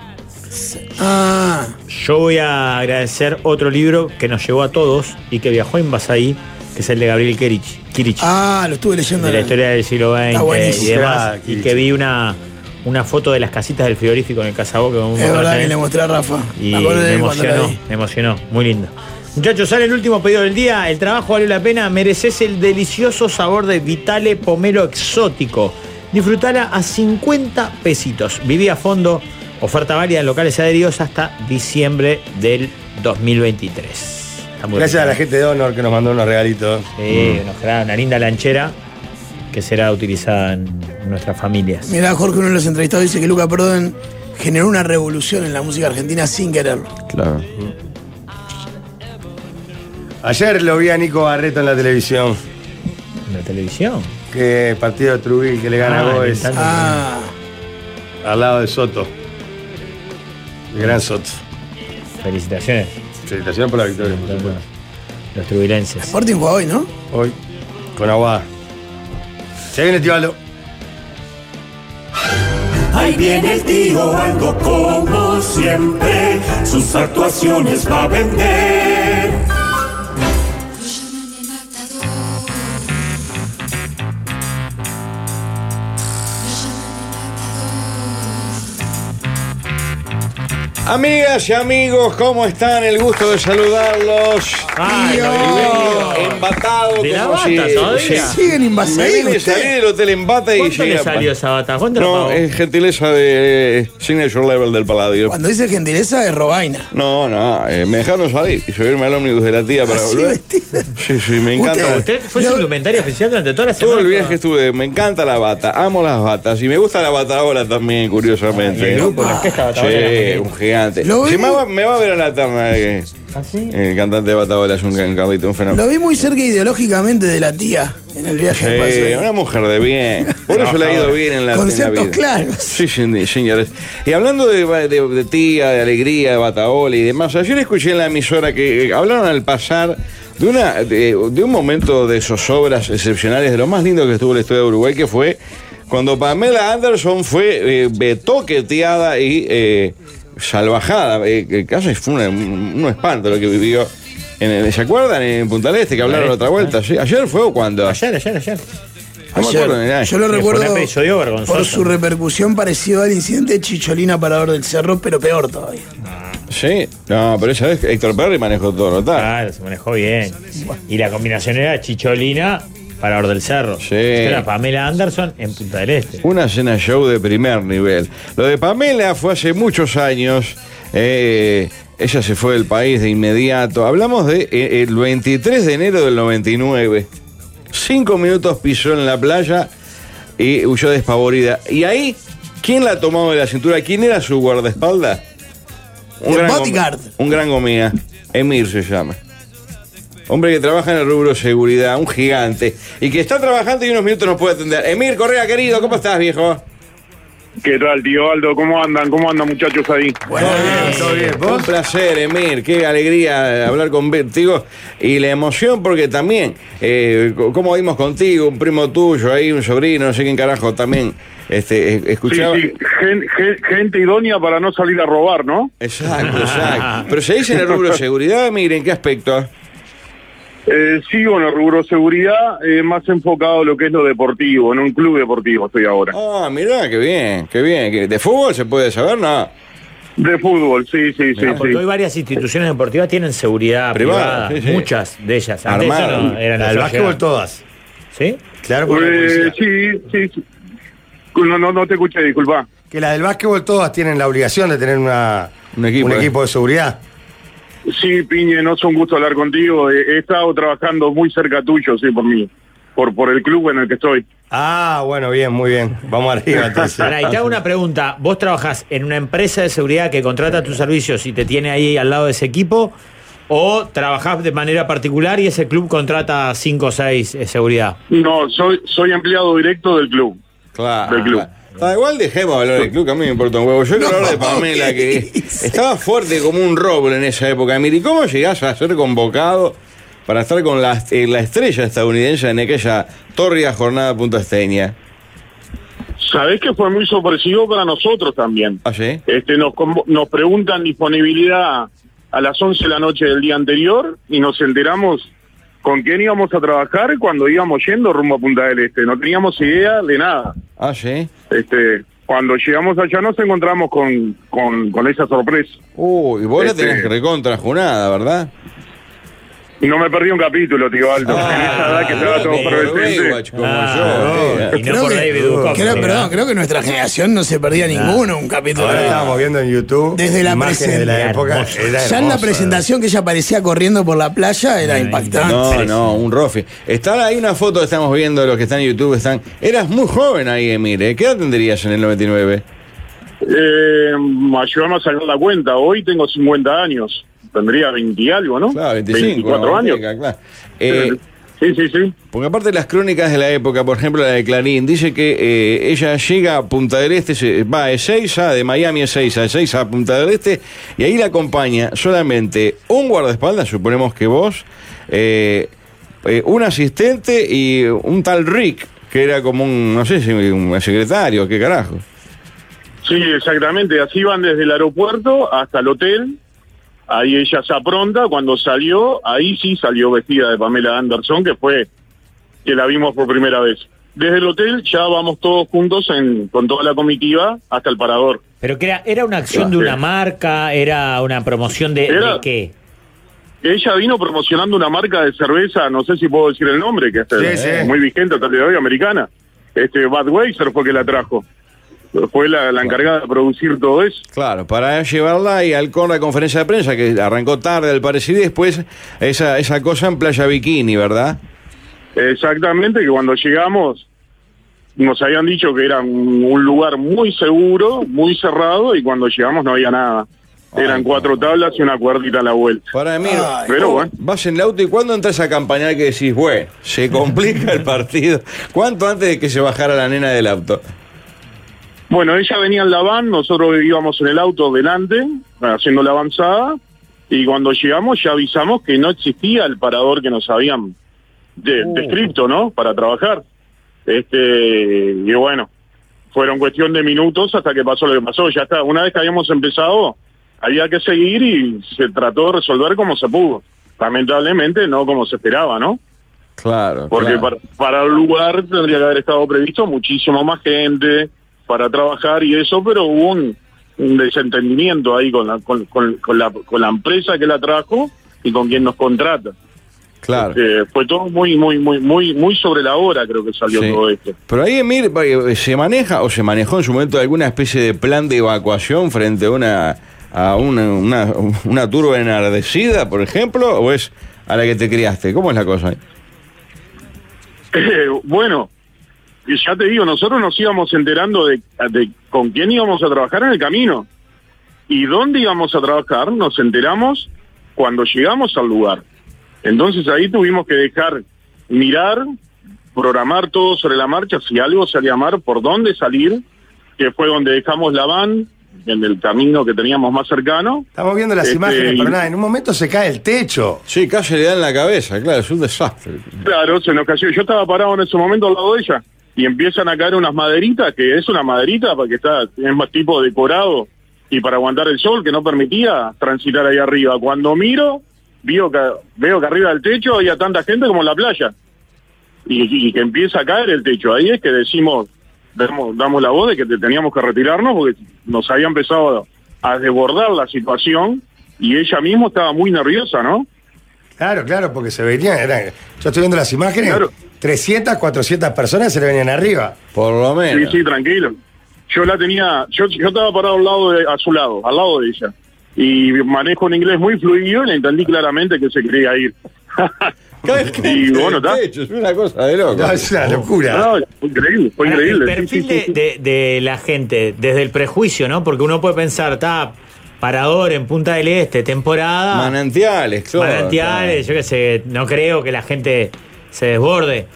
Ah.
Yo voy a agradecer otro libro que nos llegó a todos y que viajó en Basaí, que es el de Gabriel Kirich. Kirich.
Ah, lo estuve leyendo.
de la
ahora.
historia del siglo
Está
XX y
buenísimo.
demás.
Ah,
Y que vi una, una foto de las casitas del frigorífico en el Casaboque. con un
Es verdad
montón
que
de-
le mostré a Rafa.
Y
Me acordé de
me
él cuando la
emocionó,
vi.
me emocionó. Muy lindo. Muchachos, sale el último pedido del día. El trabajo vale la pena. Mereces el delicioso sabor de Vitale Pomelo Exótico. Disfrutala a 50 pesitos. Viví a fondo. Oferta válida en locales adheridos hasta diciembre del 2023. Está muy
Gracias
rico.
a la gente de Honor que nos mandó unos regalitos. Mm.
Sí, unos gran- una linda lanchera que será utilizada en nuestras familias.
Mirá, Jorge, uno de los entrevistados dice que Luca Prodan generó una revolución en la música argentina sin quererlo.
Claro.
Ayer lo vi a Nico Barreto en la televisión.
¿En la televisión?
Que partido de Trujillo que le gana
Ah,
a Goes.
el tanto.
Ah,
Al lado de Soto. El gran Soto.
Felicitaciones.
Felicitaciones por la victoria. por supuesto.
Los trubilenses.
Sporting juega hoy, ¿no?
Hoy, con Aguada. Se viene Tibaldo.
Ahí viene el tío, algo como siempre. Sus actuaciones va a vender.
Amigas y amigos, ¿cómo están? El gusto de saludarlos.
Ay,
Tío.
Rodrigo.
Embatado
De la
como
bata
si-
todavía.
Siguen invasivos
Me vine,
ustedes.
salí del hotel Embata y
¿Cuánto
llegué
le
a-
salió esa bata? ¿Cuánto la
No,
pagó?
es gentileza de eh, Signature Level del Paladio.
Cuando dice gentileza es robaina.
No, no, eh, me dejaron salir y subirme al ómnibus de la tía para
Así
volver. Sí, sí, me encanta.
¿Usted fue su indumentaria oficial durante toda la
Todo
semana?
el viaje estuve, me encanta la bata, amo las batas y me gusta la bata ahora también,
Y
curiosamente.
el grupo, la orquesta Batahola
Sí,
era
un gigante.
Lo
Sí,
vi.
me, va, me va a ver a la terna. eh,
¿Ah,
El cantante de Bataola es un gran cabrito, un fenómeno.
Lo vi muy cerca ideológicamente de la tía en el viaje de
Sí,
paseo.
una mujer de bien. Por eso le ha ido bien en la, en la vida.
Conceptos claros.
Sí, sí, señores. Y hablando de, de- de tía, de alegría, de bataola y demás, ayer escuché en la emisora que eh, hablaron al pasar de, una, de, de un momento de zozobras excepcionales, de lo más lindo que estuvo el estudio de Uruguay, que fue cuando Pamela Anderson fue eh, betoqueteada y eh, salvajada. Eh, que casi fue una- un, un espanto lo que vivió. en el- ¿Se acuerdan? En Punta del Este, que hablaron otra vuelta. Sí, ¿Ayer fue o cuándo?
Ayer, ayer, ayer.
No me acuerdo, mirá.
yo lo
Fue un
recuerdo
episodio vergonzoso.
por su repercusión parecido al incidente de Chicholina Parador del Cerro, pero peor todavía.
Sí, no, pero esa vez Héctor Perry manejó todo, ¿no está?
Claro, se manejó bien. Y la combinación era Chicholina para Or del Cerro. Era Pamela Anderson en Punta del Este.
Una cena show de primer nivel. Lo de Pamela fue hace muchos años. eh, ella se fue del país de inmediato. Hablamos de eh, el 23 de enero del 99. Cinco minutos pisó en la playa y huyó despavorida. Y ahí, ¿quién la tomaba de la cintura? ¿Quién era su guardaespaldas?
El
gom-
bodyguard.
un gran gomía. Emir se llama. Hombre que trabaja en el rubro seguridad, un gigante. Y que está trabajando y unos minutos nos puede atender. Emir Correa, querido, ¿cómo estás, viejo?
¿Qué tal, tío Aldo? ¿Cómo andan? ¿Cómo andan, muchachos ahí?
Todo bien, eh, Un placer, Emir. Qué alegría hablar contigo. Y la emoción, porque también, eh, co- como vimos contigo, un primo tuyo ahí, un sobrino, no sé quién carajo, también este, e-
Sí,
escuchaba.
sí, gen- gen- gente idónea para no salir a robar, ¿no?
Exacto, exacto. Pero se dice en el rubro seguridad, Emir, ¿en qué aspecto?
Eh, sigo en el rubro seguridad, eh, más enfocado a lo que es lo deportivo, en un club deportivo estoy ahora.
Ah, mirá, qué bien, qué bien. ¿Qué- ¿De fútbol se puede saber? No.
De fútbol, sí, sí, sí.
Ah, porque hoy varias instituciones deportivas tienen seguridad privada,
Privada, sí, sí.
muchas de ellas. Antes
Armada.
eso no, eran
Al básquetbol
todas. ¿Sí?
Claro, por la
Eh,
policía.
sí, sí, sí. No, no, no te escuché, disculpa.
Que las del básquetbol todas tienen la obligación de tener una, un,
equipo,
equipo,
eh.
de seguridad.
Sí, Piñe, no es un gusto hablar contigo. Eh, He, he estado trabajando muy cerca tuyo, sí, por mí, por, por el club en el que estoy.
Ah, bueno, bien, muy bien. Vamos arriba entonces.
Pará, y te hago una pregunta. ¿Vos trabajás en una empresa de seguridad que contrata tus servicios y te tiene ahí al lado de ese equipo? o trabajás de manera particular y ese club contrata 5 o 6 seguridad.
No, soy, soy empleado directo del club.
Claro.
Del club.
Está igual dejemos de hablar del club, que a mí me importa un huevo. Yo quiero hablar de Pamela, que estaba fuerte como un roble en esa época. Miri, ¿cómo llegás a ser convocado para estar con la, eh, la estrella estadounidense en aquella torria jornada puntasteña?
Sabés que fue muy sorpresivo para nosotros también.
¿Ah, sí?
Este, nos, convo- nos preguntan disponibilidad a las 11 de la noche del día anterior y nos enteramos con quién íbamos a trabajar cuando íbamos yendo rumbo a Punta del Este. No teníamos idea de nada.
Ah, sí.
Este, cuando llegamos allá nos encontramos con, con, con esa sorpresa.
Uy, vos la
Este-
tenés recontra junada, ¿verdad?
Y no me perdí un capítulo, tío Aldo. en
Ah,
esa edad que se va todo efervescente.
eh.
Y no por David Duchovny,
creo,
¿no?
perdón, creo que nuestra generación no se perdía ninguno un capítulo.
Ahora
de-
estábamos viendo en YouTube
Desde la
imágenes de la
presentación.
época. Era
ya en la
hermoso.
presentación que ella aparecía corriendo por la playa era impactante.
No, no, un rofi. Está ahí una foto que estamos viendo de los que están en YouTube. Están. Eras muy joven ahí, Emile. ¿Qué edad tendrías en el 99?
Eh, ayúdame a sacar la cuenta. Hoy tengo 50 años. Tendría 20 y algo, ¿no?
Claro, 25.
24
una
años.
manteca, claro. Eh,
Sí, sí, sí.
Porque aparte las crónicas de la época, por ejemplo la de Clarín, dice que eh, ella llega a Punta del Este, se- va a Ezeiza, de Miami a Ezeiza, de Ezeiza a Punta del Este, y ahí la acompaña solamente un guardaespaldas, suponemos que vos, eh, eh, un asistente y un tal Rick, que era como un, no sé, si un secretario, qué carajo.
Sí, exactamente. Así van desde el aeropuerto hasta el hotel. Ahí ella se apronta. Cuando salió, ahí sí salió vestida de Pamela Anderson, que fue que la vimos por primera vez. Desde el hotel ya vamos todos juntos en, con toda la comitiva hasta el parador.
Pero que era, era una acción de una marca, era una promoción de,
Era-
de qué.
Ella vino promocionando una marca de cerveza, no sé si puedo decir el nombre, que es eh,
sí.
muy vigente hasta el día de hoy, americana. Este, Budweiser fue que la trajo. Fue la, la encargada de producir todo eso.
Claro, para llevarla y al con la conferencia de prensa, que arrancó tarde al parecer, y después esa, esa cosa en Playa Bikini, ¿verdad?
Exactamente, que cuando llegamos nos habían dicho que era un, un lugar muy seguro, muy cerrado, y cuando llegamos no había nada. Eran cuatro tablas y una cuerdita a la vuelta.
Para mí,
pero bueno.
vas en el auto y cuando entras a campañar que decís, bueno, se complica el partido. ¿Cuánto antes de que se bajara la nena del auto?
Bueno, ella venía en la van, nosotros íbamos en el auto delante, haciendo la avanzada, y cuando llegamos ya avisamos que no existía el parador que nos habían de- descrito, ¿no? Para trabajar. Este, y bueno, fueron cuestión de minutos hasta que pasó lo que pasó. Ya está, una vez que habíamos empezado, había que seguir y se trató de resolver como se pudo. Lamentablemente no como se esperaba, ¿no?
Claro.
Porque
claro.
para, para el lugar tendría que haber estado previsto muchísimo más gente para trabajar y eso, pero hubo un, un desentendimiento ahí con la, con, con- con la, con la empresa que la trajo y con quien nos contrata.
Claro.
Eh, fue todo muy, muy, muy, muy, muy sobre la hora creo que salió
Sí.
todo esto.
Pero ahí, Emir, eh, ¿se maneja o se manejó en su momento alguna especie de plan de evacuación frente a una, a una, una, una turba enardecida, por ejemplo? ¿O es a la que te criaste? ¿Cómo es la cosa?
Eh, bueno, y ya te digo, nosotros nos íbamos enterando de, de con quién íbamos a trabajar en el camino y dónde íbamos a trabajar, nos enteramos cuando llegamos al lugar. Entonces ahí tuvimos que dejar mirar, programar todo sobre la marcha, si algo salía mal, por dónde salir, que fue donde dejamos la van, en el camino que teníamos más cercano.
Estamos viendo las
Este,
imágenes,
y-
pero nada, en un momento se cae el techo.
Sí, casi le dan la cabeza, claro, es un desastre.
Claro, se nos cayó. Yo estaba parado en ese momento al lado de ella y empiezan a caer unas maderitas, que es una maderita para que está, es más tipo decorado y para aguantar el sol que no permitía transitar ahí arriba. Cuando miro, veo que, veo que arriba del techo había tanta gente como en la playa y, y que empieza a caer el techo. Ahí es que decimos, damos, damos la voz de que te- teníamos que retirarnos porque nos había empezado a desbordar la situación y ella misma estaba muy nerviosa, ¿no?
Claro, claro, porque se venían, eran, yo estoy viendo las imágenes, 300, 400 personas se le venían arriba.
Por lo
Sí, sí, tranquilo. Yo la tenía, yo, yo estaba parado al lado de, a su lado, al lado de ella. Y manejo un inglés muy fluido y le entendí claramente que se quería ir. y bueno, está.
Es una cosa de loco.
es una locura.
No, fue increíble, fue
Ahora,
increíble.
El perfil de, de- de la gente, desde el prejuicio, ¿no? Porque uno puede pensar, está, Parador en Punta del Este, temporada.
Manantiales, claro.
Manantiales, yo qué sé, no creo que la gente se desborde.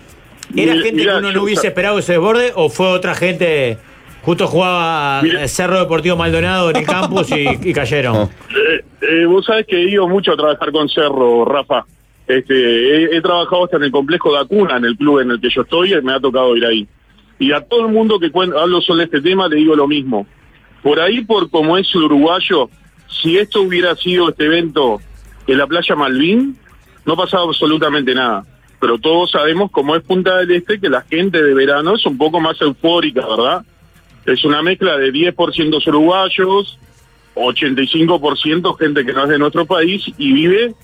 ¿Era
Mi-
gente
mirá,
que uno no
yo-
hubiese esperado que se desborde o fue otra gente? Justo jugaba Cerro Deportivo Maldonado en el campus y, y cayeron.
Eh, eh, vos sabés que he ido mucho a trabajar con Cerro, Rafa. Este, he, he trabajado hasta en el complejo de Acuna, en el club en el que yo estoy, y me ha tocado ir ahí. Y a todo el mundo que cuen- hablo sobre este tema le digo lo mismo. Por ahí, por como es el uruguayo, si esto hubiera sido este evento en la playa Malvin, no pasaba absolutamente nada. Pero todos sabemos cómo es Punta del Este, que la gente de verano es un poco más eufórica, ¿verdad? Es una mezcla de 10% uruguayos, 85% gente que no es de nuestro país y vive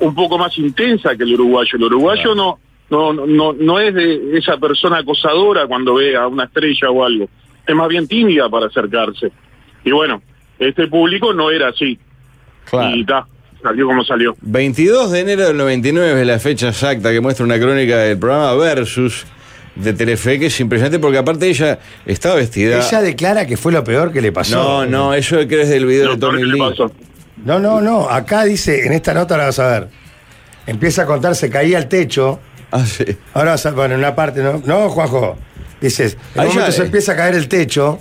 un poco más intensa que el uruguayo. El uruguayo no, no, no- no, no es de esa persona acosadora cuando ve a una estrella o algo. Es más bien tímida para acercarse. Y bueno, este público no era así.
Claro.
Y ta, salió como salió.
22 de enero del 99 es la fecha exacta que muestra una crónica del programa Versus de Telefe, que es impresionante porque aparte ella está vestida.
Ella declara que fue lo peor que le pasó.
No, no, eso que es del video de Tommy Lee.
No, no, no. Acá dice, en esta nota la vas a ver. Empieza a contar, se caía al techo.
Ah, sí.
Ahora vas a, bueno, en una parte, ¿no? No, Juanjo. Dices, en
Ahí
un momento
ya,
se
eh.
empieza a caer el techo,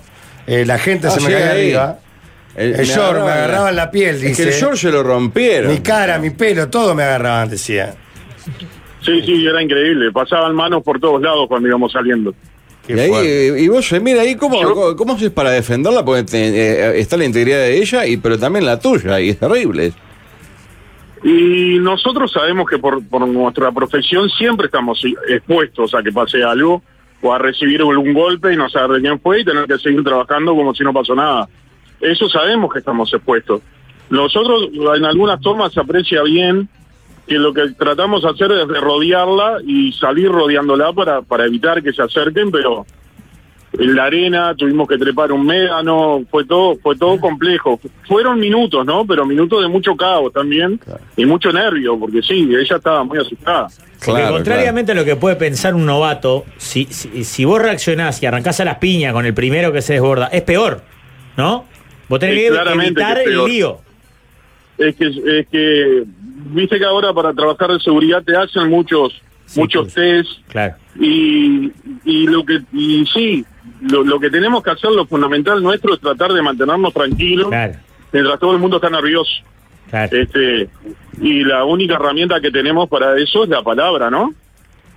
eh, la gente
Ah,
se me
llega
cae
ahí.
arriba. El, short, me agarraban la piel,
Es
dice.
que el short se lo rompieron.
Mi cara, mi pelo, todo me agarraban, decía.
Sí, sí, era increíble. Pasaban manos por todos lados cuando íbamos saliendo.
Y, ahí, eh, y vos, eh, mira, ahí cómo, cómo- cómo haces para defenderla, porque te- eh, está la integridad de ella, y pero también la tuya, y es terrible.
Y nosotros sabemos que por, por nuestra profesión siempre estamos expuestos a que pase algo o a recibir algún golpe y no saber de quién fue y tener que seguir trabajando como si no pasó nada. Eso sabemos que estamos expuestos. Nosotros en algunas tomas se aprecia bien que lo que tratamos de hacer es de rodearla y salir rodeándola para, para evitar que se acerquen, pero en la arena tuvimos que trepar un médano, fue todo, fue todo complejo. Fueron minutos, ¿no? Pero minutos de mucho caos también y mucho nervio, porque sí, ella estaba muy asustada.
Porque contrariamente a lo que puede pensar un novato, si, si, si vos reaccionás y arrancás a las piñas con el primero que se desborda, es peor, ¿no? Vos tenés
Sí,
que
Eh, claramente
evitar
que es
el
peor.
lío.
es que es que viste que ahora para trabajar de seguridad te hacen muchos muchos test
Claro.
y, y lo que y sí lo, lo que tenemos que hacer lo fundamental nuestro es tratar de mantenernos tranquilos mientras todo el mundo está nervioso este y la única herramienta que tenemos para eso es la palabra no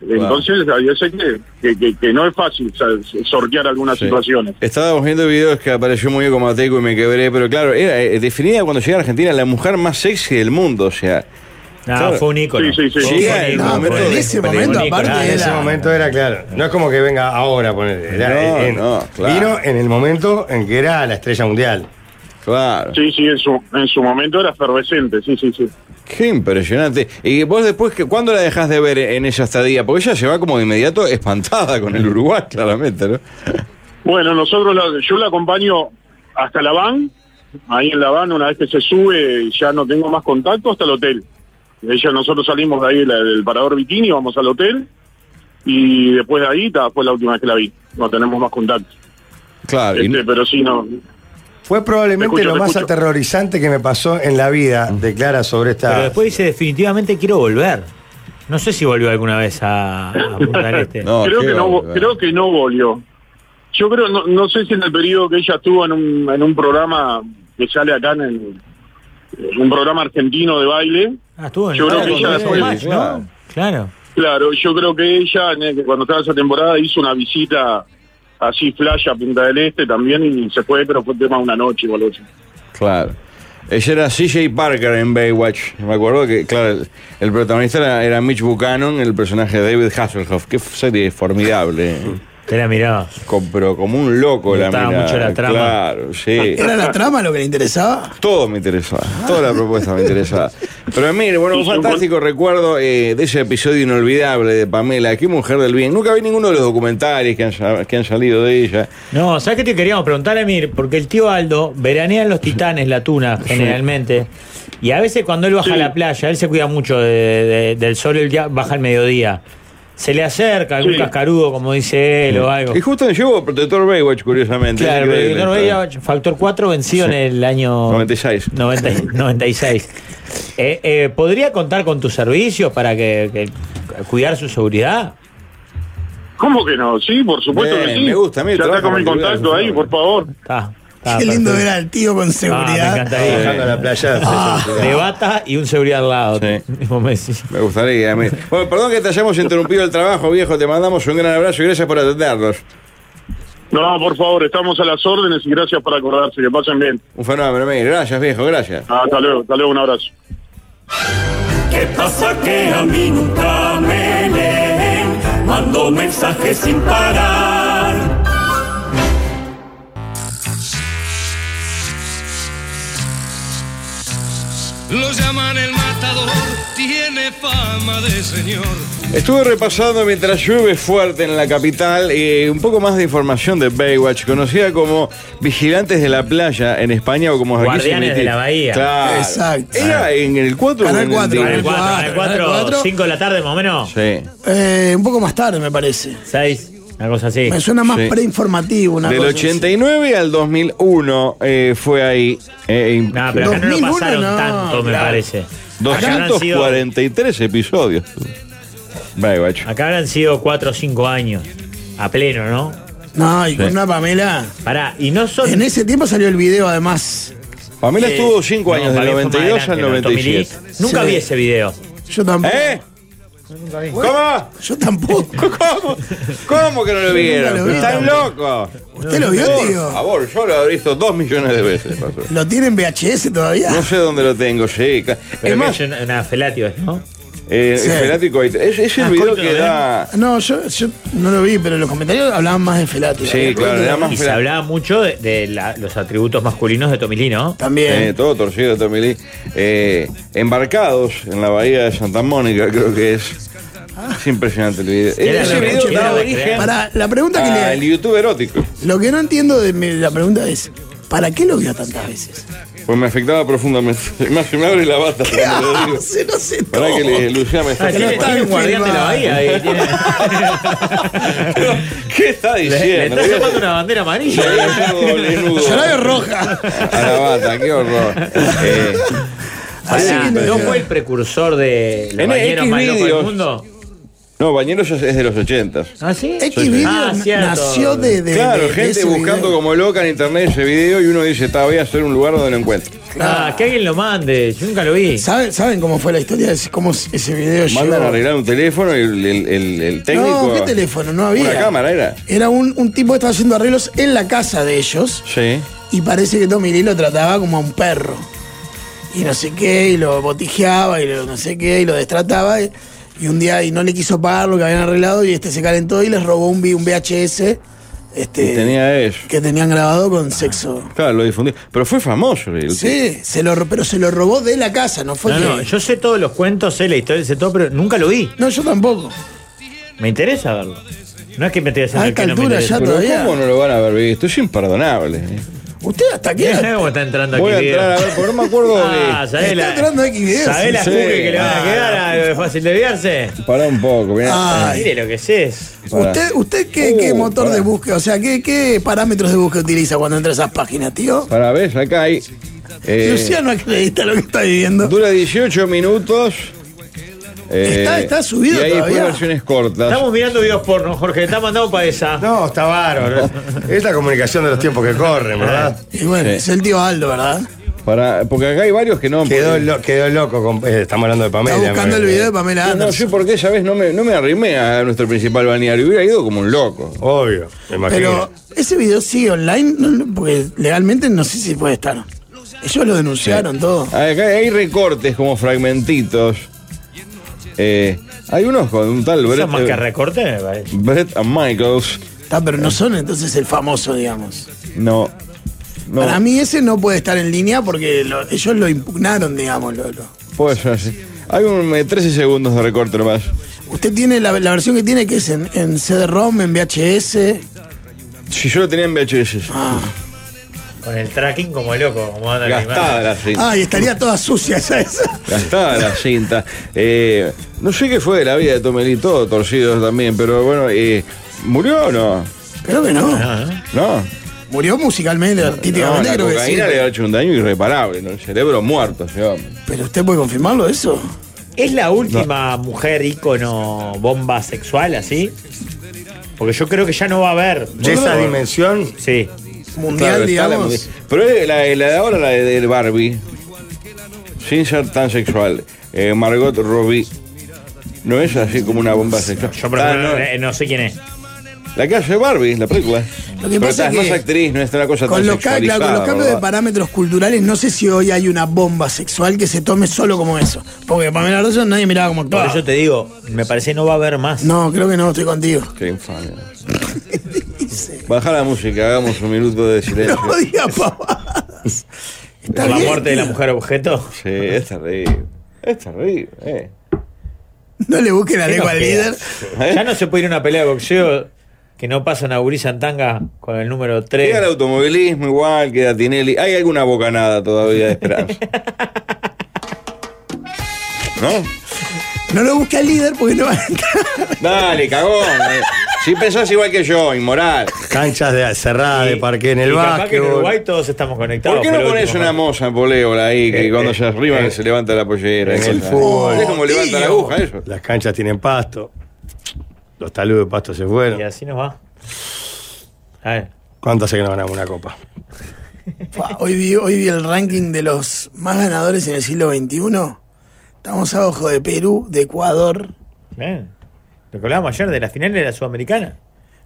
entonces yo sé que, que, que- que no es fácil o sea, sortear algunas situaciones
Estábamos viendo videos que apareció muy como Mateco y me quebré, pero claro, era eh, definida cuando llegué a Argentina la mujer más sexy del mundo, o sea.
No,
Claro.
Ah, fue un ícono.
Sí, sí, sí.
Fue
Llega
un
el
ícono,
momento
fue un
de- ese
ícono.
momento,
Fue un
aparte,
ícono. Ah,
En ese
era-
momento era claro. No es como que venga ahora poner.
No, no, claro.
Vino en el momento en que era la estrella mundial.
Claro.
sí sí en su, en su momento era efervescente sí sí sí
Qué impresionante. ¿Y vos después, que, cuándo la dejás de ver en esa estadía? Porque ella se va como de inmediato espantada con el Uruguay, claramente, ¿no?
Bueno, nosotros la- yo la acompaño hasta la van, ahí en la van, una vez que se sube, ya no tengo más contacto, hasta el hotel. Ella, nosotros salimos de ahí la- del parador bikini, vamos al hotel, y después de ahí, ta, fue la última vez que la vi, no tenemos más contacto.
Claro.
Este, pero sí, no.
Fue probablemente
Te escucho,
lo
te
más
escucho.
aterrorizante que me pasó en la vida, declara sobre esta.
Pero después dice, definitivamente quiero volver. No sé si volvió alguna vez a, a Punta del Este.
creo, que no, vo- creo que no volvió. Yo creo, no, no sé si en el periodo que ella estuvo en un, en un programa que sale acá en, el- en un programa argentino de baile,
Ah, estuvo en
Yo creo que
con
ella
Diego
fue,
Match,
claro.
¿no? Claro.
Claro, yo creo que ella, en el- cuando estaba esa temporada, hizo una visita así, flash a Punta del Este también y se fue, pero fue tema de una noche o algo así.
Claro. Ella era CJ Parker en Baywatch. Me acuerdo que, claro, el, el protagonista era, era Mitch Buchanan, el personaje de David Hasselhoff. Qué serie formidable.
Te la miraba.
pero como un loco
Me
la
gustaba
miraba.
mucho la trama.
Claro, sí.
¿Era la trama lo que le interesaba?
Todo me interesaba, toda la propuesta me interesaba. Pero mire, bueno, un fantástico recuerdo eh, de ese episodio inolvidable de Pamela, qué mujer del bien. Nunca vi ninguno de los documentales que han, sa- que han salido de ella.
No, ¿sabes qué te queríamos preguntar, Emir? Porque el tío Aldo veranea en los titanes, la tuna, generalmente. Y a veces cuando él baja a la playa, él se cuida mucho de- de- del sol, él ya baja al mediodía. Se le acerca algún cascarudo, como dice él, o algo.
Y justo me llevó Protector Baywatch, curiosamente.
Claro,
Es
pero
increíble.
Noruega, factor 4 vencido en el año
96.
90 y- 96. Eh, eh, ¿Podría contar con tus servicios para que, que- cuidar su seguridad?
¿Cómo que no? Sí, por supuesto
Bien,
que sí.
me gusta, a mí el
Ya está
trabajo
con mi
particular es
contacto
un
ahí, por favor.
Está
Qué lindo ver
Ah, perfecto.
al tío con seguridad.
Ah, me encantaría.
Bajando a la playa,
Ah,
sí, sí.
de bata y un seguridad al lado. Mismo Messi.
Me gustaría. a mí. Bueno, perdón que te hayamos interrumpido el trabajo, viejo. Te mandamos un gran abrazo y gracias por atendernos.
No, por favor, estamos a las órdenes y gracias por acordarse. Que pasen bien. Ah,
Un fenómeno, amigo. Gracias, viejo. Gracias.
Hasta luego, hasta luego, un abrazo.
¿Qué pasa que a mí nunca me leen? Mando mensajes sin parar.
Lo llaman el matador, tiene fama de señor.
Estuve repasando mientras llueve fuerte en la capital eh, un poco más de información de Baywatch, conocida como Vigilantes de la Playa en España o como aquí se
Guardianes de
emitía.
la Bahía. Ah,
Claro.
Exacto.
Era en el 4
Canal 4,
en el
Canal 4, Canal 4,
Canal 4.
5 de la tarde más o menos.
Sí.
Eh, un poco más tarde, me parece.
6, una cosa así.
Me suena más
Sí.
preinformativo, una
Del
cosa.
89 al 2001 eh, fue ahí. Eh,
Ah, pero acá no lo pasaron tanto, Ah, me parece. Acá habrán sido-
243 episodios. Baywatch.
Acá habrán sido 4 o 5 años. A pleno, ¿no?
No, y
Sí.
con una Pamela.
Pará, y no son.
En ese tiempo salió el video, además.
Pamela
Sí.
estuvo 5
No,
años, del
Pamela fue más
92 al
adelante, ¿no?
97.
Tommy Lee. Nunca
Sí.
vi ese video.
Yo tampoco.
¿Eh? ¿Cómo?
Yo tampoco.
¿Cómo? ¿Cómo que no lo
Yo
vieron?
nunca lo vi
¿Están
tampoco.
locos?
¿Usted lo vio,
Por
tío?
favor, yo lo habré visto dos millones de veces. pasó.
¿Lo tiene en VHS todavía?
No sé dónde lo tengo, sí. ca- Es
Pero
más,
que es una felatio, ¿no?
eh,
Sí.
Felático, es, es el
Ah,
video
¿Coito
que
lo
da...
ven? No, yo, yo no lo vi, pero los comentarios hablaban más de Felati.
Sí, claro, era más
Y se
felatio.
hablaba mucho de, de la- los atributos masculinos de Tommy Lee, ¿no?
Eh, todo torcido de Tommy Lee. Eh, embarcados en la bahía de Santa Mónica, creo que es. Es impresionante el video.
Era
Ese
la
video
noche,
daba
era la
origen
creación. Ah. Pará, la pregunta que le-
al YouTube erótico.
Lo que no entiendo de mi- la pregunta es, ¿para qué lo vio tantas veces?
Pues me afectaba profundamente. Me, hace- me abre la bata. cuando lo digo.
hace? No sé
Pará que le- Lucía me está
Ah, tiene- tiene un guardián de la bahía ahí, tiene-
¿Qué está
Le, le
diciendo?
está sacando una bandera amarilla.
Yo
la veo roja.
A la bata, qué horror. Eh,
Pará,
Así que no-
¿No fue el precursor de los
En
bañeros más locos del
Xvideos.
mundo?
no, Bañeros es es de los 80.
¿Ah, sí?
Xvideos
Ah,
na-
cierto.
nació de, de-
Claro,
de- de
gente
ese
buscando
video.
como loca en internet ese video y uno dice, está, voy a hacer un lugar donde lo encuentro.
Ah, que alguien lo mande. Yo nunca lo vi.
¿Saben, ¿Saben cómo fue la historia? de ¿Cómo ese video
Mandan a
llegó?
arreglar un teléfono y el, el- el- el técnico.
No, ¿qué teléfono? No había.
Una cámara era.
Era un, un tipo que estaba haciendo arreglos en la casa de ellos
Sí.
y parece que Tommy Lee lo trataba como a un perro. Y no sé qué, y lo botijeaba, y lo no sé qué, y lo destrataba. Y, y un día y no le quiso pagar lo que habían arreglado y este se calentó y les robó un, vi- un VHS
Y
este,
tenía eso.
que tenían grabado con sexo.
Claro, lo difundí. Pero fue famoso. el-
Sí, se lo, ro- pero se lo robó de la casa, Ah, no fue
No,
que-
no, yo sé todos los cuentos, sé la historia, sé todo, pero nunca lo vi.
No, yo tampoco.
Me interesa verlo. No es que me interesa
A
ver
esta
que no me
altura
interesa.
ya
Pero
todavía.
¿cómo no lo van a haber visto? Es imperdonable. eh.
¿Usted hasta qué edad?
Mirá cómo está entrando
Voy a
aquí,
entrar a ver, porque no me acuerdo
Ah,
de.
¿sabés
Está
la,
entrando aquí videos.
¿sabés la
Sí.
cookie que le van a
Ah.
quedar a- fácil de olvidarse?
Pará un poco, mirá.
Ay.
Mire lo que es.
Pará.
¿Usted, usted qué, qué
Uh,
motor
pará.
de búsqueda, o sea, qué, qué parámetros de búsqueda utiliza cuando entra a esas páginas, tío?
Pará, ves, acá hay. eh,
Luciano acredita lo que está viviendo.
dura 18 minutos. eh,
Está- está subido
Y hay después
todavía.
versiones cortas.
Estamos mirando videos porno, Jorge, está mandado para esa.
No, está bárbaro. Es la comunicación de los tiempos que corren, ¿verdad?
Y bueno,
Sí.
es el tío Aldo, ¿verdad?
Para, porque acá hay varios que no.
Quedó, lo- quedó loco. con- eh, estamos hablando de Pamela.
Está buscando el
¿no?
video de Pamela
No, no
Anderson.
sé por qué esa vez no me, no me arrimé a nuestro principal balneario. Hubiera ido como un loco.
Obvio, me imagino.
Pero ese video sigue online, no, no, porque legalmente no sé si puede estar. Ellos lo denunciaron todo.
Acá hay recortes como fragmentitos. Eh, hay unos con un tal
Eso
Brett, eh,
es más que recorte, me parece.
Brett and Michaels.
Está, pero no son entonces el famoso, digamos.
No. No,
Para mí ese no puede estar en línea porque lo- ellos lo impugnaron, digamos. lo- lo-
puede ser así. Hay un, eh, 13 segundos de recorte nomás.
Usted tiene la, la versión que tiene que es en, en CD-ROM, en VHS.
Si yo lo tenía en VHS.
Ah.
Con el tracking como loco, como anda el
Gastada
animal.
la cinta.
Ay, estaría toda sucia esa. esa.
Gastada la cinta. Eh, no sé qué fue de la vida de Tomelí, todo torcido también, pero bueno, eh, ¿murió o no?
Creo que no.
No.
Murió musicalmente,
No,
artísticamente,
la
creo que sí.
cocaína le ha hecho un daño irreparable, ¿no? El cerebro muerto, ese hombre.
Pero usted puede confirmarlo eso.
¿Es la última mujer ícono bomba sexual así? Porque yo creo que ya no va a haber.
¿De esa dimensión?
Sí.
Claro, está la mujer. pero es la, la de ahora, la de, del Barbie, sin ser tan sexual, eh, Margot Robbie, no es así como una bomba sexual.
Yo por
Ah,
ejemplo,
no,
no, eh, no sé quién es.
La que hace Barbie, la película.
Lo que
Pero esta
pasa es
es
que
más actriz, no es una cosa
Con
tan
los, ca- claro,
sexualizada.
con los cambios de
¿verdad?
parámetros culturales, no sé si hoy hay una bomba sexual que se tome solo como eso. Porque Pamela Rosso nadie miraba como
Por
actuaba.
eso te digo, me parece no va a haber más.
No, creo que no, estoy contigo.
Qué infame. Baja la música, hagamos un minuto de silencio.
No diga pavada.
Por la muerte de la mujer objeto.
Sí, es terrible. Es terrible, eh.
No le busque la
¿Qué
lengua
nos
al
queda?
líder.
Ya no se puede ir a una pelea de boxeo que no pasa una gurisa en tanga con el número 3.
Queda el automovilismo igual, queda Tinelli. Hay alguna bocanada todavía de esperanza. ¿No?
No lo busque al líder porque no va a entrar.
Dale, cagón. eh. Si pensás igual que yo, inmoral.
Canchas de, cerradas de parque en
y
el
capaz que en
básquetbol.
Uruguay todos estamos conectados.
¿Por qué no
pero
pones
último, Eh,
una moza en poléola ahí que cuando se arriba se levanta la pollera?
En el
Cosa.
fútbol.
Es como levanta la aguja eso.
Las canchas tienen pasto. Los taludes de pasto se fueron.
Y así nos va. A ver.
¿Cuánto hace que no ganamos una copa?
Fua, Hoy vi, hoy vi el ranking de los más ganadores en el siglo XXI. Estamos abajo de Perú, de Ecuador.
Bien. Lo que hablábamos ayer de la final de la Sudamericana.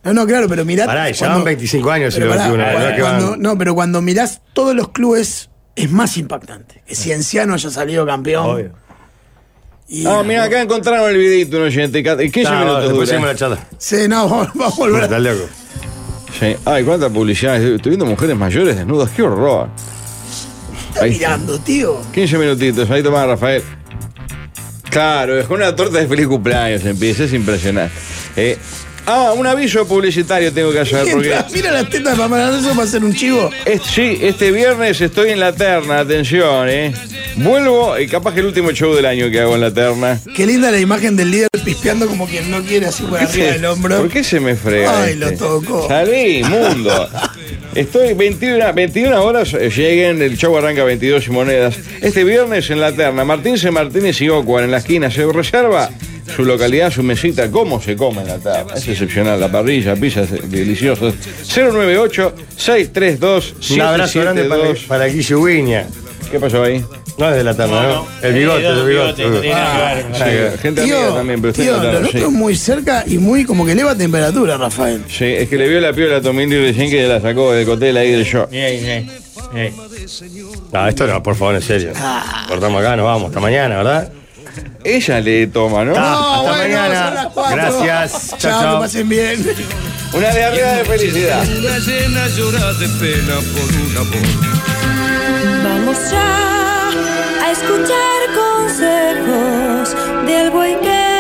No, no, claro, pero mirá.
Pará, y ya
cuando-
van 25 años el
pero pará,
21, la
cuando-
verdad que van.
cuando- No, pero cuando mirás todos los clubes, es más impactante. Que Cienciano haya salido campeón.
Obvio.
Y-
Ah, mira, acá encontraron el videito, un oyente. ca- 15
Está,
minutos
después
dura.
hacemos la charla.
Sí, no, vamos, vamos a volver.
Está loco.
Sí. Ay, cuánta publicidad. Estoy viendo mujeres mayores desnudas. Qué horror.
Está
Ahí está.
mirando, tío.
15 minutitos. Ahí toma Rafael. Claro, es con una torta de feliz cumpleaños empieza. Es impresionante. Eh, ah, un aviso publicitario tengo que hacer porque...
Mientras mira las tetas de Pamela Rosso para hacer un chivo.
Es- sí, este viernes estoy en la terna, atención, ¿eh? Vuelvo, eh, capaz que el último show del año que hago en la terna.
Qué linda la imagen del líder pispeando como quien no quiere así por arriba del hombro.
¿Por qué se me frega? este?
Ay, lo tocó.
Salí, mundo. Estoy 21, 21 horas, eh, lleguen, el show arranca 22 y monedas. Este viernes en la terna, Martín C. Martínez y Ocuar en la esquina, se reserva su localidad, su mesita, cómo se come en la terna. Es excepcional, la parrilla, pizzas eh, deliciosas. 098-632-772.
Un abrazo grande para, para Guille Uguiña.
¿Qué pasó ahí?
No es de la tarde, ¿no? El bigote, el bigote.
Sí, gente amiga
Tío,
también, pero usted
tío,
no
lo
tanto,
noto
sí.
muy cerca y muy como que eleva temperatura, Rafael.
Sí, es que le vio la piola a Tomilio recién que la sacó del hotel ahí del show.
Eh,
No, esto no, por favor, en serio. Cortamos acá, nos vamos. Hasta mañana, ¿verdad?
Ah. Ella le toma, ¿no?
Ah, hasta
bueno,
mañana.
son las cuatro.
Gracias. Chao,
Oh, Chao,
chao.
que pasen bien.
Una de arriba de felicidad.
Una llena llora de pena por un amor.
Vamos ya a escuchar consejos del buen que